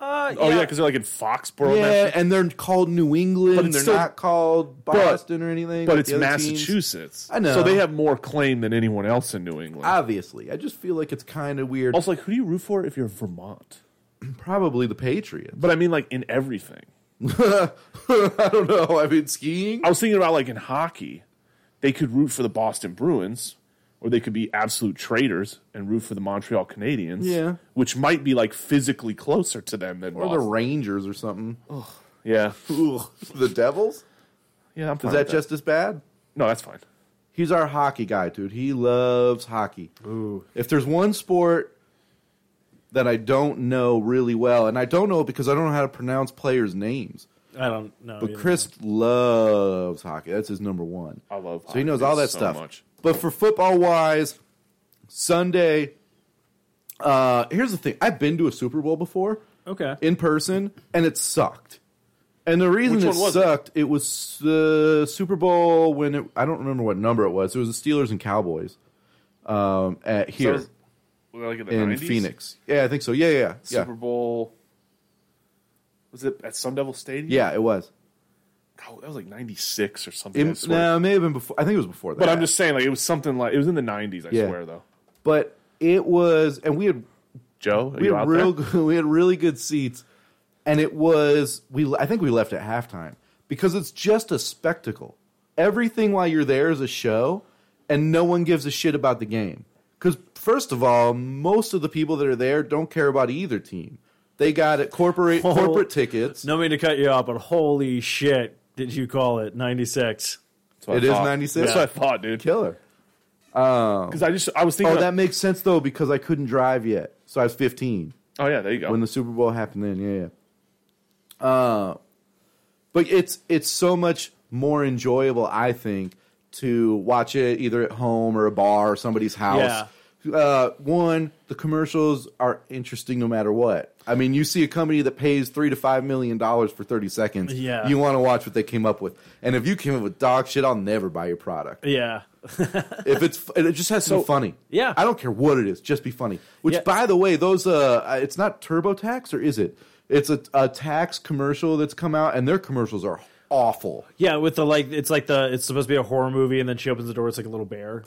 C: Uh,
E: oh yeah, because they're like in Foxborough,
D: yeah,
E: Massachusetts.
D: and they're called New England.
E: But
D: and
E: it's
D: they're
E: still-
D: not called Boston or anything.
E: but
D: like
E: it's
D: the other teams.
E: Massachusetts.
D: I know.
E: so they have more claim than anyone else in New England.
D: Obviously, I just feel like it's kind of weird.
E: also, like, who do you root for if you're Vermont?
D: Probably the Patriots.
E: But I mean, like in everything.
D: I don't know. I mean, skiing.
E: I was thinking about like in hockey, they could root for the Boston Bruins, or they could be absolute traitors and root for the Montreal Canadiens.
D: Yeah.
E: which might be like physically closer to them than
D: Or the
E: Boston.
D: Rangers or something.
E: yeah,
D: the Devils?
E: yeah. I'm fine
D: Is
E: with
D: that just as bad?
E: no? That's fine.
D: He's our hockey guy, dude. He loves hockey. Ooh. If there's one sport that I don't know really well, and I don't know it because I don't know how to pronounce players' names,
C: I don't
E: Oh,
C: know.
D: but
C: either.
D: Chris loves hockey. That's his number one.
E: I love.
D: So he knows
E: hockey
D: all that
E: so
D: stuff.
E: Much.
D: But for football wise, Sunday. Uh, here's the thing: I've been to a Super Bowl before
C: Okay.
D: in person, and it sucked. And the reason
E: Which
D: it
E: one was it?
D: sucked, it, was the Super Bowl when it, I don't remember what number it was. It was the Steelers and Cowboys um, at here
E: was- Like in, the
D: in
E: 90s?
D: Phoenix. Yeah, I think so. Yeah, yeah, yeah.
E: Super Bowl. Was it at Sun Devil Stadium?
D: yeah. It was.
E: God, that was like '96 or something. I
D: It,
E: swear.
D: no, it may have been before. I think it was before that.
E: but I'm just saying, like it was something like it was in the '90s. I
D: Yeah.
E: swear, though.
D: But it was, and we had
E: Joe, are
D: we
E: you
D: had
E: out
D: real
E: there?
D: good, we had really good seats, and it was we I think we left at halftime because it's just a spectacle. Everything while you're there is a show, and no one gives a shit about the game. Because first of all, most of the people that are there don't care about either team. They got it corporate
C: Oh.
D: corporate tickets.
C: No mean to cut you off, but holy shit, did you call it ninety six?
E: That's what I
D: It is
E: thought.
D: 96?
E: That's what I thought, dude.
D: Killer.
E: Because I just I was thinking.
D: Oh,
E: of-
D: that makes sense though because I couldn't drive yet, so I was 15.
E: oh yeah, there you go.
D: when the Super Bowl happened then, yeah, yeah. Uh but it's it's so much more enjoyable, I think, to watch it either at home or a bar or somebody's house. Uh, one, the commercials are interesting no matter what. I mean, you see a company that pays three to five million dollars for thirty seconds.
C: Yeah.
D: you want to watch what they came up with. And if you came up with dog shit, I'll never buy your product.
C: Yeah.
D: if it's f- it just has to be funny.
C: yeah.
D: I don't care what it is, just be funny. Which,
C: Yeah.
D: by the way, those uh, it's not TurboTax or is it? It's a, a tax commercial that's come out, and their commercials are awful.
C: Yeah, with the like it's like the it's supposed to be a horror movie and then she opens the door, it's like a little bear.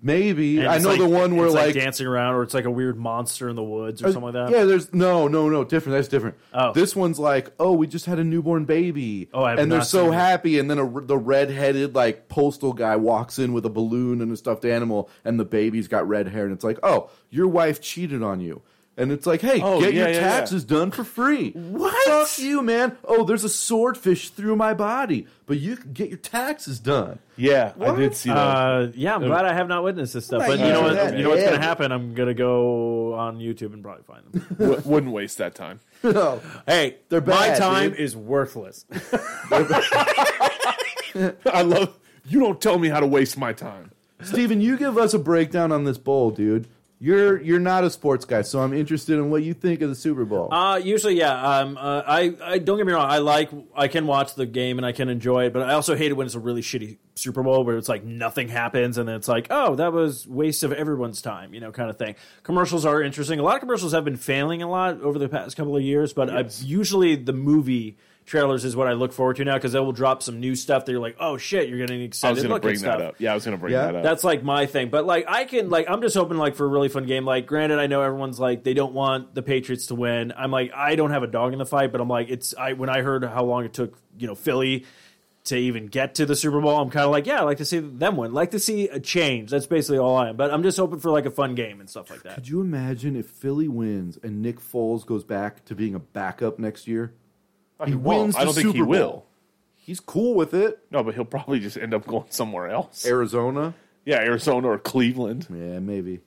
D: Maybe
C: And
D: I
C: it's
D: know
C: like-
D: the one where
C: it's
D: like, Uh,
C: dancing around or it's like a weird monster in the woods or something like that.
D: Yeah, there's no, no, no, different. That's different.
C: Oh.
D: This one's like, oh, we just had a newborn baby.
C: Oh, I have
D: and they're
C: not
D: so
C: seen it.
D: happy, and then a, the red-headed like postal guy walks in with a balloon and a stuffed animal, and the baby's got red hair, and it's like, oh, your wife cheated on you. And it's like, hey,
E: Oh,
D: get
E: yeah,
D: your
E: yeah, yeah.
D: taxes done for free. What? Fuck you, man. Oh, there's a swordfish through my body, but you can get your taxes done.
E: yeah, I
D: What?
E: did see that.
C: Uh, yeah, I'm glad I have not witnessed this stuff.
D: Right,
C: But
D: you
C: you know
D: know
C: what?
D: that,
C: You know what's going
D: yeah.
C: to happen? I'm going to go on YouTube and probably find them.
E: W- wouldn't waste that time.
D: No.
C: hey,
D: They're
C: my
D: bad,
C: time
D: dude.
C: is worthless.
E: I love you. Don't tell me how to waste my time.
D: Steven, you give us a breakdown on this bowl, dude. You're you're not a sports guy, so I'm interested in what you think of the Super Bowl.
C: Uh, usually, yeah. Um, uh, I, I don't get me wrong. I like, I can watch the game and I can enjoy it, but I also hate it when it's a really shitty Super Bowl where it's like nothing happens and then it's like, oh, that was waste of everyone's time, you know, kind of thing. Commercials are interesting. A lot of commercials have been failing a lot over the past couple of years, but I, usually the movie trailers is what I look forward to now because they will drop some new stuff that you're like, oh shit, you're getting
E: I
C: excited.
E: was going to
C: looking
E: bring that
C: stuff.
E: up. Yeah, I was going to bring
D: Yeah.
E: that up.
C: That's like my thing. But like I can like I'm just hoping like for a really fun game. Like granted I know everyone's like they don't want the Patriots to win. I'm like I don't have a dog in the fight, but I'm like it's I when I heard how long it took, you know, Philly to even get to the Super Bowl, I'm kind of like, yeah, I like to see them win. Like to see a change. That's basically all I am. But I'm just hoping for like a fun game and stuff like that.
D: Could you imagine if Philly wins and Nick Foles goes back to being a backup next year?
E: he won't. I don't think he will.
D: He's cool with it.
E: No, but he'll probably just end up going somewhere else.
D: Arizona,
E: yeah, Arizona or Cleveland.
D: yeah, maybe.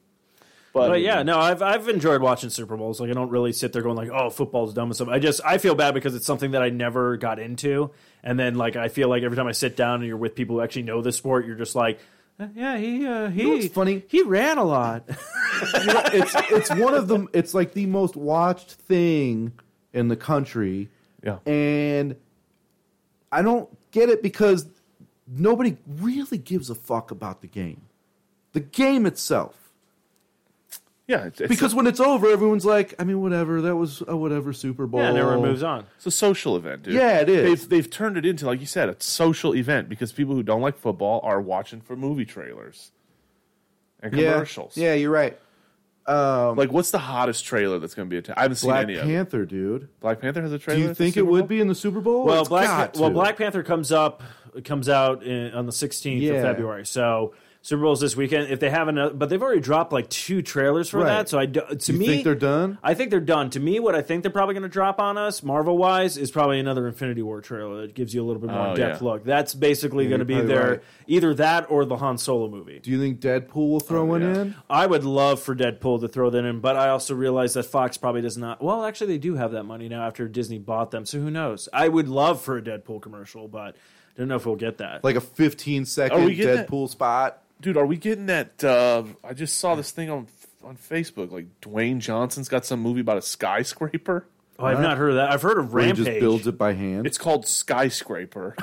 E: But,
C: But yeah, no, I've I've enjoyed watching Super Bowls. Like I don't really sit there going like, oh, football's dumb and stuff. I just I feel bad because it's something that I never got into, and then like I feel like every time I sit down and you're with people who actually know the sport, you're just like, "Uh, yeah, he uh, he
D: what's funny?
C: he ran a lot.
D: it's it's one of the it's like the most watched thing in the country.
E: Yeah.
D: And I don't get it because nobody really gives a fuck about the game. The game itself.
E: yeah, it's, it's,
D: Because when it's over, everyone's like, I mean, whatever, that was a whatever Super Bowl.
C: yeah, and everyone moves on.
E: It's a social event, dude.
D: Yeah, it is.
E: They've they've turned it into, like you said, a social event because people who don't like football are watching for movie trailers and
D: Yeah.
E: commercials.
D: Yeah, you're right.
E: Like, what's the hottest trailer that's going to be? atta- I haven't seen
D: Black
E: any of it.
D: Panther, dude.
E: Black Panther has a
D: Do
E: trailer.
D: you
E: at the
D: think it
E: Super
D: would
E: Bowl?
D: be in the Super Bowl?
C: Well,
D: It's
C: Black
D: got
C: well
D: to.
C: Black Panther comes up comes out in, on the 16th
D: Yeah.
C: of February, so. Super Bowl's this weekend. If they haven't, uh, but they've already dropped like two trailers for
D: Right.
C: that. So I, do- to
D: Do you
C: me,
D: think they're done?
C: I think they're done. To me, what I think they're probably going to drop on us, Marvel wise, is probably another Infinity War trailer that gives you a little bit more
E: Oh,
C: in depth
E: yeah.
C: look. That's basically going to
D: you're
C: be
D: probably
C: their
D: right.
C: either that or the Han Solo movie.
D: Do you think Deadpool will throw one
E: yeah.
D: in?
C: I would love for Deadpool to throw that in, but I also realize that Fox probably does not. Well, actually, they do have that money now after Disney bought them, so who knows? I would love for a Deadpool commercial, but don't know if we'll get that.
D: Like a 15 second
E: Are we getting that-
D: Deadpool spot?
E: dude? Are we getting that? Uh, I just saw this thing on on Facebook. Like Dwayne Johnson's got some movie about a skyscraper.
C: oh, I've not heard of that. I've heard of
D: Where
C: Rampage.
D: He uh, just builds it by hand.
E: It's called Skyscraper,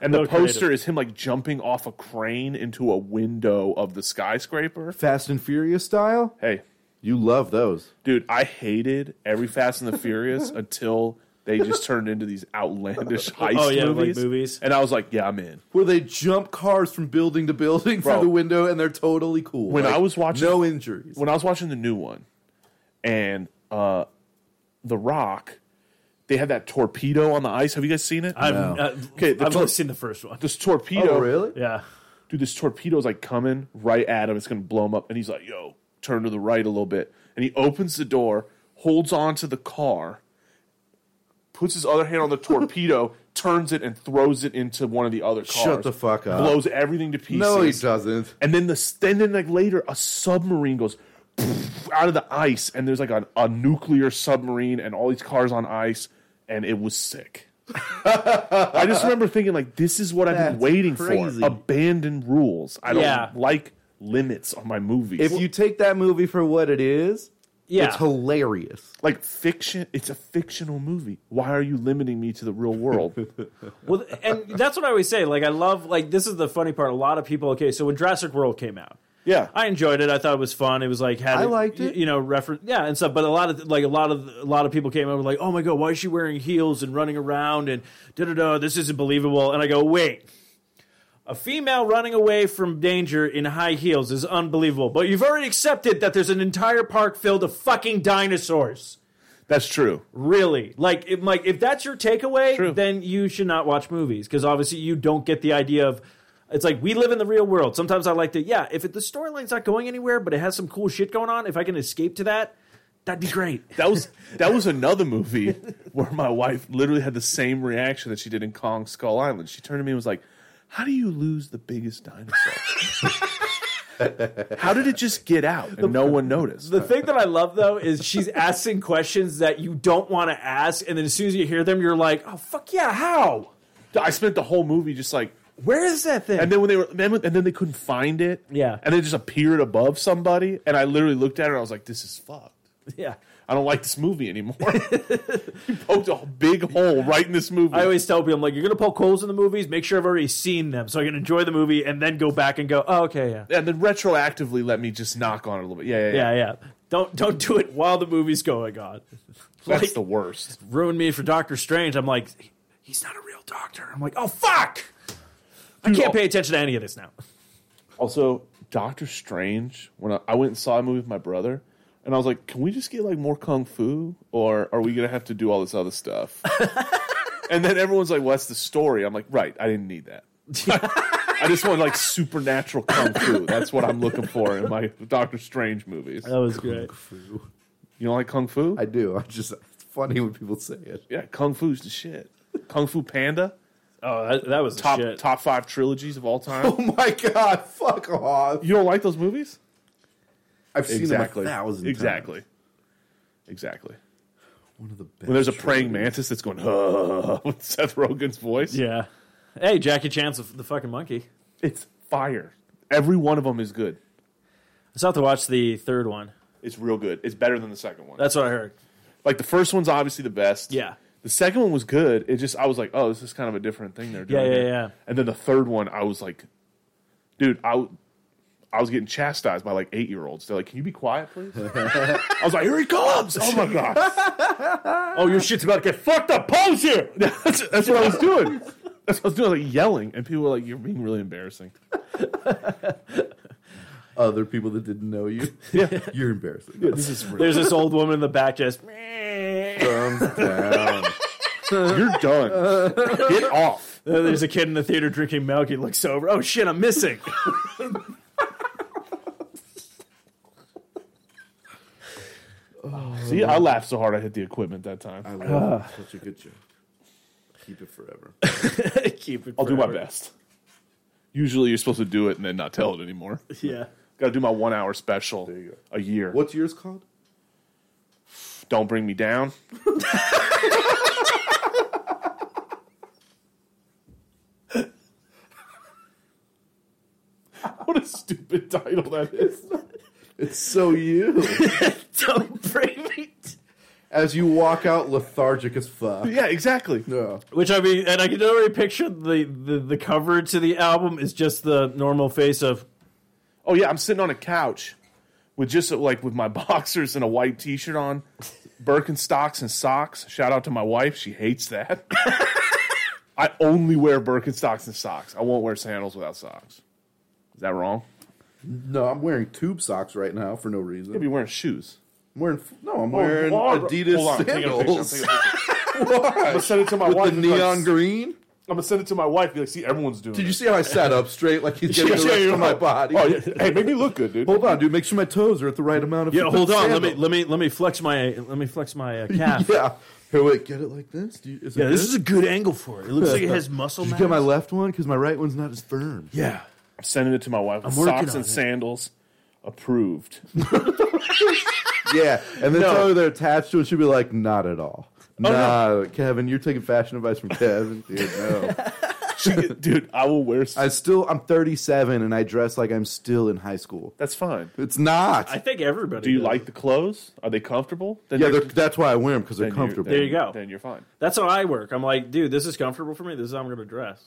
E: and the
C: No
E: poster
C: creative.
E: is him like jumping off a crane into a window of the skyscraper.
D: Fast and Furious style.
E: Hey,
D: You love those.
E: dude, I hated every Fast and the Furious until they just turned into these outlandish heist
C: Oh, yeah, like
E: movies.
C: movies.
E: and I was like, yeah, I'm in.
D: Where they jump cars from building to building
E: Bro.
D: through the window and they're totally cool.
E: When
D: Like,
E: I was watching-
D: No injuries.
E: When I was watching the new one, and uh, The Rock, they had that torpedo on the ice. Have you guys seen it?
C: I've,
D: No.
C: uh,
E: Okay, the
C: I've
E: tor-
C: only seen the first one.
E: this torpedo,
D: Oh,
C: Yeah.
E: dude, this torpedo's like coming right at him. It's gonna blow him up. And he's like, yo, turn to the right a little bit. And he opens the door, holds on to the car, puts his other hand on the torpedo, turns it, and throws it into one of the other cars.
D: Shut the fuck up.
E: Blows everything to pieces.
D: No, he doesn't.
E: And then the and then like later a submarine goes out of the ice and there's like a, a nuclear submarine and all these cars on ice and it was sick. I just remember thinking like this is what I've been
D: That's
E: waiting
D: crazy.
E: for. Abandoned rules. I don't
C: Yeah.
E: like limits on my movies.
D: If you take that movie for what it is,
C: Yeah.
D: it's hilarious.
E: like fiction, it's a fictional movie. Why are you limiting me to the real world?
C: Well, th- and that's what I always say. Like, I love like this is the funny part. A lot of people. Okay, so when Jurassic World came out,
E: yeah.
C: I enjoyed it. I thought it was fun. It was like had
D: I
C: it-
D: liked
C: y-
D: it.
C: you know, reference yeah and stuff. But a lot of like a lot of a lot of people came over like, oh my god, why is she wearing heels and running around and da da da? This isn't believable. And I go, wait. A female running away from danger in high heels is unbelievable, but you've already accepted that there's an entire park filled of fucking dinosaurs.
E: That's true.
C: Really, like, if, like if that's your takeaway,
E: True.
C: then you should not watch movies because obviously you don't get the idea of. It's like we live in the real world. Sometimes I like to, yeah. If it, the storyline's not going anywhere, but it has some cool shit going on, if I can escape to that, that'd be great.
E: That was that was another movie where my wife literally had the same reaction that she did in Kong Skull Island. She turned to me and was like, "How do you lose the biggest dinosaur? How did it just get out and no one noticed?"
C: The thing that I love though is she's asking questions that you don't want to ask, and then as soon as you hear them, you're like, oh fuck yeah, how?
E: I spent the whole movie just like,
C: Where is that thing?
E: And then when they were, then, and then they couldn't find it.
C: Yeah.
E: And it just appeared above somebody, and I literally looked at it. and I was like, "This is fucked.
C: yeah.
E: I don't like this movie anymore." you poked a big hole right in this movie.
C: I always tell people, I'm like, you're going to poke holes in the movies, make sure I've already seen them so I can enjoy the movie and then go back and go, oh, okay, yeah.
E: and then retroactively let me just knock on it a little bit. Yeah, yeah, yeah.
C: Yeah, yeah. Don't don't do it while the movie's going on.
E: That's
C: like-
E: the worst.
C: Ruined me for Doctor Strange. I'm like, "He- he's not a real doctor. I'm like, oh fuck! I can't pay attention to any of this now.
E: Also, Doctor Strange. When I, I went and saw a movie with my brother, and I was like, "Can we just get like more kung fu, or are we gonna have to do all this other stuff?" and then everyone's like, "What's the story?" I'm like, "Right, I didn't need that. I just want like supernatural kung fu. That's what I'm looking for in my Doctor Strange movies.
C: That was great.
E: You don't like kung fu?
D: I do. I just it's funny when people say it.
E: yeah, kung fu's the shit. Kung Fu Panda,
C: Oh, that, that was the
E: top
C: shit.
E: top five trilogies of all time.
D: Oh my god! Fuck off!
E: you don't like those movies?
D: I've seen
E: exactly.
D: them a thousand
E: exactly.
D: times.
E: Exactly.
D: One of the best.
E: When there's a praying mantis that's going "Huh," with Seth Rogen's voice,
C: Yeah. Hey, Jackie Chan's the, the fucking monkey.
E: it's fire. Every one of them is good.
C: I still have to watch the third one.
E: It's real good. It's better than the second one.
C: That's what I heard.
E: like the first one's obviously the best.
C: Yeah.
E: The second one was good. It just I was like, oh, this is kind of a different thing they're
C: Yeah,
E: doing.
C: yeah,
E: here.
C: yeah.
E: And then the third one, I was like, dude, I w- I was getting chastised by like eight year olds. They're like, can you be quiet, please? I was like, here he comes! Oh my god!
C: Oh, your shit's about to get
E: Fuck the pose here! that's, that's what I was doing. That's what I was doing. I was like yelling, and people were like, you're being really embarrassing.
D: other people that didn't know you.
E: Yeah.
D: You're embarrassing.
E: This is real.
C: There's this old woman in the back just. Meh.
D: Thumbs down.
E: You're done. Get off.
C: Uh, There's a kid in the theater drinking milk. He looks over. Oh shit, I'm missing.
E: See, I laughed so hard I hit the equipment that time.
D: I love it. such a good show. Keep it forever.
C: Keep it.
E: I'll do my
C: forever.
E: best. Usually, you're supposed to do it and then not tell it anymore.
C: Yeah.
E: Got to do my one hour special
D: you go.
E: a year.
D: What's yours called?
E: Don't bring me down. what a stupid title that is.
D: It's so you.
C: Don't bring me. t-
D: As you walk out lethargic as fuck.
E: Yeah, exactly.
D: No.
C: Which I mean, and I can already picture the, the the cover to the album is just the normal face of.
E: Oh yeah, I'm sitting on a couch with just like with my boxers and a white t-shirt on, Birkenstocks and socks. Shout out to my wife, she hates that. I only wear Birkenstocks and socks. I won't wear sandals without socks. Is that wrong?
D: No, I'm wearing tube socks right now for no
E: I'd
D: reason.
E: be wearing shoes.
D: I'm wearing no, I'm wearing
E: Lord.
D: Adidas
E: Oh, Hold on, I'm taking a picture, I'm
D: sandals.
E: taking a I'm gonna send it to my
D: With
E: wife.
D: the
E: and be like,
D: neon green.
E: I'm gonna send it to my wife. and Be like, see, everyone's doing.
D: Did you
E: it."
D: see how I sat up straight like he's getting the
E: Yeah,
D: rest
E: yeah,
D: of my
E: yeah.
D: body?
E: Oh, yeah. Hey, make me look good, dude.
D: Hold on, dude. Make sure my toes are at the right amount of.
C: Yeah, hold on. Let me
D: sandal.
C: let me let me flex my let me flex my uh, calf.
D: Yeah. Here, wait. Get it like this. Do you, is it
C: Yeah, this
D: good?
C: is a good angle for it. It looks like it has muscle.
D: Did you
C: mass.
D: get my left one? Because my right one's not as firm.
C: yeah.
E: I'm sending it to my wife. with
C: working
E: socks
C: on
E: and
C: it.
E: sandals, approved.
D: Yeah, and then
E: No. Oh,
D: tell her they're attached to it. She'd be like, "Not at all."
E: no.
D: nah, Kevin, you're taking fashion advice from Kevin. Dude, no.
E: She- dude, I will wear.
D: I still, I'm 37 and I dress like I'm still in high school.
E: That's fine.
D: It's not.
C: I think everybody.
E: Do you
C: does.
E: like the clothes? Are they comfortable? Then
D: yeah,
E: you're-
D: they're, that's why I wear them because they're
E: then you're-
D: comfortable.
C: There you go.
E: Then you're fine.
C: That's how I work. I'm like, dude, this is comfortable for me. This is how I'm going to dress.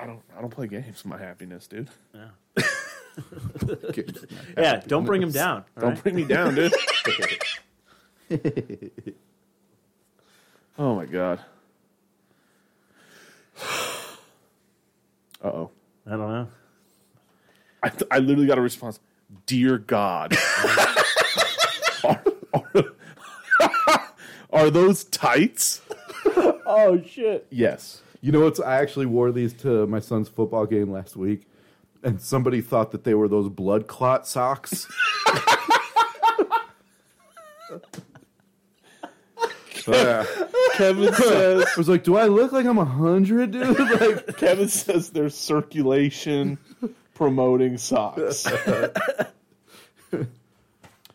E: I don't. I don't play games with my happiness, dude.
D: Okay.
C: Yeah, don't bring him down. all
E: Don't
C: right?
E: bring me down, dude. oh my god. Uh oh.
C: I don't know.
E: I, th- I literally got a response. Dear God. are, are, are those tights?
C: Oh shit.
E: Yes.
D: You know what's? I actually wore these to my son's football game last week, and somebody thought that they were those blood clot socks. Yeah.
E: Kevin says.
D: I was like, "Do I look like I'm a hundred, dude?" Like,
E: Kevin says they're circulation promoting socks.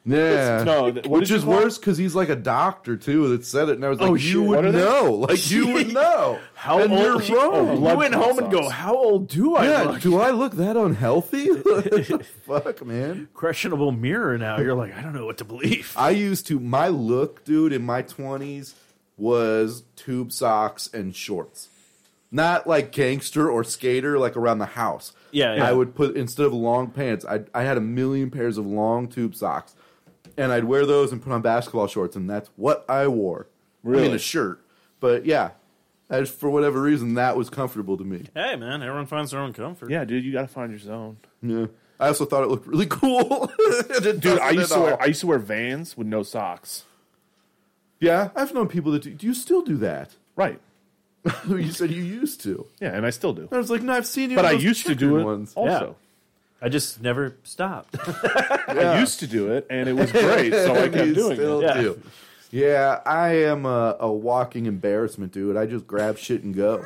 D: Yeah.
E: No, th- what did
D: Which
E: you
D: is
E: call it?
D: worse because he's like a doctor too that said it, and I was like,
C: Oh,
D: you
C: shit.
E: What are
D: would
E: they?
D: know, like you would know.
C: How
D: and
C: old?
D: You're wrong.
E: oh,
C: you
E: blood
C: went home and go.
E: sauce.
C: How old do I
D: yeah.
C: look?
D: Do I look that unhealthy? What the fuck, man.
C: Questionable mirror. Now you're like, I don't know what to believe.
D: I used to my look, dude, in my twenties was tube socks and shorts. Not like gangster or skater, like around the house.
C: Yeah, yeah.
D: I would put instead of long pants, I I had a million pairs of long tube socks, and I'd wear those and put on basketball shorts, and that's what I wore. I mean,
E: Really?
D: a shirt, but yeah, I just, for whatever reason, that was comfortable to me.
C: Hey, man, everyone finds their own comfort.
E: Yeah, dude, you got to find your zone.
D: Yeah, I also thought it looked really cool,
E: Dude, I used to wear I used to wear Vans with no socks.
D: yeah, I've known people that do. Do you still do that?
E: Right.
D: you said you used to.
E: Yeah, and I still do.
D: I was like, no, I've seen you.
E: But
D: in
E: I
D: those
E: used to do
D: checkered
E: it Oh,
D: Ones.
E: also.
C: I just never stopped.
E: I used to do it, and it was great, so I
D: And you
E: kept doing
D: still
E: it.
C: Yeah.
D: do. Yeah, I am a, a walking embarrassment, dude. I just grab shit and go.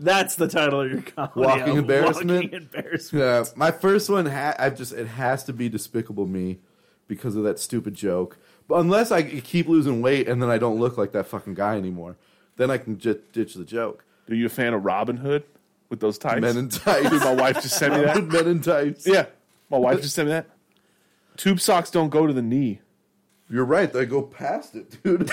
C: That's the title of your comedy.
D: Walking
C: album,
D: embarrassment?
C: Walking embarrassment.
D: Yeah, my first one, ha- I've just it has to be Despicable Me because of that stupid joke. But unless I keep losing weight and then I don't look like that fucking guy anymore, then I can just ditch the joke.
E: Are you a fan of Robin Hood with those tights?
D: Men in tights.
E: Dude, my wife just sent me that.
D: Men in tights.
E: Yeah, my wife just sent me that. Tube socks don't go to the knee.
D: You're right. I go past it, dude.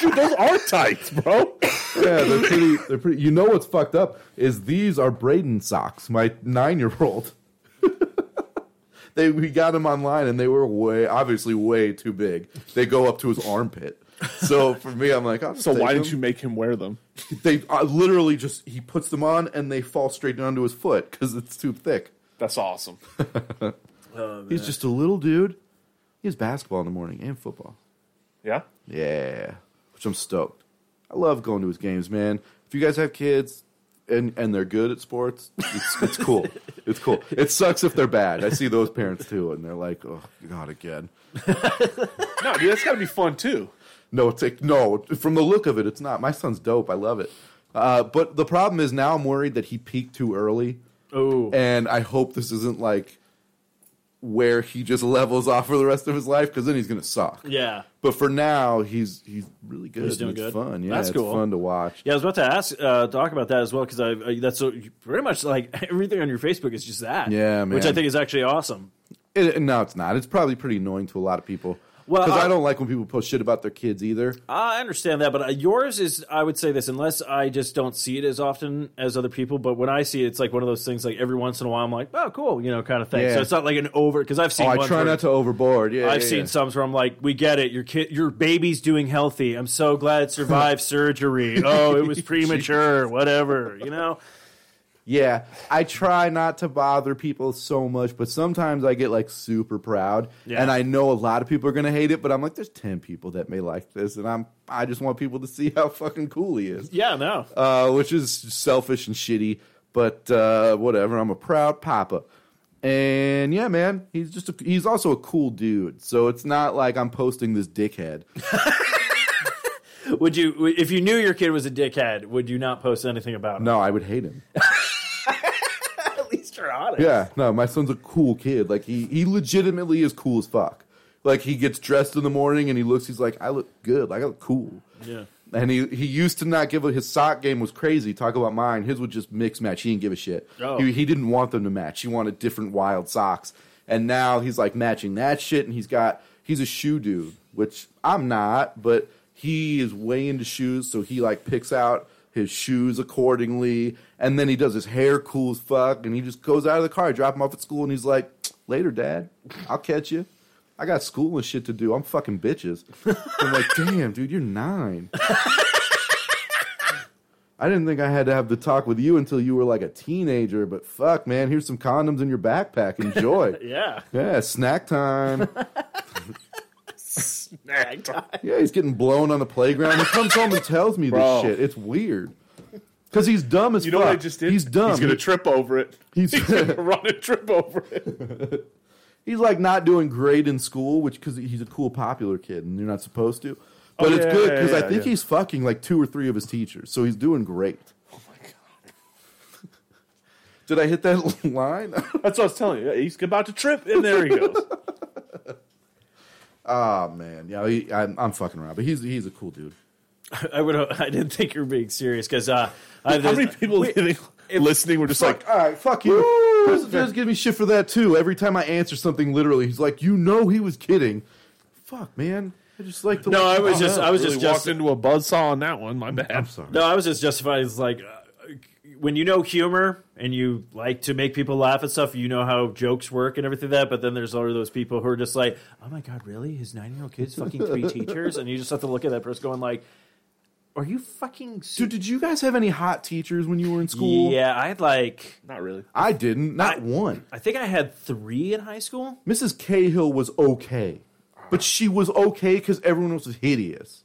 E: Dude, those are tights, bro.
D: Yeah, they're pretty. They're pretty. You know what's fucked up is these are Braden socks. My nine-year-old. they we got them online and they were way obviously way too big. They go up to his armpit. So for me, I'm like, I'll just
E: So
D: take
E: why
D: them.
E: didn't you make him wear them?
D: They I literally just he puts them on and they fall straight down to his foot because it's too thick.
E: That's awesome.
D: He's just a little dude. He has basketball in the morning and football.
E: Yeah.
D: Yeah, which I'm stoked. I love going to his games, man. If you guys have kids and and they're good at sports, it's, it's cool. It's cool. It sucks if they're bad. I see those parents too, and they're like, "Oh God, again."
E: No, dude, that's got to be fun too.
D: No, it's like no. From the look of it, it's not. My son's dope. I love it. Uh, but the problem is now I'm worried that he peaked too early,
C: Oh,
D: and I hope this isn't like where he just levels off for the rest of his life because then he's gonna suck.
C: yeah.
D: But for now, he's he's really good.
C: He's doing
D: and it's
C: good.
D: Fun. Yeah,
C: That's
D: it's
C: cool.
D: fun to watch.
C: Yeah, I was about to ask, uh, talk about that as well because I uh, that's so, pretty much like everything on your Facebook is just that.
D: Yeah,
C: which I
D: man.
C: think is actually awesome.
D: It, no, it's not. It's probably pretty annoying to a lot of people.
C: Well,
D: Well, because I,
C: I-
D: don't like when people post shit about their kids either.
C: I understand that, but uh, yours is I would say this unless I just don't see it as often as other people. But when I see it, it's like one of those things like every once in a while I'm like, oh, cool, you know, kind of thing.
D: Yeah.
C: So it's not like an over because I've
D: Oh,
C: seen.
D: I
C: ones
D: try
C: where-
D: not to overboard. Yeah,
C: I've
D: yeah,
C: seen
D: yeah.
C: sums where I'm like, we get it. Your kid, your baby's doing healthy. I'm so glad it survived surgery. Oh, it was premature. Whatever, you know.
D: Yeah, I try not to bother people so much, but sometimes I get like super proud,
C: Yeah.
D: and I know a lot of people are gonna hate it. But I'm like, there's ten people that may like this, and I'm I just want people to see how fucking cool he is,
C: Yeah, no.
D: uh, which is selfish and shitty. But uh, whatever, I'm a proud papa, and yeah, man, he's just a, he's also a cool dude. So it's not like I'm posting this dickhead.
C: Would you, if you knew your kid was a dickhead, would you not post anything about it?
D: No, I would hate him.
C: At least you're honest.
D: Yeah, no, my son's a cool kid. Like he he legitimately is cool as fuck. Like he gets dressed in the morning and he looks. He's like, I look good. Like I look cool.
C: Yeah.
D: And he he used to not give a, his sock game was crazy. Talk about mine. His would just mix match. He didn't give a shit.
C: Oh.
D: He he didn't want them to match. He wanted different wild socks. And now he's like matching that shit. And he's got he's a shoe dude, which I'm not, but he is way into shoes. So he like picks out his shoes accordingly. And then he does his hair cool as fuck. And he just goes out of the car. I drop him off at school, and he's like, "Later, dad. I'll catch you." I got school and shit to do. I'm fucking bitches. I'm like, damn, dude, you're nine. I didn't think I had to have the talk with you until you were like a teenager, but fuck, man, here's some condoms in your backpack. Enjoy.
C: Yeah.
D: yeah, snack time.
C: Snack time.
D: Yeah, he's getting blown on the playground. He comes home and tells me
E: Bro.
D: this shit. It's weird. Because he's dumb as
E: You know
D: fuck.
E: what I just did?
D: He's dumb.
E: He's gonna
D: He-
E: trip over it.
D: He's-
E: he's gonna run and trip over it.
D: he's like not doing great in school, which because he's a cool, popular kid, and you're not supposed to. But
E: Oh,
D: it's
E: yeah,
D: good
E: yeah,
D: because I
E: yeah,
D: think
E: yeah.
D: he's fucking like two or three of his teachers, so he's doing great. Oh my god! Did I hit that line?
E: That's what I was telling you. He's about to trip, and there he goes.
D: Oh man, yeah, he, I'm, I'm fucking around, but he's he's a cool dude.
C: I would. I didn't think you were being serious because uh, I-
E: How many people do you think listening were just
D: Fuck,
E: like,
D: all right, fuck you. Chris does give me shit for that too. Every time I answer something, literally, he's like, "You know, he was kidding." Fuck, man. I just like to.
C: No, I was
D: Oh,
C: just. uh,
D: no.
C: I was
E: really
C: just.
E: walked
C: just
E: into a buzzsaw on that one? My bad.
D: I'm sorry.
C: no, I was just justified. It's like uh, when you know humor and you like to make people laugh and stuff. You know how jokes work and everything like that. But then there's all of those people who are just like, "Oh my god, really? His nine year old kid's fucking three teachers," and you just have to look at that person going like, "Are you fucking?"
D: Dude,
C: Su-
D: did you guys have any hot teachers when you were in school?
C: yeah, I had like.
E: Not really.
D: I didn't. Not
C: I-
D: one.
C: I think I had three in high school.
D: Mrs. Cahill was okay, but she was okay because everyone else was hideous.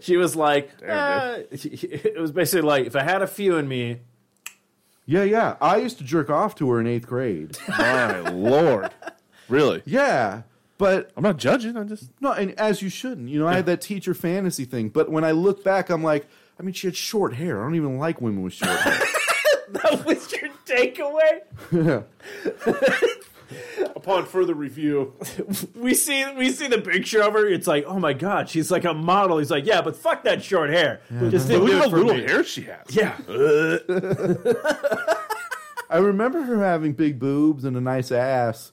C: She was like,
E: There
C: "Ah." it was basically like, if I had a few in me,
D: Yeah, yeah. I used to jerk off to her in eighth grade.
E: My lord. Really?
D: yeah, but
E: I'm not judging. I'm just.
D: No, and as you shouldn't. You know, I had that teacher fantasy thing, but when I look back, I'm like, I mean, she had short hair. I don't even like women with short hair.
C: that was your takeaway.
E: Upon further review,
C: We see we see the picture of her. It's like, oh my god, she's like a model. He's like, yeah, but fuck that short hair. Just didn't
E: look
C: do
E: at
C: it
E: how
C: for
E: little
C: me.
E: hair she has.
C: Yeah,
D: I remember her having big boobs and a nice ass,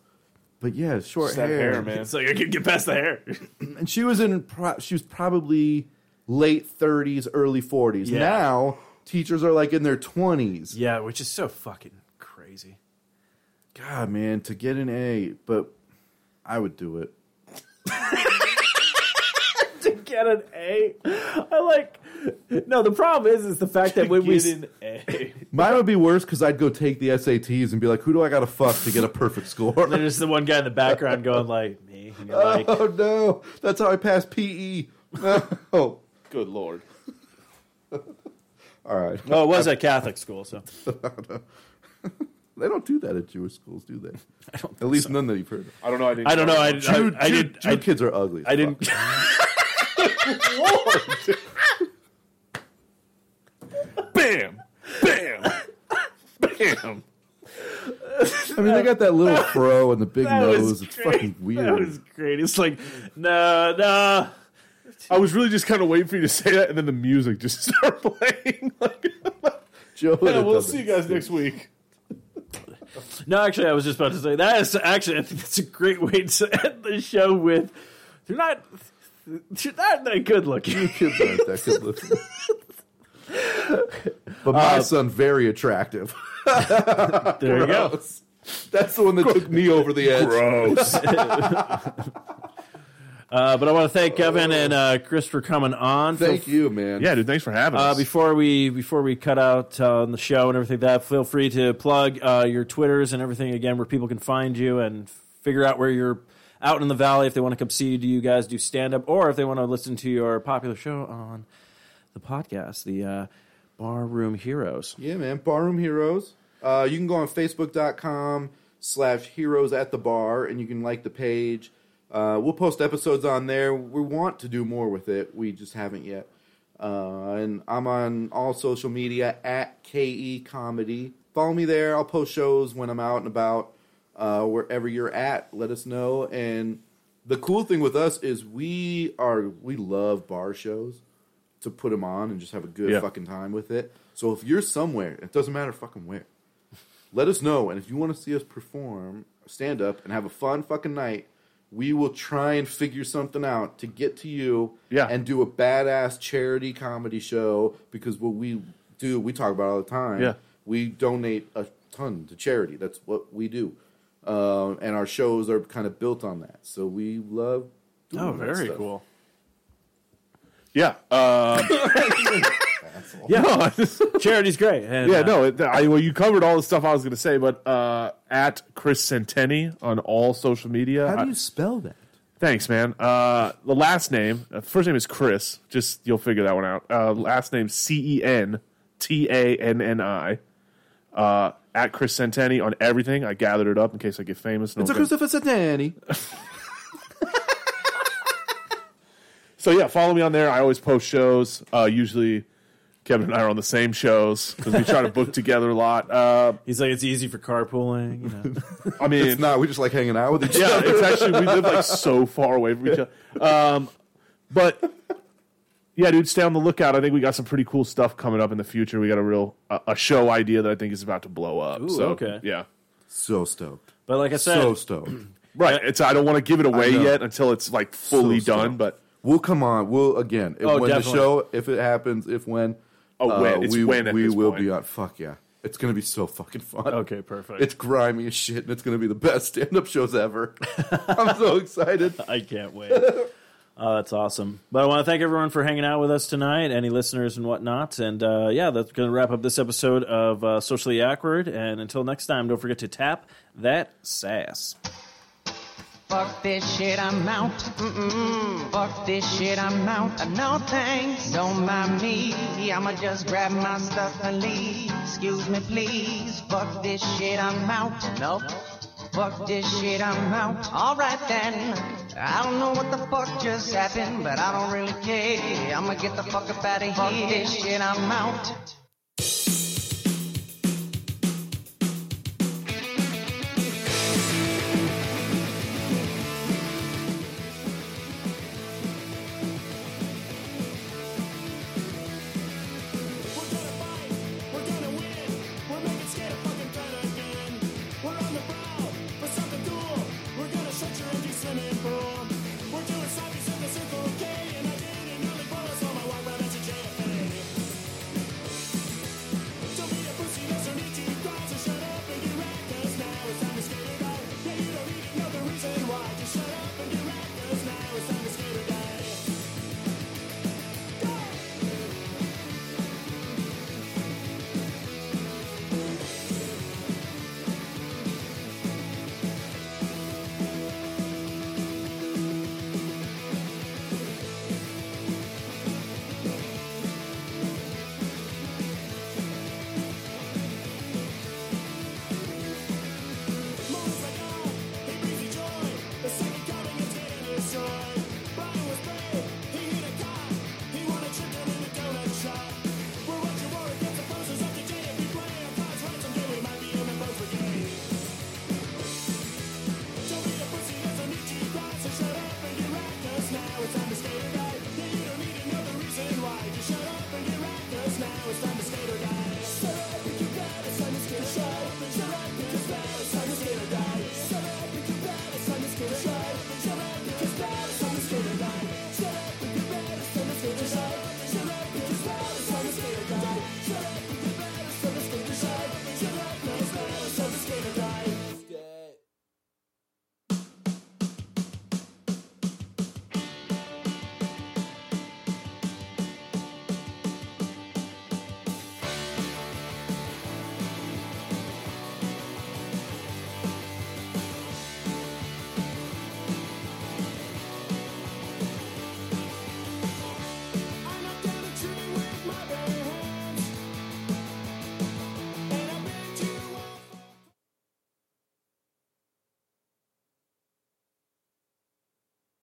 D: but yeah, short
E: It's that hair, man.
C: it's like I can get past the hair.
D: And she was in, pro- she was probably late 30s, early 40s.
C: Yeah.
D: Now teachers are like in their 20s.
C: yeah, which is so fucking crazy.
D: God, man, to get an A, but I would do it.
C: To get an A, I like. No, the problem is, is the fact that when we
E: Get an
C: A,
D: Mine would be worse because I'd go take the SATs and be like, who do I got to fuck to get a perfect score?
C: there's the one guy in the background going like me, and you're like,
D: Oh no, that's how I passed PE. Oh,
E: Good lord.
D: all right.
C: oh, it was at Catholic school, so
D: They don't do that at Jewish schools, do they? I don't at least none that you've heard.
E: I don't know. I, didn't
C: I don't know. I,
D: Of. Jew,
C: I, I
D: Jew-
C: did.
D: Jew
C: I,
D: kids are ugly. as
C: I didn't.
E: Bam! Bam! Bam!
D: fuck. I mean, they got that little fro and the big
C: That was
D: nose. It's
C: great.
D: fucking weird.
C: That was great. It's like, no, no.
E: I was really just kind of waiting for you to say that, and then the music just started playing. Like,
D: Joe would
E: yeah,
D: have
E: we'll
D: done
E: see you
D: this.
E: guys next week.
C: No, actually, I was just about to say that is actually. I think that's a great way to end the show with. They're not. They're not that good looking.
D: Kids aren't that good looking. But my
C: Uh,
D: son, very attractive.
C: There you go.
D: That's the one that took me over the edge.
E: Gross.
C: Uh, but I want to thank Kevin and uh, Chris for coming on. Feel
D: Thank you, man.
E: yeah, dude. Thanks for having
C: Uh,
E: us.
C: before we before we cut out uh, on the show and everything like that, feel free to plug uh, your Twitters and everything again, where people can find you and figure out where you're out in the valley if they want to come see you guys do stand up or if they want to listen to your popular show on the podcast, the uh, Bar Room Heroes.
D: Yeah, man. Barroom Heroes. Uh, you can go on Facebook.com slash Heroes at the Bar, and you can like the page. Uh, we'll post episodes on there. We want to do more with it. We just haven't yet. Uh, and I'm on all social media at KE Comedy. Follow me there. I'll post shows when I'm out and about. Uh, wherever you're at, let us know. And the cool thing with us is we are we love bar shows to put them on and just have a good
E: Yeah.
D: fucking time with it. So if you're somewhere, it doesn't matter fucking where, let us know. And if you want to see us perform, stand up, and have a fun fucking night, we will try and figure something out to get to you
E: Yeah.
D: and do a badass charity comedy show because what we do, we talk about it all the time.
E: Yeah.
D: We donate a ton to charity. That's what we do. Um, and our shows are kind of built on that. So we love doing
C: Oh,
D: that
C: very
D: stuff.
C: cool.
E: yeah. Uh, yeah.
C: Charity's great. And,
E: Yeah,
C: uh,
E: no, it, I, well, you covered all the stuff I was going to say, but uh, at Chris Centeni on all social media.
D: How
E: I-
D: do you spell that?
E: thanks, man. Uh, the last name, uh, first name is Chris. Just you'll figure that one out. Uh, last name C E N T A N N I. Uh, at Chris Centeni on everything. I gathered it up in case I get famous. No
D: It's a
E: one can-
D: Christopher Satani.
E: So yeah, follow me on there. I always post shows. Uh, usually, Kevin and I are on the same shows because we try to book together a lot. Uh,
C: He's like, it's easy for carpooling. You know?
E: I mean,
D: It's not. We just like hanging out with each
E: yeah,
D: other.
E: it's actually we live like so far away from each other. Um, but yeah, dude, stay on the lookout. I think we got some pretty cool stuff coming up in the future. We got a real a, a show idea that I think is about to blow up.
C: Ooh,
E: so
C: okay.
E: yeah,
D: So stoked.
C: but like I said,
D: So stoked.
E: right. It's I don't want to give it away
D: know.
E: yet until it's like fully
D: So
E: done,
D: stoked.
E: but
D: We'll come on. We'll again. If,
C: Oh,
D: when
C: definitely.
D: the show, if it happens, if when. uh,
E: Oh, when. It's
D: we,
E: when at
D: we
E: this
D: will
E: point.
D: be on. Fuck yeah! It's gonna be so fucking fun.
C: okay, perfect.
D: It's grimy as shit, and it's gonna be the best stand-up shows ever. I'm so excited.
C: I can't wait. Oh, that's awesome. But I want to thank everyone for hanging out with us tonight, any listeners and whatnot. And uh, yeah, that's going to wrap up this episode of uh, Socially Awkward. And until next time, don't forget to tap that sass.
F: Fuck this shit, I'm out. Mm-mm. Fuck this shit, I'm out. Uh, No thanks, don't mind me. I'ma just grab my stuff and leave. Excuse me, please. Fuck this shit, I'm out. Nope. Fuck this shit, I'm out. Alright then. I don't know what the fuck just happened, but I don't really care. I'ma get the fuck up out of here. Fuck this shit, I'm out.